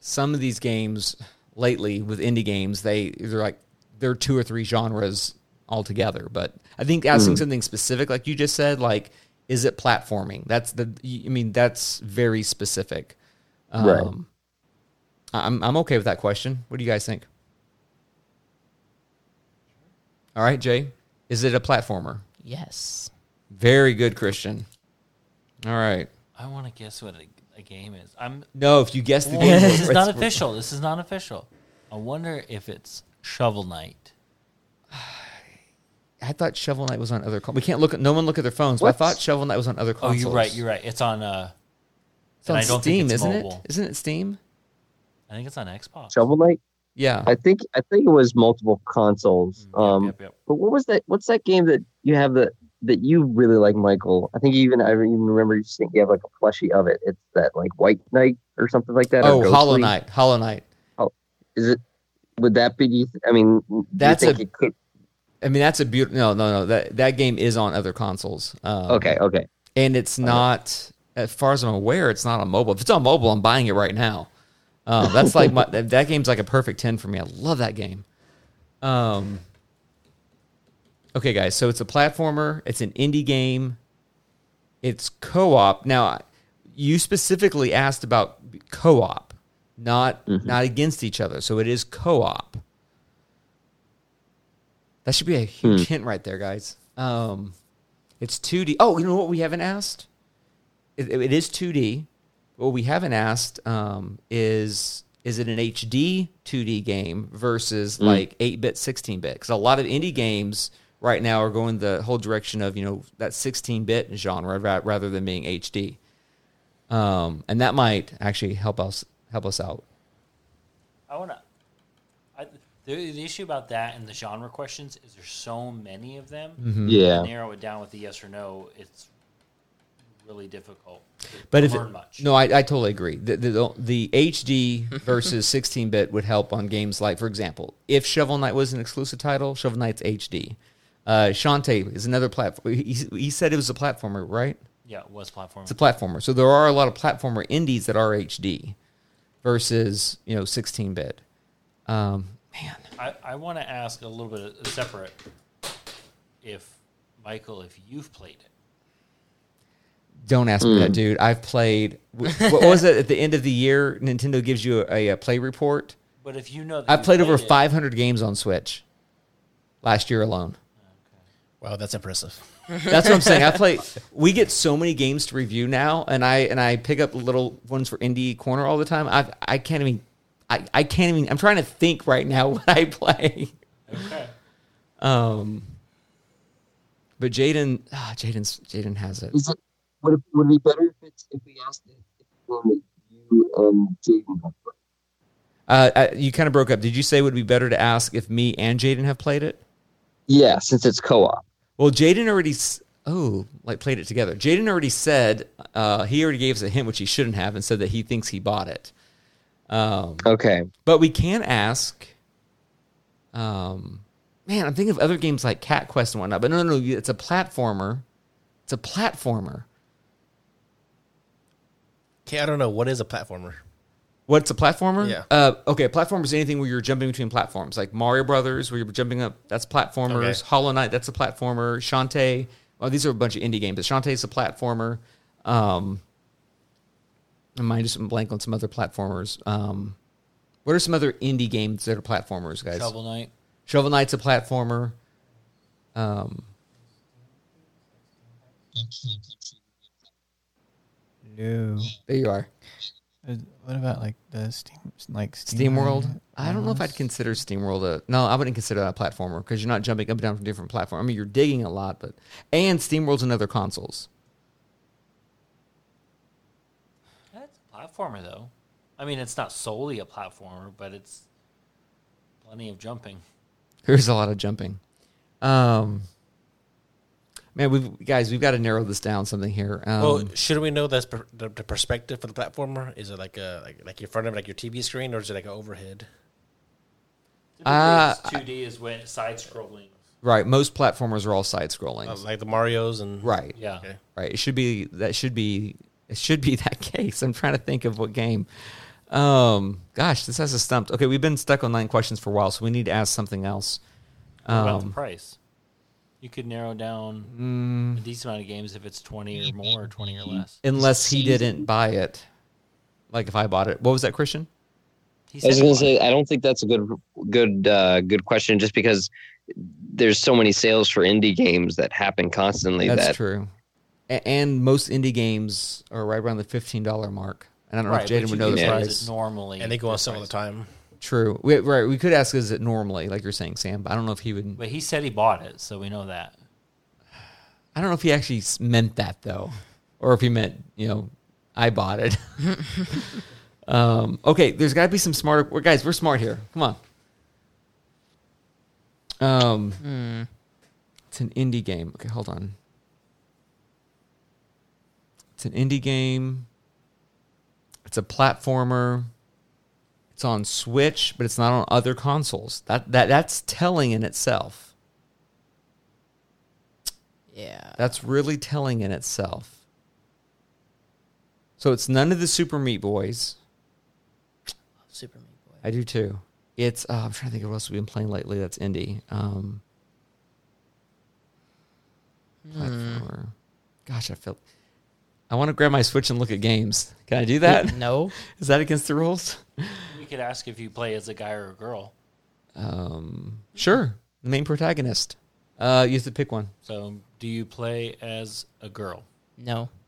S1: some of these games lately with indie games, they they're like they're two or three genres altogether. But I think asking something specific, like you just said, like is it platforming? That's the I mean that's very specific. Um,
S6: Right.
S1: I'm I'm okay with that question. What do you guys think? All right, Jay, is it a platformer?
S2: Yes.
S1: Very good, Christian. All right.
S3: I want to guess what a, a game is. I'm.
S1: No, if you guess the game,
S3: this is
S1: we're-
S3: not
S1: it's-
S3: official. This is not official. I wonder if it's Shovel Knight.
S1: I thought Shovel Knight was on other. Con- we can't look at. No one look at their phones. But I thought Shovel Knight was on other
S3: Oh,
S1: consoles.
S3: you're right. You're right. It's on. Uh,
S1: It's on
S3: and I don't
S1: Steam,
S3: think it's
S1: isn't
S3: mobile.
S1: it? Isn't it Steam?
S3: I think it's on Xbox.
S6: Shovel Knight.
S1: Yeah.
S6: I think I think it was multiple consoles.
S3: Mm,
S6: Um,
S3: yep, yep, yep.
S6: But what was that? What's that game that you have that that you really like, Michael? I think you even I even remember you think you have like a plushie of it. It's that like White Knight or something like that. or
S1: oh, Hollow
S6: Ghostly.
S1: Knight. Hollow Knight.
S6: Is it? Would that be? do you th- I mean, do you
S1: That's
S6: think
S1: a-
S6: it could-
S1: I mean, that's a beautiful. No, no, no. That that game is on other consoles. Um,
S6: okay. Okay.
S1: And it's not, as far as I'm aware, it's not on mobile. If it's on mobile, I'm buying it right now. Um, that's like my, that that game's like a perfect ten for me. I love that game. Um. Okay, guys. So it's a platformer. It's an indie game. It's co-op. Now, you specifically asked about co-op, not not against each other. So it is co-op. That should be a huge hint right there, guys. Um, it's two D. Oh, you know what we haven't asked? It, it is two D. What we haven't asked um, is is it an HD two D game versus like eight bit, sixteen bit? Because a lot of indie games right now are going the whole direction of you know that sixteen bit genre ra- rather than being HD. Um, and that might actually help us help us out.
S3: I want to. I, the, the issue about that and the genre questions is there's so many of them.
S1: Mm-hmm. Hmm.
S6: Yeah.
S3: Narrow it down with the yes or no. It's really difficult. to
S1: But if
S3: learn
S1: it-
S3: much.
S1: no, I, I totally agree. The, the, the HD versus 16 bit would help on games like, for example, if Shovel Knight was an exclusive title, Shovel Knight's HD. Uh, Shantae is another platform. He, he said it was a platformer, right?
S3: Yeah, it was platform.
S1: It's a platformer. So there are a lot of platformer indies that are HD versus, you know, 16 bit. Um, man,
S3: I, I want to ask a little bit of- separate. If Michael, if you've played it,
S1: don't ask me that, dude. I've played, wh- what was it at the end of the year? Nintendo gives you a, a play report.
S3: but if you know, that
S1: I've
S3: you've
S1: played over
S3: it,
S1: 500 games on Switch last year alone.
S5: Wow, that's impressive.
S1: That's what I'm saying. I play. We get so many games to review now, and I and I pick up little ones for indie corner all the time. I I can't even. I, I can't even. I'm trying to think right now what I play.
S3: Okay.
S1: Um, but Jaden, ah, Jaden's Jaden has it.
S6: Is it would it would it be better if it's if we asked it if it's one that you and Jaden have played?
S1: Uh, I, you kind of broke up. Did you say it would be better to ask if me and Jaden have played it?
S6: Yeah, since it's co-op.
S1: Well, Jaden already. s- Oh, like played it together. Jaden already said uh, he already gave us a hint, which he shouldn't have, and said that he thinks he bought it. Um,
S6: Okay.
S1: But we can ask. Um, man, I'm thinking of other games like Cat Quest and whatnot. But no, no, no. It's a platformer. It's a platformer.
S5: Okay, I don't know what is a platformer.
S1: What's a platformer?
S5: Yeah.
S1: Uh, okay, a platformer is anything where you're jumping between platforms, like Mario Brothers, where you're jumping up. That's platformers.
S5: Okay.
S1: Hollow Knight, that's a platformer. Shantae. Well, these are a bunch of indie games, but Shantae's a platformer. Um, I might just blank on some other platformers. Um, what are some other indie games that are platformers, guys?
S3: Shovel Knight.
S1: Shovel Knight's a platformer. Um,
S4: No.
S1: there you are.
S4: Uh, What about like the Steam, like Steam
S1: SteamWorld. I don't know if I'd consider SteamWorld a no. I wouldn't consider that a platformer because you're not jumping up and down from different platforms. I mean, you're digging a lot, but and SteamWorld's in other consoles.
S3: That's a platformer, though. I mean, it's not solely a platformer, but it's plenty of jumping.
S1: There's a lot of jumping. Um, man, we've guys, we've got to narrow this down something here. Um,
S5: well, should we know that's per, the, the perspective for the platformer? Is it like a like, like in front of like your TV screen, or is it like an overhead?
S1: Ah,
S3: Two D is when side scrolling.
S1: right, most platformers are all side
S5: Uh,
S1: scrolling.
S5: like the Mario's and
S1: right,
S3: Oh, Yeah.
S5: Okay.
S1: right. It should be that should be it should be that case. I'm trying to think of what game. Um, gosh, this has us stumped. Okay, we've been stuck on nine questions for a while, so we need to ask something else.
S3: What about the
S1: Um,
S3: price? You could narrow down
S1: Mm.
S3: a decent amount of games if it's twenty or more, or twenty or less.
S1: unless he didn't buy it. Like if I bought it, what was that, Christian?
S3: He
S6: I was
S3: said
S6: gonna
S3: one.
S6: say I don't think that's a good good uh, good question just because there's so many sales for indie games that happen constantly
S1: That's
S6: that
S1: true. A- and most indie games are right around the fifteen dollar mark. And I don't know if
S3: Right, but
S1: Jaden would
S3: you
S1: know
S3: could
S1: the
S3: raise
S1: price.
S3: it normally,
S5: and they go on sale all the
S3: price.
S5: time.
S1: True. We, right. We could ask, is it normally like you're saying, Sam? But I don't know if he would.
S3: But he said he bought it, so we know that.
S1: I don't know if he actually s- meant that though, or if he meant you know I bought it. um, okay, there's got to be some smarter we're, guys. We're smart here. Come on. Um, it's an indie game. Okay, hold on. It's an indie game. It's a platformer. It's on Switch, but it's not on other consoles. That that that's telling in itself.
S2: Yeah.
S1: That's really telling in itself. So it's none of the Super Meat Boys.
S2: Super Meat Boy.
S1: I do too. It's uh, I'm trying to think of what else we've been playing lately. That's indie. Um, platformer. Gosh, I feel. I want to grab my Switch and look at games. Can I do that?
S2: No.
S1: Is that against the rules?
S3: We could ask if you play as a guy or a girl.
S1: Um, sure. The main protagonist. Uh, you have to pick one.
S3: So, do you play as a girl?
S2: No.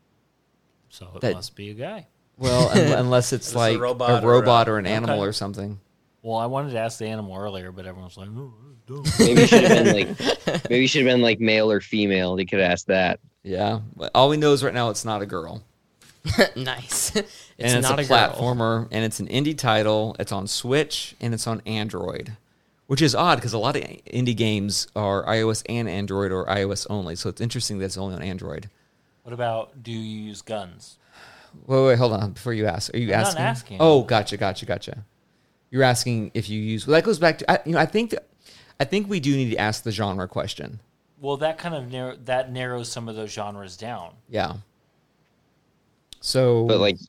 S3: So it
S1: That-
S3: must be a guy.
S1: Well, un- unless it's
S5: It's a
S1: like a robot,
S5: robot or
S1: or,
S5: a-
S1: an animal
S3: Okay.
S1: or something.
S3: Well, I wanted to ask the animal earlier, but everyone's like, "Oh, don't."
S6: maybe should have been like maybe should have been like male or female. They could ask that.
S1: Yeah. But all we know is right now it's not a girl.
S2: nice. it's
S1: and it's
S2: not
S1: a,
S2: a, girl.
S1: platformer, and it's an indie title. It's on Switch and it's on Android, which is odd because a lot of indie games are iOS and Android or iOS only. So it's interesting that it's only on Android.
S3: What about do you use guns?
S1: Wait, wait, hold on. Before you ask, are you
S3: I'm not
S1: asking?
S3: asking.
S1: Oh, gotcha, gotcha, gotcha. You're asking if you use. Well, that goes back to I, you know. I think that I think we do need to ask the genre question.
S3: Well, that kind of narrow, that narrows some of those genres down.
S1: Yeah. So,
S6: But like, mm.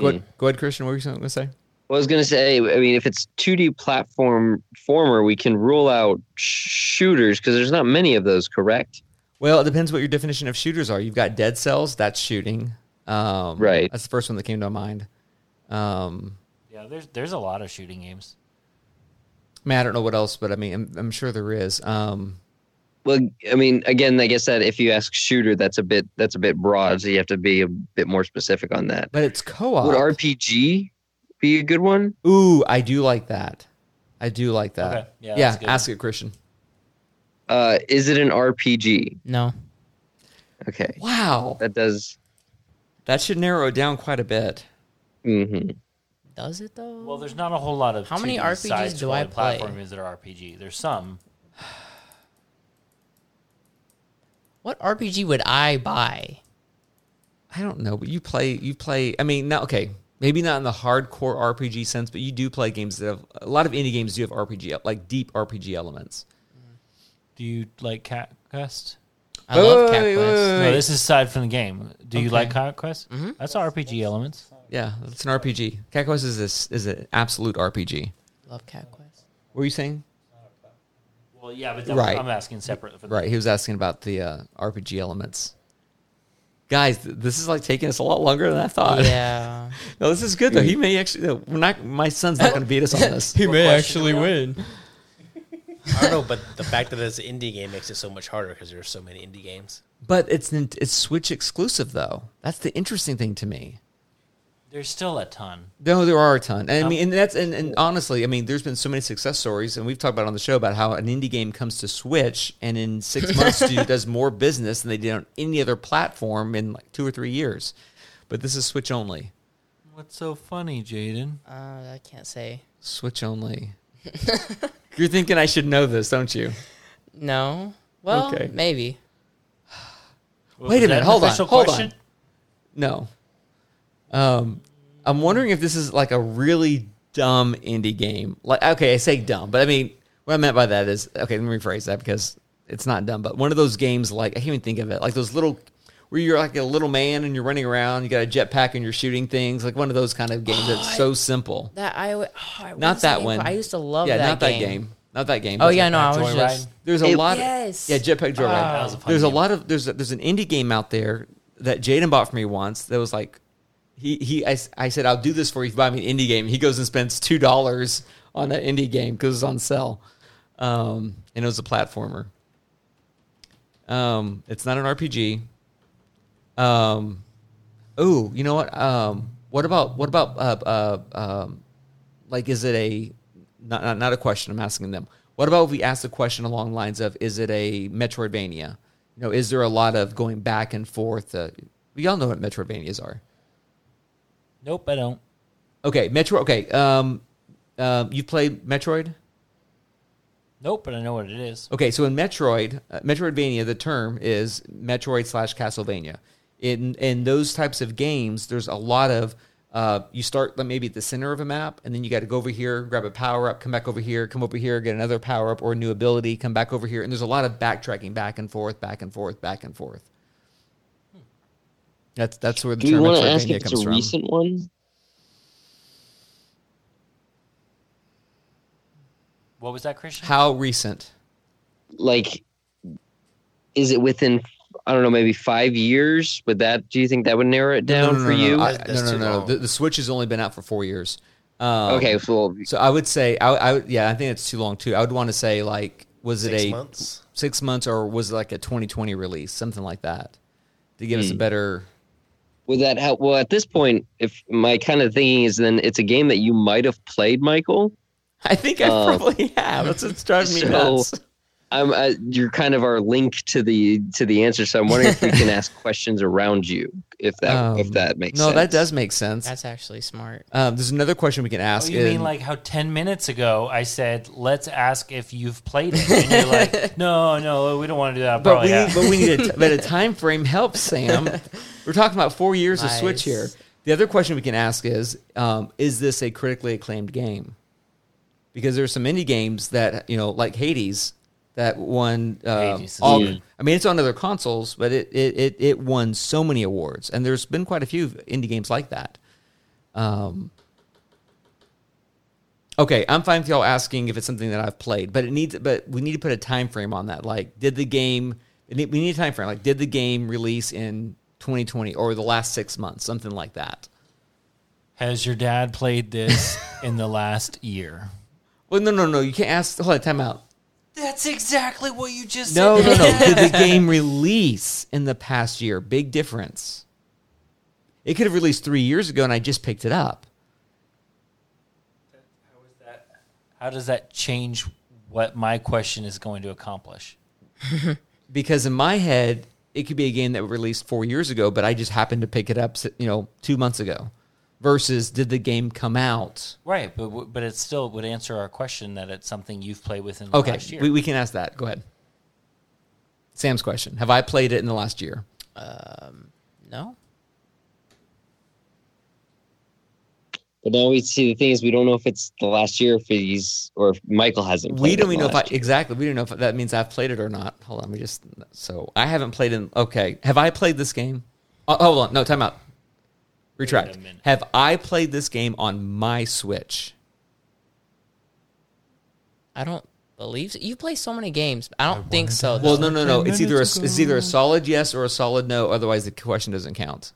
S1: go ahead, go ahead Christian. What were you going to say?
S6: Well, I was gonna say, I mean, if it's 2D platform former, we can rule out sh- shooters because there's not many of those, correct?
S1: Well, it depends what your definition of shooters are. You've got dead cells, that's shooting. Um,
S6: Right.
S1: That's the first one that came to my mind. Um,
S3: Yeah, there's there's a lot of shooting games.
S1: I mean, I don't know what else, but I mean, I'm, I'm sure there is. Um,
S6: Well, I mean, again, I guess that if you ask shooter, that's a bit that's a bit broad, so you have to be a bit more specific on that.
S1: but it's co-op.
S6: Would RPG be a good one?
S1: Ooh, I do like that. I do like that.
S3: Okay. Yeah,
S1: yeah
S3: that's good.
S1: ask it, Christian.
S6: Uh, is it an RPG?
S2: No.
S6: Okay,
S1: Wow,
S6: that does.
S1: that should narrow it down quite a bit.
S6: hmm
S2: Does it though?
S3: Well, there's not a whole lot of
S2: How many
S3: 2D
S2: RPGs
S3: side-scrolling
S2: do I play?
S3: platformers that are RPG. There's some.
S2: what RPG would I buy?
S1: I don't know, but you play you play. I mean, not okay. Maybe not in the hardcore RPG sense, but you do play games that have a lot of indie games do have RPG el- like deep RPG elements.
S3: Do you like Cat Quest?
S2: I love
S1: Wait,
S2: Cat
S1: wait,
S2: Quest.
S1: wait.
S3: No, this is aside from the game. Do you
S2: Okay.
S3: like Cat Quest? Mm-hmm. That's RPG elements.
S1: Yeah, it's an RPG. Cat Quest is this is an absolute RPG.
S2: Love Cat Quest.
S1: What were you saying?
S3: Well, yeah, but
S1: that was- Right.
S3: I'm
S1: I'm
S3: asking separately from
S1: Right, he was asking about the uh, RPG elements. Guys, th- this is like taking us a lot longer than I thought.
S2: Yeah.
S1: No, this is good though. He may actually. no, We're not. My son's not going to beat us on this.
S2: he may
S5: actually
S2: win.
S5: I don't know, but the fact that it's an indie game makes it so much harder because there are so many indie games.
S1: But it's nin- it's Switch exclusive though. That's the interesting thing to me.
S3: There's still a ton.
S1: No, there are a ton. And I mean, and that's and, and honestly, I mean, there's been so many success stories, and we've talked about it on the show about how an indie game comes to Switch, and in six months, dude, does more business than they did on any other platform in like two or three years. But this is Switch only.
S3: What's so funny, Jaden?
S2: Uh, I can't say.
S1: Switch only. You're thinking I should know this, don't you?
S2: No. Well,
S1: Okay.
S2: maybe.
S1: Wait a minute, hold on, hold on. No. Um, I'm wondering if this is like a really dumb indie game. Like, okay, I say dumb, but I mean, what I meant by that is, okay, let me rephrase that because it's not dumb, but one of those games, like, I can't even think of it, like those little, where you're like a little man and you're running around, you got a jetpack and you're shooting things, like one of those kind of games that's so simple.
S2: That I, w- oh, I- what
S1: Not
S2: is the
S1: that
S2: name
S1: one.
S2: called? I used to love
S1: yeah,
S2: that
S1: not
S2: game.
S1: that game. Not that game.
S2: Oh
S1: There's
S2: yeah,
S1: a-
S2: no, I was
S3: Joyride?
S2: just
S1: There's a
S6: It-
S1: lot.
S2: Yes.
S1: Of, yeah, Jetpack Joyride.
S2: Ah. That was
S3: a fun
S1: there's
S3: game.
S1: a lot of there's a, there's an indie game out there that Jaden bought for me once that was like he he I, s- I said I'll do this for you if you buy me an indie game. He goes and spends two dollars on that indie game because it's on sale, um, and it was a platformer. Um, it's not an RPG. Um, ooh, you know what? Um, what about what about uh, uh, um, like is it a not, not not a question i'm asking them what about if we ask the question along the lines of is it a metroidvania you know is there a lot of going back and forth uh, we all know what metroidvanias are
S3: Nope, I don't.
S1: okay metro okay um um you played metroid
S3: Nope, but I know what it is.
S1: Okay, so in Metroid, uh, Metroidvania, the term is Metroid slash Castlevania. In in those types of games, there's a lot of uh, you start like, maybe at the center of a map, and then you got to go over here, grab a power up, come back over here, come over here, get another power up or a new ability, come back over here, and there's a lot of backtracking, back and forth, back and forth, back and forth. That's that's where the
S6: Do you
S1: term
S6: want to ask
S1: Metroidvania
S6: if it's
S1: comes
S6: a
S1: from.
S6: recent one?
S3: What was that, Christian?
S1: How recent?
S6: Like, is it within? I don't know, maybe five years. Would that? Do you think that would narrow it down for you?
S1: I-
S5: That's-
S1: no,
S5: that's
S1: no,
S5: too
S1: no.
S5: long.
S1: The, the Switch has only been out for four years. Um,
S6: okay, well,
S1: So I would say, I, I would- yeah, I think it's too long too. I would want to say like, was it
S5: Six
S1: a
S5: months.
S1: six months or was it like a 2020 release, something like that, to give
S6: Hmm.
S1: us a better.
S6: Would that help? Well, at this point, if my kind of thinking is, then it's a game that you might have played, Michael.
S1: I think I
S6: Oh.
S1: probably have. That's what's driving me
S6: So-
S1: nuts.
S6: I'm, uh, you're kind of our link to the to the answer, so I'm wondering if we can ask questions around you, if that if
S1: Um,
S6: that makes
S1: no,
S6: sense.
S1: that does make sense.
S2: that's actually smart.
S1: Um, there's another question we can
S3: Oh,
S1: ask.
S3: you mean
S1: and-
S3: like how 10 minutes ago I said, let's ask if you've played it? And you're like, no, no, we don't want to do that.
S1: but
S3: Probably
S1: we,
S3: have.
S1: need, but we need a, t- but a time frame helps, Sam. We're talking about four years of Switch
S2: Nice.
S1: here. The other question we can ask is: um, Is this a critically acclaimed game? Because there's some indie games that you know, like Hades, that won uh,
S5: Ages is
S1: all.
S6: good.
S1: I mean, it's on other consoles, but it, it it it won so many awards, and there's been quite a few indie games like that. Um. Okay, I'm fine with y'all asking if it's something that I've played, but it needs. But we need to put a time frame on that. Like, did the game? We need we need a time frame. Like, did the game release in 2020 or the last six months, something like that?
S3: Has your dad played this in the last year?
S1: Well, no, no, no. You can't ask. Hold on, time out.
S3: That's exactly what you just
S1: No, no, no. Did the game release in the past year? Big difference. It could have released three years ago, and I just picked it up.
S3: How does that change what my question is going to accomplish?
S1: because in my head it could be a game that was released four years ago but i just happened to pick it up you know two months ago versus did the game come out
S3: Right, but w- but it still would answer our question that it's something you've played within the
S1: okay
S3: last year.
S1: we, we can ask that go ahead sam's question have i played it in the last year
S2: No?
S6: But now we see the thing is we don't know if it's the last year if he's or if Michael hasn't.
S1: we
S6: played
S1: don't
S6: it
S1: even know if i
S6: last year.
S1: exactly we don't know if that means i've played it or not hold on we just so i haven't played in okay have i played this game oh, hold on no time out retract
S3: minute.
S1: have i played this game on my switch
S2: I don't believe so. You play so many games. I don't think so.
S1: Well,
S2: though.
S1: no, no, no. It's either a, it's either a solid yes or a solid no. Otherwise, the question doesn't count.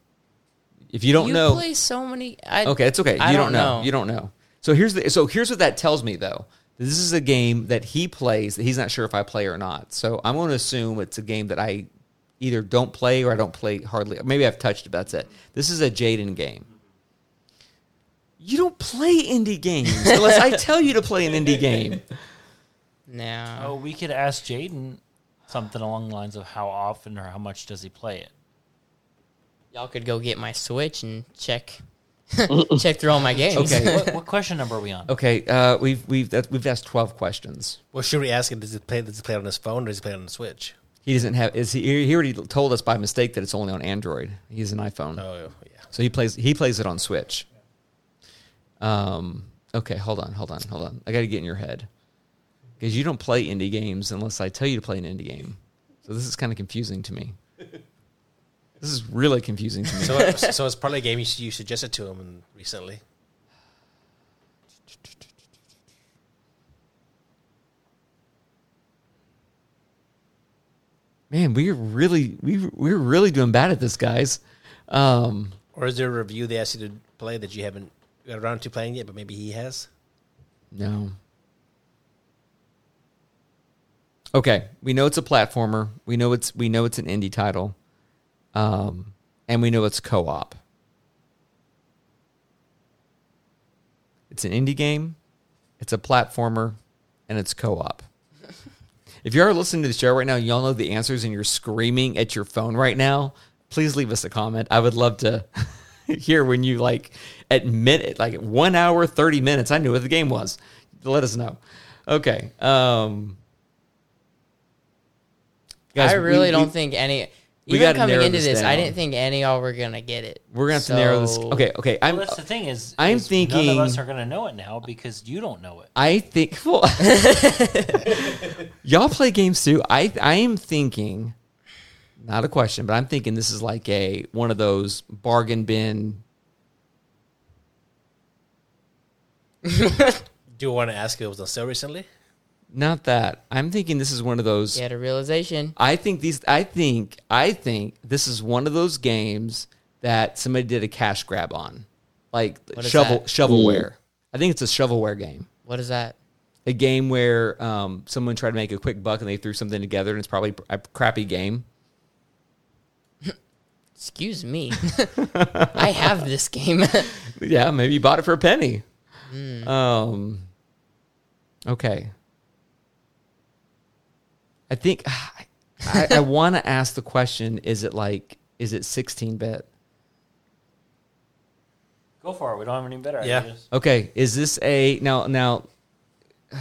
S1: If you don't
S2: you
S1: know,
S2: play so many. I,
S1: okay, it's okay. You
S2: I
S1: don't, know. You don't know. So here's the so here's what that tells me though. This is a game that he plays that he's not sure if I play or not. So I'm going to assume it's a game that I either don't play or I don't play hardly. Maybe I've touched it. But that's it. This is a Jaden game. You don't play indie games unless I tell you to play an indie game.
S2: No.
S3: Oh, we could ask Jaden something along the lines of how often or how much does he play it?
S2: Y'all could go get my Switch and check check through all my games.
S1: Okay.
S3: What, what question number are we on?
S1: Okay, uh, we've we've that, we've asked twelve questions.
S5: Well, should we ask him? Does it play? Does it play on his phone or does it play on the Switch?
S1: He doesn't have. Is he? He already told us by mistake that it's only on Android. He's an iPhone,
S5: Oh, yeah.
S1: so he plays. He plays it on Switch. Um. Okay. Hold on. Hold on. Hold on. I got to get in your head because you don't play indie games unless I tell you to play an indie game. So this is kind of confusing to me. This is really confusing to me.
S5: So, so it's probably a game you, you suggested to him recently.
S1: Man, we're really we we're really doing bad at this, guys. Um.
S5: Or is there a review they asked you to play that you haven't got around to playing yet, but maybe he has?
S1: No. Okay, we know it's a platformer. We know it's we know it's an indie title, um, and we know it's co-op. It's an indie game. It's a platformer, and it's co-op. if you are listening to the show right now, and y'all know the answers, and you're screaming at your phone right now. Please leave us a comment. I would love to hear when you like admit it. Like one hour thirty minutes, I knew what the game was. Let us know. Okay. Um, guys,
S2: I
S1: we-
S2: really
S1: we-
S2: don't think any.
S1: we
S2: even
S1: gotta
S2: coming
S1: narrow
S2: into
S1: this
S2: this, I
S1: down.
S2: didn't think any y'all were gonna get it.
S1: We're gonna have to narrow this.
S2: So,
S1: Okay. Okay. I'm.
S3: Well, that's the thing is,
S1: I'm
S3: is none
S1: thinking-
S3: of us are going to know it now because you don't know it.
S1: I think well, y'all play games too. I I am thinking, not a question, but I'm thinking this is like a one of those bargain bin.
S5: Do you want to ask if it was on sale recently?
S1: Not that I'm thinking this is one of those.
S2: You had a realization.
S1: I think these. I think I think this is one of those games that somebody did a cash grab on, like
S2: What is
S1: shovel
S2: that?
S1: shovelware. I think it's a shovelware game.
S2: What is that?
S1: a game where um, someone tried to make a quick buck and they threw something together and it's probably a crappy game.
S2: Excuse me. I have this game.
S1: yeah, maybe you bought it for a penny. Um, okay. I think I, I want to ask the question: Is it like? Is it 16 bit?
S3: Go for it. We don't have any better
S5: Yeah.
S3: ideas.
S1: Okay, is this a now? Now,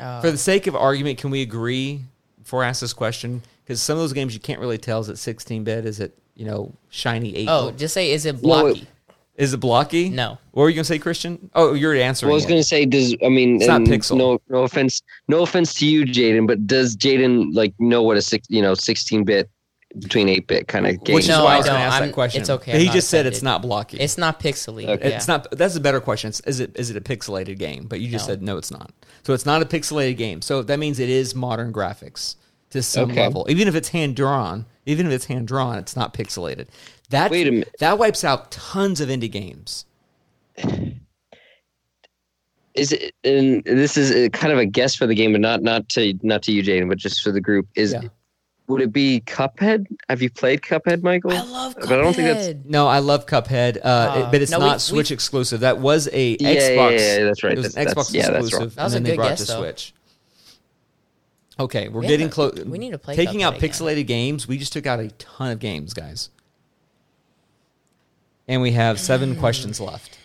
S2: Oh.
S1: for the sake of argument, can we agree before I ask this question? Because some of those games you can't really tell is it 16 bit? Is it you know shiny eight?
S2: oh, just say is it
S6: No,
S2: blocky?
S6: it-
S1: Is it blocky?
S2: No.
S1: What were you gonna say, Christian? Oh, you're answering.
S6: Well, I was
S1: it.
S6: gonna say, does I mean,
S1: It's not
S6: and
S1: Pixel.
S6: No, no offense, no offense to you, Jaden, but does Jaden like know what a six, you know, sixteen bit between eight bit kind of game?
S1: Which is
S2: No,
S1: why I
S2: I
S1: was gonna
S2: don't.
S1: ask
S2: I'm-
S1: that question.
S2: it's okay,
S1: But
S2: I'm
S1: he
S2: not
S1: just said it's
S2: offended.
S1: not blocky.
S2: It's not pixely.
S6: Okay.
S2: Yeah.
S1: It's not. That's a better question. It's, is it is it a pixelated game? But you just
S2: No.
S1: said no, it's not. So it's not a pixelated game. So that means it is modern graphics to some
S6: Okay.
S1: level. Even if it's hand drawn, even if it's hand drawn, it's not pixelated. That
S6: Wait a minute.
S1: That wipes out tons of indie games.
S6: Is it? And this is a, kind of a guess for the game, but not not to not to you, Jaden, but just for the group. Is
S1: Yeah.
S6: would it be Cuphead? Have you played Cuphead, Michael?
S2: I love Cuphead.
S6: But I don't think that's-
S1: No, I love Cuphead, uh, it-
S2: Ah.
S1: but it's
S2: No, we-
S1: not
S2: we-
S1: Switch exclusive. That was a
S6: Yeah, yeah,
S1: Xbox.
S6: yeah, yeah, that's right.
S1: It was an
S6: That's-
S1: Xbox
S6: that's- yeah, that's
S1: exclusive,
S6: right.
S2: That was
S1: and
S2: a
S1: then they
S2: good
S1: brought
S2: guess,
S1: it to
S2: though.
S1: Switch. Okay, we're
S2: We
S1: getting
S2: haven't-
S1: close.
S2: we need to play
S1: Taking out
S2: Cuphead again.
S1: pixelated games, we just took out a ton of games, guys. And we have seven questions left.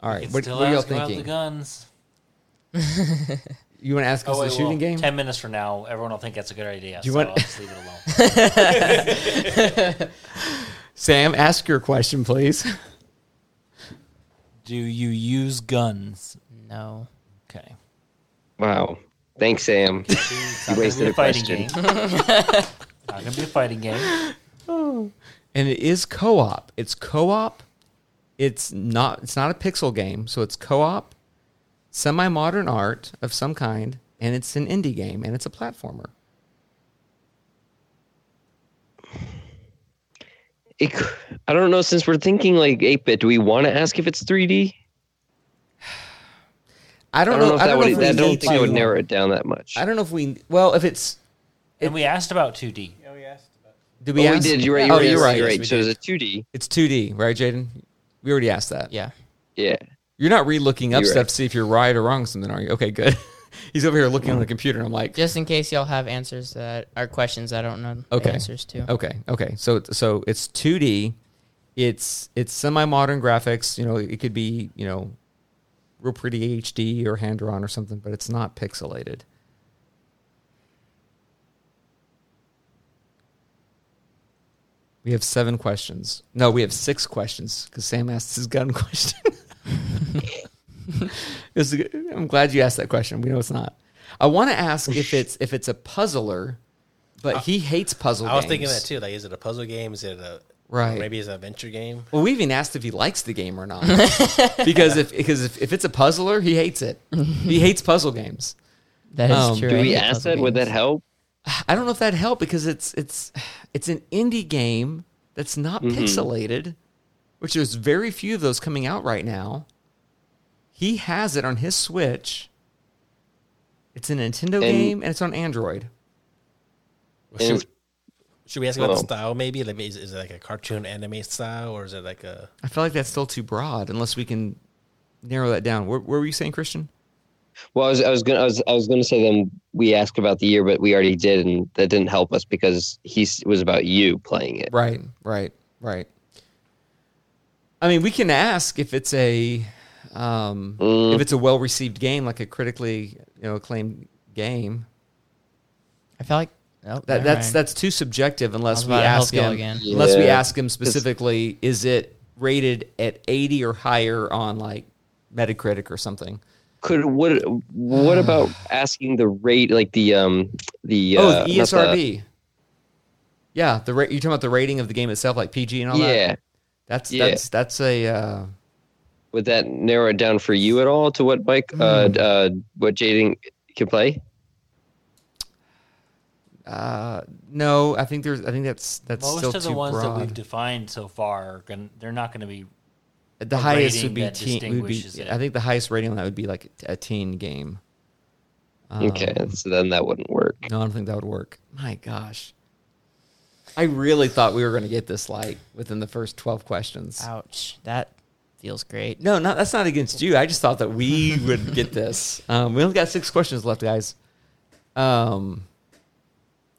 S1: All right,
S3: It's
S1: what,
S3: still
S1: what are y'all
S3: ask about the
S1: thinking?
S3: guns.
S1: You want to ask us
S3: Oh, wait,
S1: the shooting
S3: well,
S1: game?
S3: Ten minutes from now, everyone will think that's a good idea.
S1: Do you
S3: so
S1: want-
S3: I'll just leave it alone.
S1: Sam, ask your question, please.
S3: Do you use guns?
S2: No.
S3: Okay.
S6: Wow. Thanks, Sam.
S3: It's
S6: You
S3: not gonna
S6: wasted
S3: be
S6: a question.
S3: Game. not gonna be a fighting game.
S1: and it is co-op. It's co-op. It's not it's not a pixel game, so it's co-op, semi-modern art of some kind, and it's an indie game and it's a platformer.
S6: It, c- I don't know. Since we're thinking like eight bit, do we want to ask if it's three D?
S1: I don't,
S6: I don't know if
S1: Oh, I
S6: that
S1: don't
S6: would.
S1: know if we
S6: I don't
S1: need
S6: think I would
S1: to-
S6: narrow it down that much.
S1: I don't know if we well if it's
S3: And we asked about 2D.
S1: did we
S6: We, oh, we
S1: ask-
S6: did. You're right.
S1: oh,
S6: You're right.
S1: you're right.
S6: You're
S2: Yes,
S6: right.
S2: we
S6: so it's a two D.
S1: It's 2D, right, Jaden? We already asked that.
S2: Yeah.
S6: Yeah.
S1: You're not re-looking up
S6: You're
S1: stuff
S6: right.
S1: to see if you're right or wrong something, are you? Okay, good. He's over here looking
S6: Mm.
S1: on the computer and I'm like,
S2: Just in case y'all have answers that are questions I don't know the
S1: Okay.
S2: answers to.
S1: Okay. Okay. So it's- so it's 2D. It's it's semi-modern graphics. You know, it could be you know, real pretty HD or hand drawn or something, but it's not pixelated. We have seven questions. No, we have six questions because Sam asked his gun question. This is good. I'm glad you asked that question. We know it's not. I want to ask if it's if it's a puzzler, but he hates puzzle.
S5: I was
S1: games.
S5: thinking that too. Like, is it a puzzle game? Is it a
S1: Right.
S5: Maybe it's an adventure game.
S1: Well, we even asked if he likes the game or not, because if because if, if it's a puzzler, he hates it. He hates puzzle games.
S2: That is
S1: Um,
S2: true.
S1: do
S6: Do
S2: I
S6: we
S2: hate
S6: ask
S2: puzzle
S6: that? Would that
S2: games.
S6: help?
S1: I don't know if that helped because it's it's it's an indie game that's not pixelated, which there's very few of those coming out right now. He has it on his Switch. It's a Nintendo game and it's on Android.
S6: And
S5: Should, should we ask about the
S6: Well-
S5: style? Maybe like, is, is it like a cartoon anime style, or is it like a
S1: I feel like that's still too broad unless we can narrow that down. Where, where were you saying, Christian?
S6: Well, I was, I was gonna, I was, I was gonna say then we asked about the year, but we already did, and that didn't help us because he s- it was about you playing it.
S1: Right, right, right. I mean, we can ask if it's a um,
S6: Mm.
S1: if it's a well received game, like a critically you know acclaimed game.
S2: I feel like oh,
S1: That,
S2: never
S1: that's
S2: mind.
S1: that's too subjective
S2: I was
S1: unless we
S2: about to help
S1: ask
S2: y'all
S1: him.
S2: again.
S1: Unless we
S6: Yeah.
S1: ask him specifically, is it rated at eighty or higher on like Metacritic or something?
S6: Could what? What about asking the rate, like the um, the
S1: oh,
S6: uh,
S1: the
S6: not
S1: ESRB. yeah, the ra- you're talking about the rating of the game itself, like PG and all that.
S6: yeah,
S1: that's
S6: yeah.
S1: that's that's a. Uh,
S6: would that narrow it down for you at all to what Mike, uh,
S1: Hmm.
S6: d- uh, what Jaden can play?
S1: Uh, no, I think there's. I think that's that's still
S3: Most of the
S1: too
S3: ones that we've
S1: broad.
S3: defined so far, are gonna, they're not going to be.
S1: the highest would
S3: rating
S1: be
S3: that
S1: teen. Would be,
S3: distinguishes it.
S1: I think the highest rating on that would be like a teen game. Um,
S6: Okay, so then that wouldn't work.
S1: No, I don't think that would work. My gosh. I really thought we were going to get this like within the first twelve questions.
S2: Ouch. That feels great.
S1: No, not, that's not against you. I just thought that we would get this. Um, we only got six questions left, guys. Um,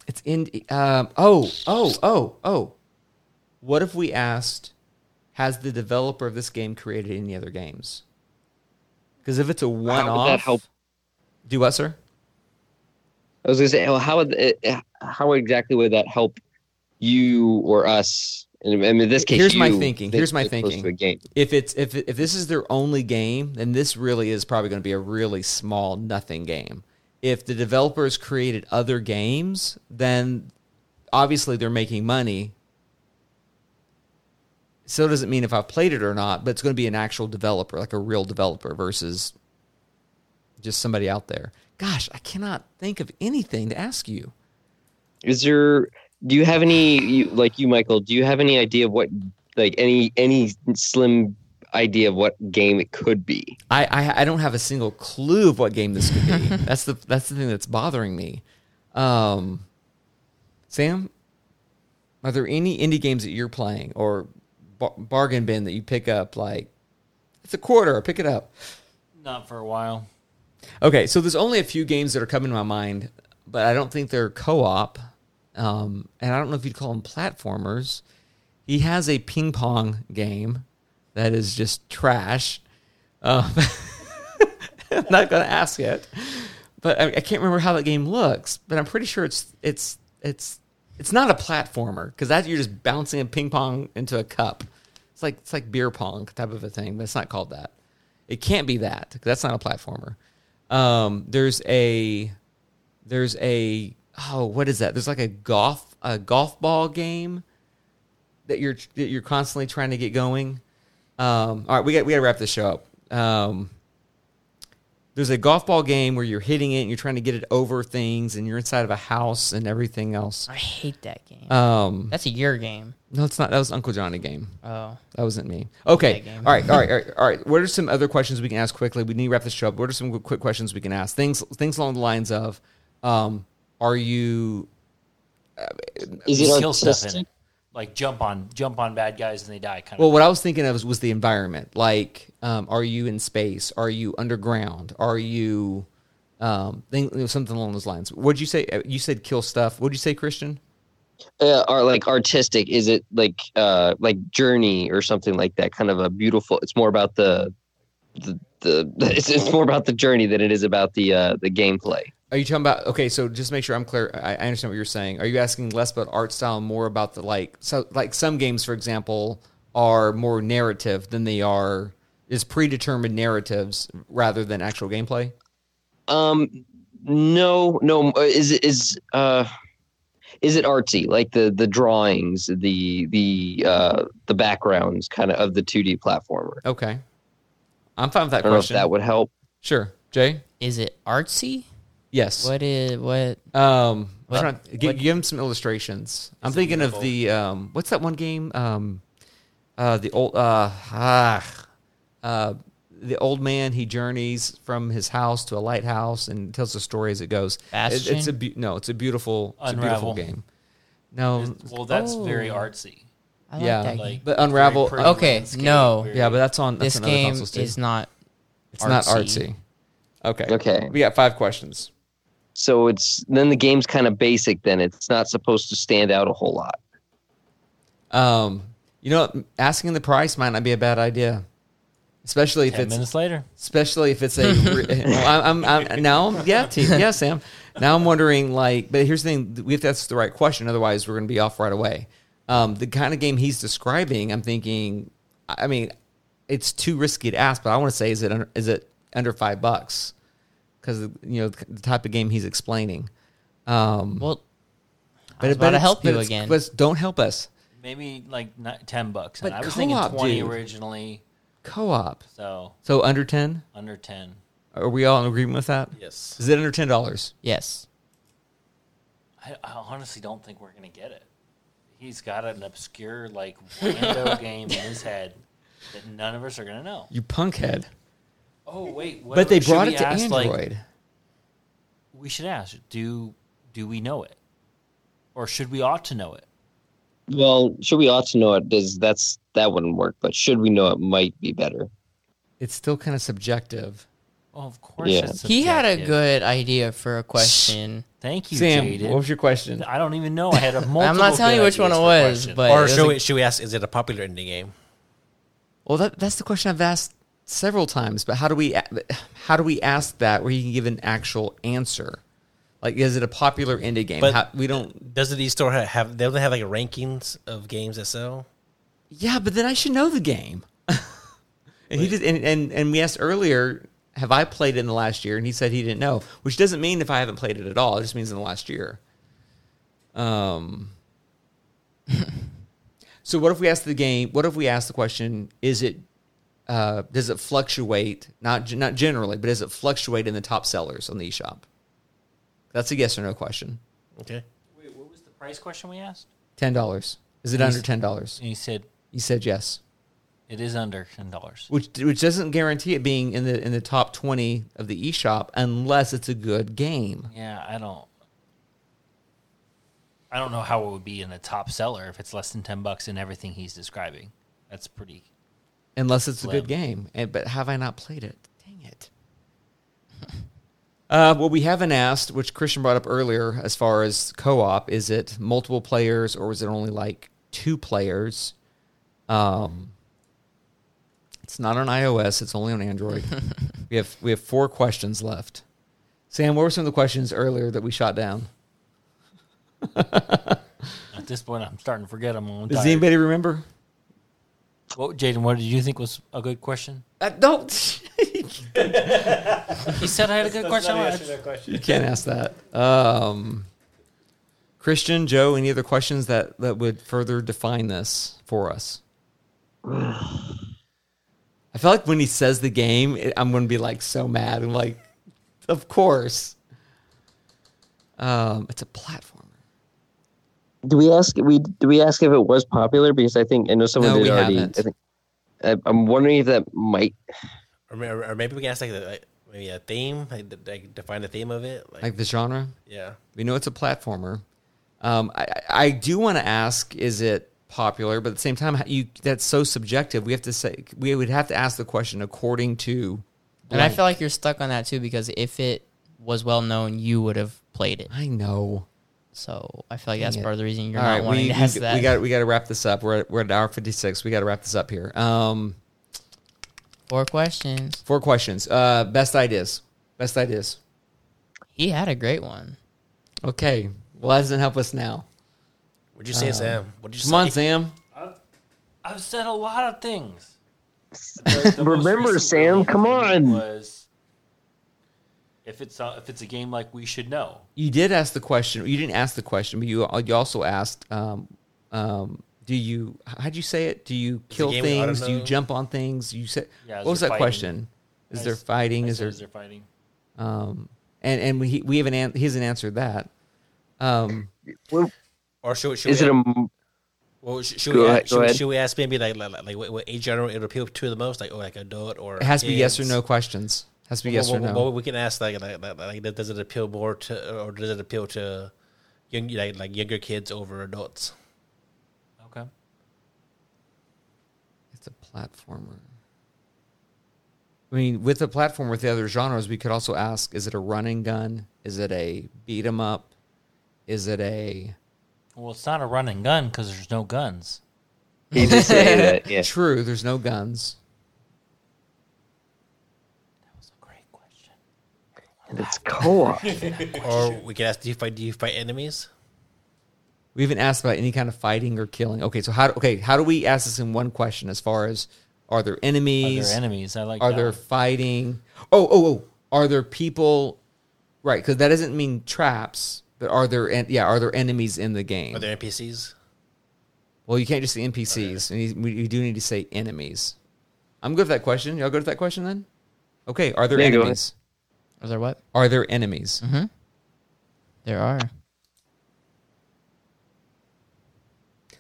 S1: it's in. Um, oh, oh, oh, oh. What if we asked, has the developer of this game created any other games? Because if it's a one
S6: How would that help?
S1: off, do what, sir?
S6: eh, I was gonna say, well, how would it, how exactly would that help you or us And and in this case,
S1: Here's my
S6: you
S1: thinking.
S6: think
S1: Here's my
S6: it's close
S1: thinking.
S6: To a game.
S1: if it's if if this is their only game, then this really is probably going to be a really small nothing game. If the developers created other games, then obviously they're making money. So it doesn't mean if I've played it or not, but it's going to be an actual developer, like a real developer versus just somebody out there. Gosh, I cannot think of anything to ask you.
S6: Is there? Do you have any you, like you, Michael? Do you have any idea of what like any any slim idea of what game it could be?
S1: I, I I don't have a single clue of what game this could be. that's the that's the thing that's bothering me. Um, Sam, are there any indie games that you're playing or bar- bargain bin that you pick up? Like it's a quarter, pick it up.
S3: Not for a while.
S1: Okay, so there's only a few games that are coming to my mind, but I don't think they're co-op, um, and I don't know if you'd call them platformers. He has a ping pong game that is just trash. Um, I'm not going to ask it, but I, I can't remember how that game looks. But I'm pretty sure it's it's it's it's not a platformer because that you're just bouncing a ping pong into a cup. It's like it's like beer pong type of a thing, but it's not called that. It can't be that 'cause that's not a platformer. Um, there's a there's a oh what is that? There's like a golf a golf ball game that you're that you're constantly trying to get going. Um, all right, we got we got to wrap this show up. Um, there's a golf ball game where you're hitting it and you're trying to get it over things, and you're inside of a house and everything else.
S2: I hate that game.
S1: Um,
S2: That's a your game.
S1: no, it's not. That was Uncle Johnny game.
S2: Oh,
S1: That wasn't me. Okay.
S2: game.
S1: All right. All right. All right. All right. What are some other questions we can ask quickly? We need to wrap this show up. What are some quick questions we can ask? Things things along the lines of, um, are you
S6: Is it
S3: You kill stuff in
S6: artistic?
S3: it. Like jump on jump on bad guys and they die kind
S1: Well,
S3: of
S1: what I was thinking of was, was the environment. Like, um, are you in space? Are you underground? Are you um, thing, you know, something along those lines? What'd you say? Uh, You said kill stuff. What'd you say, Christian?
S6: Uh, are like artistic? Is it like uh like Journey or something like that? Kind of a beautiful. It's more about the the. The, it's, it's more about the journey than it is about the uh, the gameplay.
S1: Are you talking about? Okay, so just make sure I'm clear. I, I understand what you're saying. Are you asking less about art style, and more about the like? So, like some games, for example, are more narrative than they are is predetermined narratives rather than actual gameplay.
S6: Um, no, no. uh, Is it is uh, is it artsy? Like the the drawings, the the uh, the backgrounds, kind of of the two D platformer.
S1: Okay, I'm fine with that
S6: I don't know if
S1: question.
S6: that would help.
S1: sure, Jay.
S2: is it artsy?
S1: Yes.
S2: What is what?
S1: Um,
S2: What-
S1: I'm trying to gi-
S2: what-
S1: give him some illustrations. I'm thinking of the um, what's that one game? Um, uh, the old uh, ah, uh, the old man. He journeys from his house to a lighthouse and tells the story as it goes. It, it's a
S2: Bastion?
S1: be- no. It's a beautiful. It's a beautiful
S3: Unravel.
S1: game. No.
S3: Well, that's very
S1: oh.
S3: artsy.
S2: I
S1: Yeah.
S2: like that
S3: Like
S2: game.
S1: But Unravel.
S3: very pretty
S1: oh,
S2: Okay,
S3: landscape,
S2: no.
S3: very-
S1: yeah, but that's on that's on
S2: This
S1: other
S2: game
S1: consoles too.
S2: is not.
S1: it's not artsy. Okay.
S6: Okay.
S1: We got five questions.
S6: So it's then the game's kind of basic. Then it's not supposed to stand out a whole lot.
S1: Um, you know, what? asking the price might not be a bad idea, especially if
S3: Ten
S1: it's
S3: minutes later,
S1: especially if it's a re- well, I'm, I'm, I'm now I'm- yeah team, yeah sam now i'm wondering like but here's the thing we have to ask the right question otherwise we're going to be off right away um, the kind of game he's describing i'm thinking i I mean it's too risky to ask but i want to say is it under, is it under five bucks because you know the type of game he's explaining um,
S2: Well,
S1: but
S2: I was about to
S1: it's-
S2: help
S1: but
S2: you
S1: it's-
S2: again.
S1: but don't help us
S3: maybe like ni- ten bucks.
S1: But
S3: and I was thinking
S1: co-op,
S3: twenty
S1: dude.
S3: originally,
S1: co-op
S3: so
S1: so under 10
S3: under ten.
S1: are we all in agreement with that
S5: Yes.
S1: is it under ten dollars
S2: yes.
S3: I, I honestly don't think we're gonna get it. He's got an obscure like rando game in his head that none of us are gonna know.
S1: you punkhead
S3: Oh wait, what
S1: but they
S3: should
S1: brought
S3: we
S1: it to
S3: ask,
S1: android
S3: like, we should ask do do we know it or should we ought to know it
S6: Well, should we ought to know it? Does that's that wouldn't work? But should we know it might be better?
S1: it's still kind of subjective.
S3: oh of course
S6: Yeah.
S3: it's
S2: He had a
S3: subjective.
S2: good idea for a question.
S3: thank you
S1: Sam,
S3: Jaden.
S1: what was your question?
S3: i don't even know i had a multiple
S2: not telling
S3: good
S2: you which one it
S3: ideas for a
S2: was,
S3: question.
S2: but-
S5: Or
S2: it
S5: should
S2: was a-
S5: we, should we ask, is it a popular indie game?
S1: Well, that, that's the question I've asked several times. But how do we a- how do we ask that where you can give an actual answer? Like, is it a popular indie game?
S5: But-
S1: How, we don't.
S5: Doesn't the store have, have they don't have like rankings of games that sell?
S1: Yeah, but then I should know the game. and he did, and, and and we asked earlier, have I played it in the last year? And he said he didn't know, which doesn't mean if I haven't played it at all. It just means in the last year. Um. so what if we ask the game? What if we ask the question? Is it uh, does it fluctuate? Not ge- not generally, but does it fluctuate in the top sellers on the eShop? That's a yes or no question.
S5: Okay.
S3: Wait, what was the price question we asked?
S1: Ten dollars. Is it under ten dollars?
S3: And he said
S1: He said yes.
S3: it is under ten dollars.
S1: which which doesn't guarantee it being in the in the top 20 of the eShop unless it's a good game.
S3: Yeah, I don't. I don't know how it would be in a top seller if it's less than ten bucks in everything he's describing. That's pretty.
S1: Unless it's a good
S3: Slim.
S1: game. And, but have I not played it? Dang it. Uh, what we haven't asked, which Christian brought up earlier, as far as co-op, is it multiple players or was it only like two players? Um, it's not on iOS. It's only on Android. we have we have four questions left. Sam, what were some of the questions earlier that we shot down?
S3: At this point, I'm starting to forget. I'm on.
S1: Does anybody remember?
S3: What, Jaden, what did you think was a good question?
S1: I Uh, don't.
S3: He said I had a good question.
S1: you can't ask that. Um, Christian, Joe, any other questions that, that would further define this for us? I feel like when he says the game, it, I'm going to be like so mad. I'm like, of course. Um, it's a platformer.
S6: Do we ask? We do we ask if it was popular? Because I think I know someone
S1: No,
S6: did
S1: we
S6: already.
S1: haven't.
S6: I think, I, I'm wondering if that might.
S5: Or, may- or maybe we can ask like, the, like maybe a theme, like, the, like define the theme of it. Like,
S1: Like the genre.
S5: yeah,
S1: We know it's a platformer. Um, I, I- I do want to ask: Is it popular? But at the same time, you that's so subjective. We have to say we would have to ask the question according to.
S2: And I feel like you're stuck on that too because if it was well known, you would have played it.
S1: I know.
S2: So I feel like that's
S1: Dang it.
S2: part of the reason you're
S1: All
S2: not
S1: right,
S2: wanting
S1: we,
S2: to ask
S1: we,
S2: that.
S1: we got we got to wrap this up. We're at, we're at hour fifty six. We got to wrap this up here. Um,
S2: four questions.
S1: four questions. Uh, best ideas. Best ideas.
S2: He had a great one.
S1: Okay. Well, that doesn't help us now.
S5: what'd you say, Sam? What'd
S1: Uh,
S5: you
S1: Come on,
S5: say?
S1: Sam.
S3: I've said a lot of things. The- the most
S6: Remember,
S3: recent
S6: Sam,
S3: one
S6: come on.
S3: Was if it's a, if it's a game like we should know.
S1: You did ask the question. You didn't ask the question, but you you also asked. Um, um, do you? How'd you say it? Do you kill
S5: game we oughta
S1: things? Do you
S5: know?
S1: jump on things? You said.
S3: Yeah, is
S1: what was
S3: there
S1: that
S3: fighting?
S1: question? Is
S3: I
S1: there
S3: s-
S1: fighting?
S3: I
S1: Is
S3: said,
S1: there?
S3: is there fighting?
S1: Um, and and we we haven't an, he hasn't answered that. Um,
S5: Or should, should
S6: Is
S5: we
S6: it a? m-
S5: Well, sh- should,
S6: Go
S5: we
S6: ahead-
S5: ask,
S6: go
S5: should, we-
S6: ahead.
S5: should we ask maybe like like, like what, what age general it would appeal to the most, like oh like adult or
S1: it has to be yes or
S5: kids?
S1: no questions. Has to be
S5: Well,
S1: yes
S5: well,
S1: or no.
S5: well, well, we can ask like like, like, like that- does it appeal more to or does it appeal to young like, like younger kids over adults?
S3: Okay.
S1: It's a platformer. I mean, with a platform with the other genres, we could also ask: Is it a running gun? Is it a beat 'em up? Is it a
S3: Well, it's not a run and gun because there's no guns.
S6: He did say that. Yeah.
S1: True, there's no guns.
S3: That was a great question.
S6: It's co-op.
S5: Or we can ask do you fight do you fight enemies?
S1: We haven't asked about any kind of fighting or killing. Okay, so how okay, how do we ask this in one question as far as are there
S3: Are
S1: enemies?
S3: there enemies? I like.
S1: Are
S3: that
S1: there
S3: one.
S1: fighting? Oh, oh, oh. Are there people Right, cuz that doesn't mean traps, but are there en- yeah, are there enemies in the game?
S5: Are there NPCs?
S1: well, you can't just say NPCs. And you- we, you do need to say enemies. I'm good with that question. Y'all good with that question then? Okay, are there
S6: Yeah, go ahead.
S1: enemies?
S2: Are there what?
S1: Are there enemies?
S2: There are.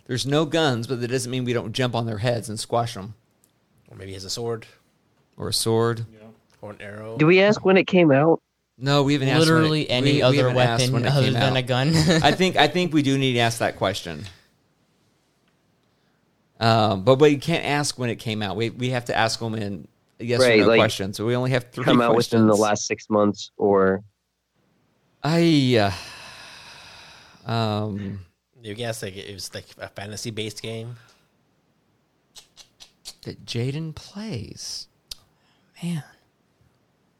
S1: There's no guns, but that doesn't mean we don't jump on their heads and squash them.
S5: Or maybe he has a sword
S1: or a sword.
S5: or an arrow.
S6: Do we ask when it came out?
S1: No, we haven't asked when it-
S2: Literally
S1: we-
S2: any
S1: we
S2: other
S1: haven't asked
S2: weapon
S1: when it
S2: other
S1: came
S2: than
S1: out.
S2: a gun.
S1: I think I think we do need to ask that question. Um, but we can't ask when it came out. We we have to ask them in a yes
S6: Right,
S1: or no
S6: like,
S1: question. So we only have three.
S6: Come out
S1: questions.
S6: within the last six months, or
S1: I. Uh, um.
S5: You can ask like it was like a fantasy based game.
S1: that Jaden plays.
S2: Man.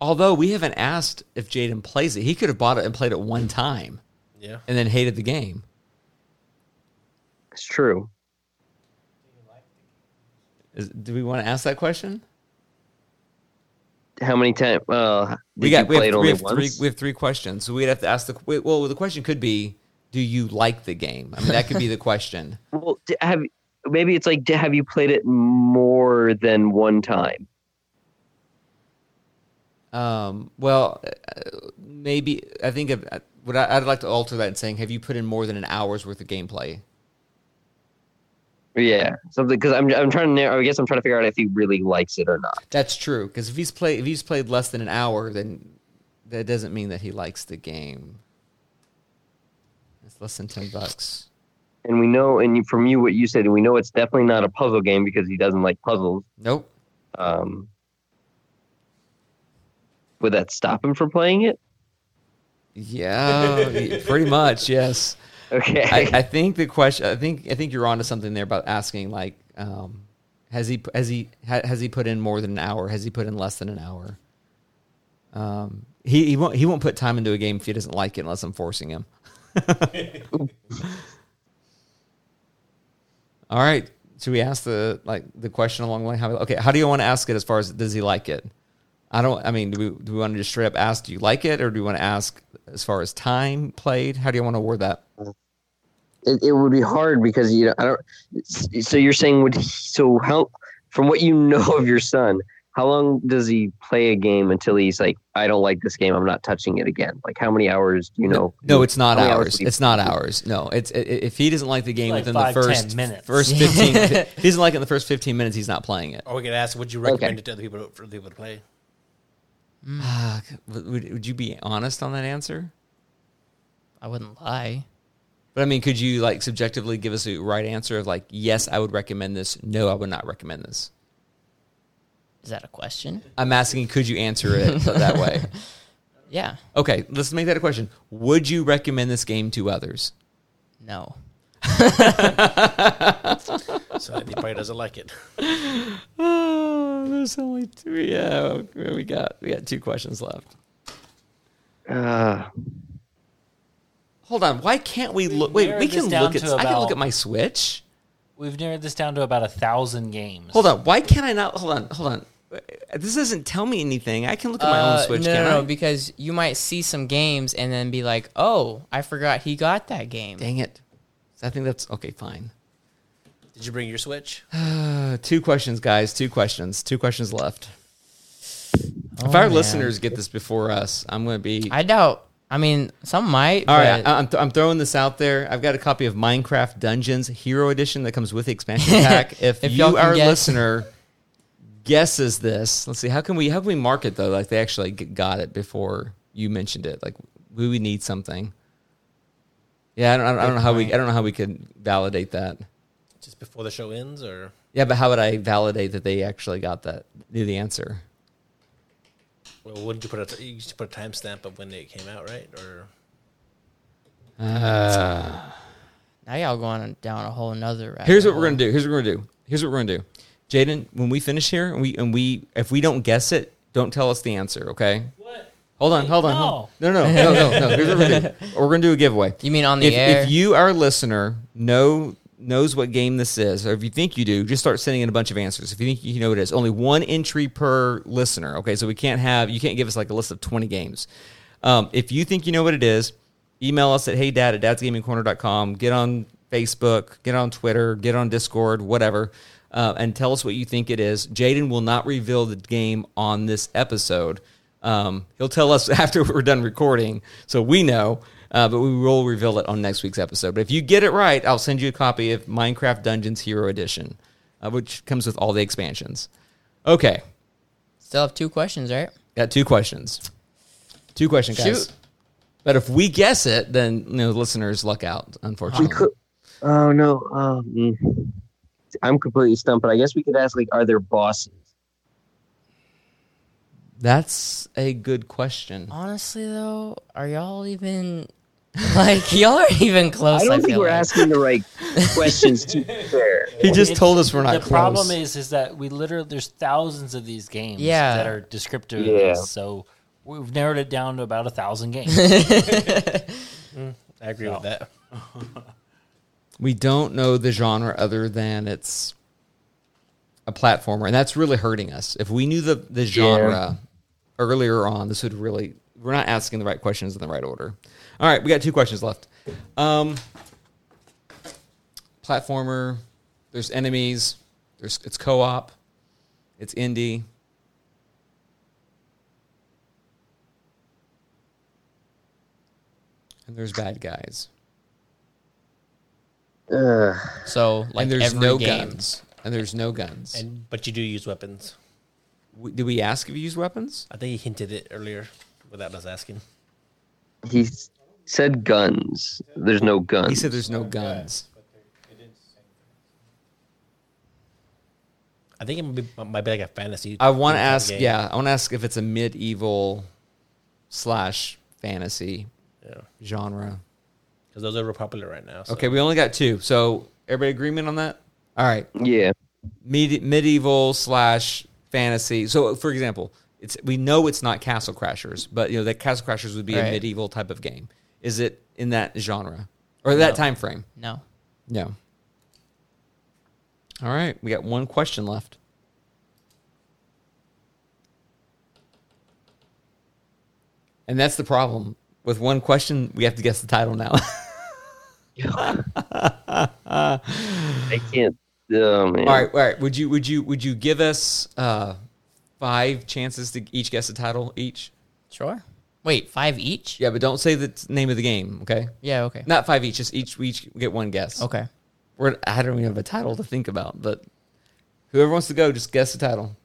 S1: Although we haven't asked if Jaden plays it, he could have bought it and played it one time
S5: Yeah.
S1: and then hated the game.
S6: It's true.
S1: Is, do we want to ask that question?
S6: How many times? Uh,
S1: we
S6: did
S1: got
S6: you
S1: we
S6: play
S1: have, we
S6: it only
S1: have three
S6: once?
S1: we have three questions so we'd have to ask the wait, well the question could be do you like the game i mean that could be the question
S6: Well, d- have maybe it's like d- have you played it more than one time?
S1: um, well uh, maybe i think if, uh, what I, i'd like to alter that in saying have you put in more than an hour's worth of gameplay
S6: Yeah, something because I'm I'm trying to narrow, I guess I'm trying to figure out if he really likes it or not.
S1: that's true because if he's played if he's played less than an hour then that doesn't mean that he likes the game it's less than 10 bucks
S6: And we know, and you, from you what you said, we know it's definitely not a puzzle game because he doesn't like puzzles.
S1: nope
S6: Um, would that stop him from playing it?
S1: yeah pretty much yes
S6: Okay,
S1: I, I think the question. I think I think you're onto something there about asking like, um, has he has he ha, has he put in more than an hour? Has he put in less than an hour? Um, he he won't he won't put time into a game if he doesn't like it unless I'm forcing him. All right, should we ask the like the question along the line? How, okay, how do you want to ask it? As far as does he like it? I don't. I mean, do we do we want to just straight up ask? Do you like it, or do we want to ask as far as time played? How do you want to word that?
S6: it, it would be hard because you know I don't. So you're saying would he, so how from what you know of your son, how long does he play a game until he's like, I don't like this game, I'm not touching it again? Like how many hours? do You know,
S1: No, it's not
S6: how many
S1: ours.
S6: do you-
S1: It's not ours. No, it's i- i if he doesn't like the game
S3: Like
S1: within
S3: five,
S1: the
S3: 10
S1: first
S3: minutes.
S1: first
S2: Yeah.
S1: fifteen, if he doesn't like it in the first fifteen minutes, he's not playing it.
S5: Or we could ask, would you recommend it to other people for people to play?
S1: Ah, c- would, would you be honest on that answer?
S2: I wouldn't lie.
S1: But I mean, could you like subjectively give us a right answer of like, yes, I would recommend this. No, I would not recommend this.
S2: Is that a question?
S1: I'm asking, could you answer it that way?
S2: Yeah.
S1: Okay, let's make that a question. Would you recommend this game to others?
S2: No.
S5: So he probably doesn't like it.
S1: Oh, there's only two. Yeah, we got we got two questions left.
S6: Uh,
S1: Hold on. Why can't we look?
S3: We've
S1: Wait, we
S3: narrowed this
S1: can
S3: down
S1: look at.
S3: to
S1: I can
S3: about-
S1: look at my Switch.
S3: We've narrowed this down to about a thousand games.
S1: Hold on. Why can't I not? Hold on. Hold on. Uh, This doesn't tell me anything. I can look at my
S2: Uh,
S1: own Switch.
S2: no,
S1: can
S2: no,
S1: I?
S2: no, because you might see some games and then be like, "Oh, I forgot he got that game."
S1: Dang it. I think that's okay. Fine.
S5: Did you bring your Switch?
S1: Uh, two questions, guys. Two questions. Two questions left. if our
S2: man.
S1: listeners get this before us, I'm going to be.
S2: I doubt. I mean, some might.
S1: All right,
S2: but
S1: I- I'm, th- I'm throwing this out there. I've got a copy of Minecraft Dungeons Hero Edition that comes with the expansion pack. If,
S2: If y'all
S1: you,
S2: can
S1: our
S2: guess.
S1: listener, guesses this, let's see how can we how can we mark it though? Like they actually g- got it before you mentioned it. Like we would need something. Yeah, I don't, I don't, I don't know how we I don't know how we could validate that.
S5: Just before the show ends, or
S1: Yeah, but how would I validate that they actually got that knew the answer?
S5: well, wouldn't you put a you just put a timestamp of when it came out, right? Or
S2: now y'all going down a whole another rabbit.
S1: Here's what we're
S2: hole.
S1: gonna do. Here's what we're gonna do. Here's what we're gonna do. Jaden, when we finish here and we and we if we don't guess it, don't tell us the answer, okay?
S3: What?
S1: Hold on, hold on.
S3: No.
S1: hold- No, no, no, no, no. Here's what we're gonna do. We're gonna do a giveaway.
S2: You mean on the
S1: if,
S2: air?
S1: If you, our listener, know knows what game this is, or if you think you do, just start sending in a bunch of answers. If you think you know what it is, only one entry per listener. Okay, so we can't have you can't give us like a list of twenty games. Um, if you think you know what it is, email us at heydad at dadsgamingcorner.com. Get on Facebook, get on Twitter, get on Discord, whatever, uh, and tell us what you think it is. Jaden will not reveal the game on this episode. Um, he'll tell us after we're done recording, so we know. Uh, but we will reveal it on next week's episode. But if you get it right, I'll send you a copy of Minecraft Dungeons Hero Edition, uh, which comes with all the expansions. Okay,
S2: Still have two questions, right?
S1: got two questions. Two questions, guys.
S2: Shoot.
S1: But if we guess it, then you know, listeners luck out. Unfortunately,
S6: could- oh no, um, mm. I'm completely stumped. But I guess we could ask like, are there bosses?
S1: that's a good question.
S3: Oh.
S2: Honestly, though, are y'all even Like y'all aren't even close.
S6: I
S2: I
S6: don't think
S2: feel
S6: we're
S2: like.
S6: asking the right questions to be fair.
S1: He just
S3: It's-
S1: told us we're not
S3: The
S1: close.
S3: problem is, is that we literally there's thousands of these games
S2: Yeah.
S3: that are descriptive. of
S6: Yeah.
S3: this, so we've narrowed it down to about a thousand games.
S5: I agree with that.
S1: we don't know the genre other than it's a platformer, and that's really hurting us. If we knew the the genre earlier on, this would really we're not asking the right questions in the right order. All right, we got two questions left. Um, platformer, there's enemies, there's it's co-op, it's indie. And there's bad guys.
S6: Ugh.
S2: So like
S1: and there's
S2: every
S1: no
S2: game.
S1: guns. And there's no guns. And
S5: And but you do use weapons.
S1: w- did we ask if you use weapons?
S5: I think he hinted it earlier without us asking.
S6: He s- said guns. There's no guns.
S1: He said there's no guns.
S5: I think it might be my- my bag of fantasy.
S1: I want to
S5: kind of
S1: ask.
S5: game.
S1: Yeah, I want to ask if it's a medieval slash fantasy
S5: Yeah.
S1: genre.
S5: Because those are real popular right now. so-
S1: Okay, we only got two. So everybody agreement on that? All right,
S6: yeah.
S1: Medi- medieval slash fantasy. So for example, it's we know it's not Castle Crashers, but you know that Castle Crashers would be a
S2: Right.
S1: medieval type of game. Is it in that genre or that time frame?
S2: No.
S1: Yeah. All right, we got one question left. And that's the problem. With one question, we have to guess the title now.
S6: I can't. Oh, man.
S1: all right, all right. Would you would you would you give us uh five chances to each guess the title each?
S2: Sure. Wait, five each?
S1: Yeah, but don't say the t- name of the game, okay?
S2: Yeah, okay.
S1: Not five each, just each we each get one guess.
S2: Okay.
S1: We're, I don't even have a title to think about, but whoever wants to go, just guess the title.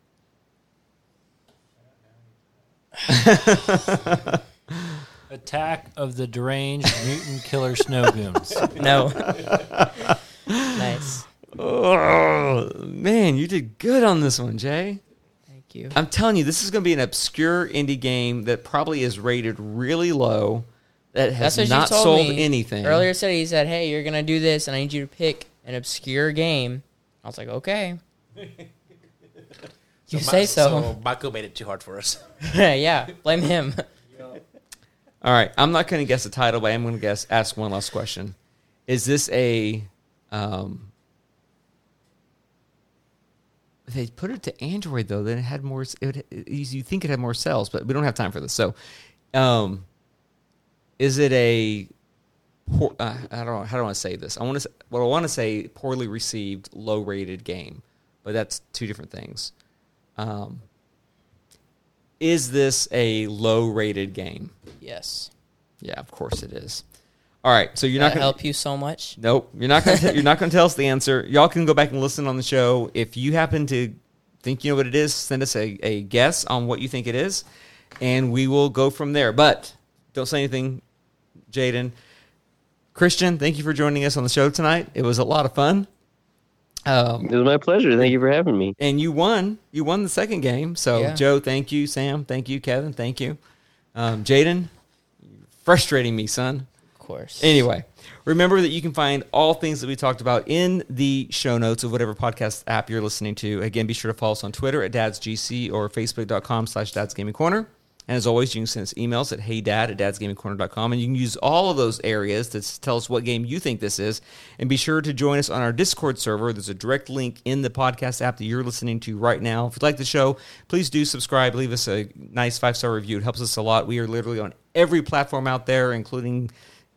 S3: Attack of the Deranged Mutant Killer Snow Goons.
S2: No. nice.
S1: Oh man, you did good on this one, Jay.
S2: Thank you.
S1: I'm telling you, this is going to be an obscure indie game that probably is rated really low, that has
S2: That's what
S1: not
S2: you told
S1: sold
S2: me.
S1: anything.
S2: Earlier today he said, Hey, you're gonna do this and I need you to pick an obscure game. I was like, Okay. You
S5: Ma-
S2: say so.
S5: Baco made it too hard for us.
S2: yeah. Blame him.
S1: All right, I'm not going to guess the title, but I'm going to guess. Ask one last question: Is this a? Um, they put it to Android though. Then it had more. It, would- it, you think it had more sales, but we don't have time for this. So, um, is it a? Poor, uh, I don't know. How do I say this? I want to. What I want to say: poorly received, low-rated game, but that's two different things. Um, is this a low-rated game?
S2: Yes.
S1: Yeah, of course it is. All right, so you're
S2: That
S1: not gonna
S2: help you so much.
S1: Nope, you're not gonna you're not gonna tell us the answer. Y'all can go back and listen on the show. If you happen to think you know what it is, send us a, a guess on what you think it is, and we will go from there. But don't say anything, Jaden. Christian, thank you for joining us on the show tonight. It was a lot of fun. Um,
S6: It was my pleasure. Thank you for having me.
S1: and you won. You won the second game. So
S2: Yeah.
S1: Joe, thank you. Sam, thank you. Kevin, thank you. Um, Jaden, you're frustrating me, son.
S2: Of course.
S1: Anyway, remember that you can find all things that we talked about in the show notes of whatever podcast app you're listening to. Again, be sure to follow us on Twitter at dadsgc or facebook.com slash dadsgamingcorner. And as always, you can send us emails at heydad at dadsgamingcorner.com. And you can use all of those areas to s- tell us what game you think this is. And be sure to join us on our Discord server. There's a direct link in the podcast app that you're listening to right now. If you like the show, please do subscribe. Leave us a nice five star review. It helps us a lot. We are literally on every platform out there, including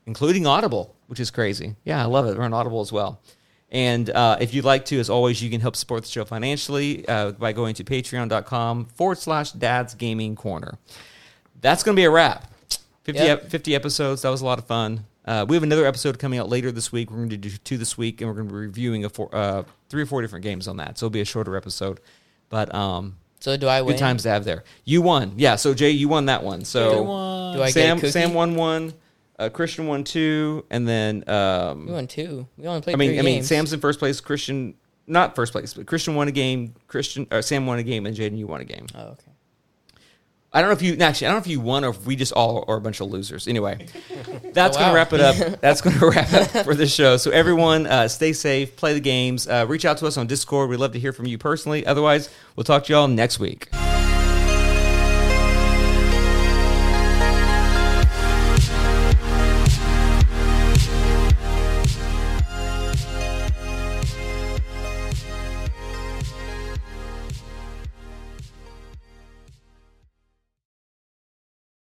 S1: including Audible, which is crazy. Yeah, I love it. We're on Audible as well. And uh, if you'd like to, as always, you can help support the show financially uh, by going to patreon.com forward slash dad's gaming corner. That's going to be a wrap. 50,
S2: Yep.
S1: ep- 50 episodes. That was a lot of fun. Uh, we have another episode coming out later this week. We're going to do two this week, and we're going to be reviewing a four, uh, three or four different games on that. So it'll be a shorter episode. But um,
S2: So do I win?
S1: good times to have there. You won. Yeah, so Jay, you won that one. So
S2: Do I
S1: Sam
S2: get a cookie?
S1: Sam won one, uh, Christian won two, and then um,
S2: We won two. We only played
S1: I mean
S2: three
S1: I mean
S2: games.
S1: Sam's in first place. Christian not uh, first place, but Christian won a game. Christian or Sam won a game, and Jaden you won a game.
S2: Oh, okay.
S1: I don't know if you actually. I don't know if you won or if we just all are a bunch of losers. Anyway, that's going
S2: Oh, wow.
S1: to wrap it up. That's going to wrap up for the show. So everyone, uh, stay safe, play the games, uh, reach out to us on Discord. We'd love to hear from you personally. Otherwise, we'll talk to y'all next week.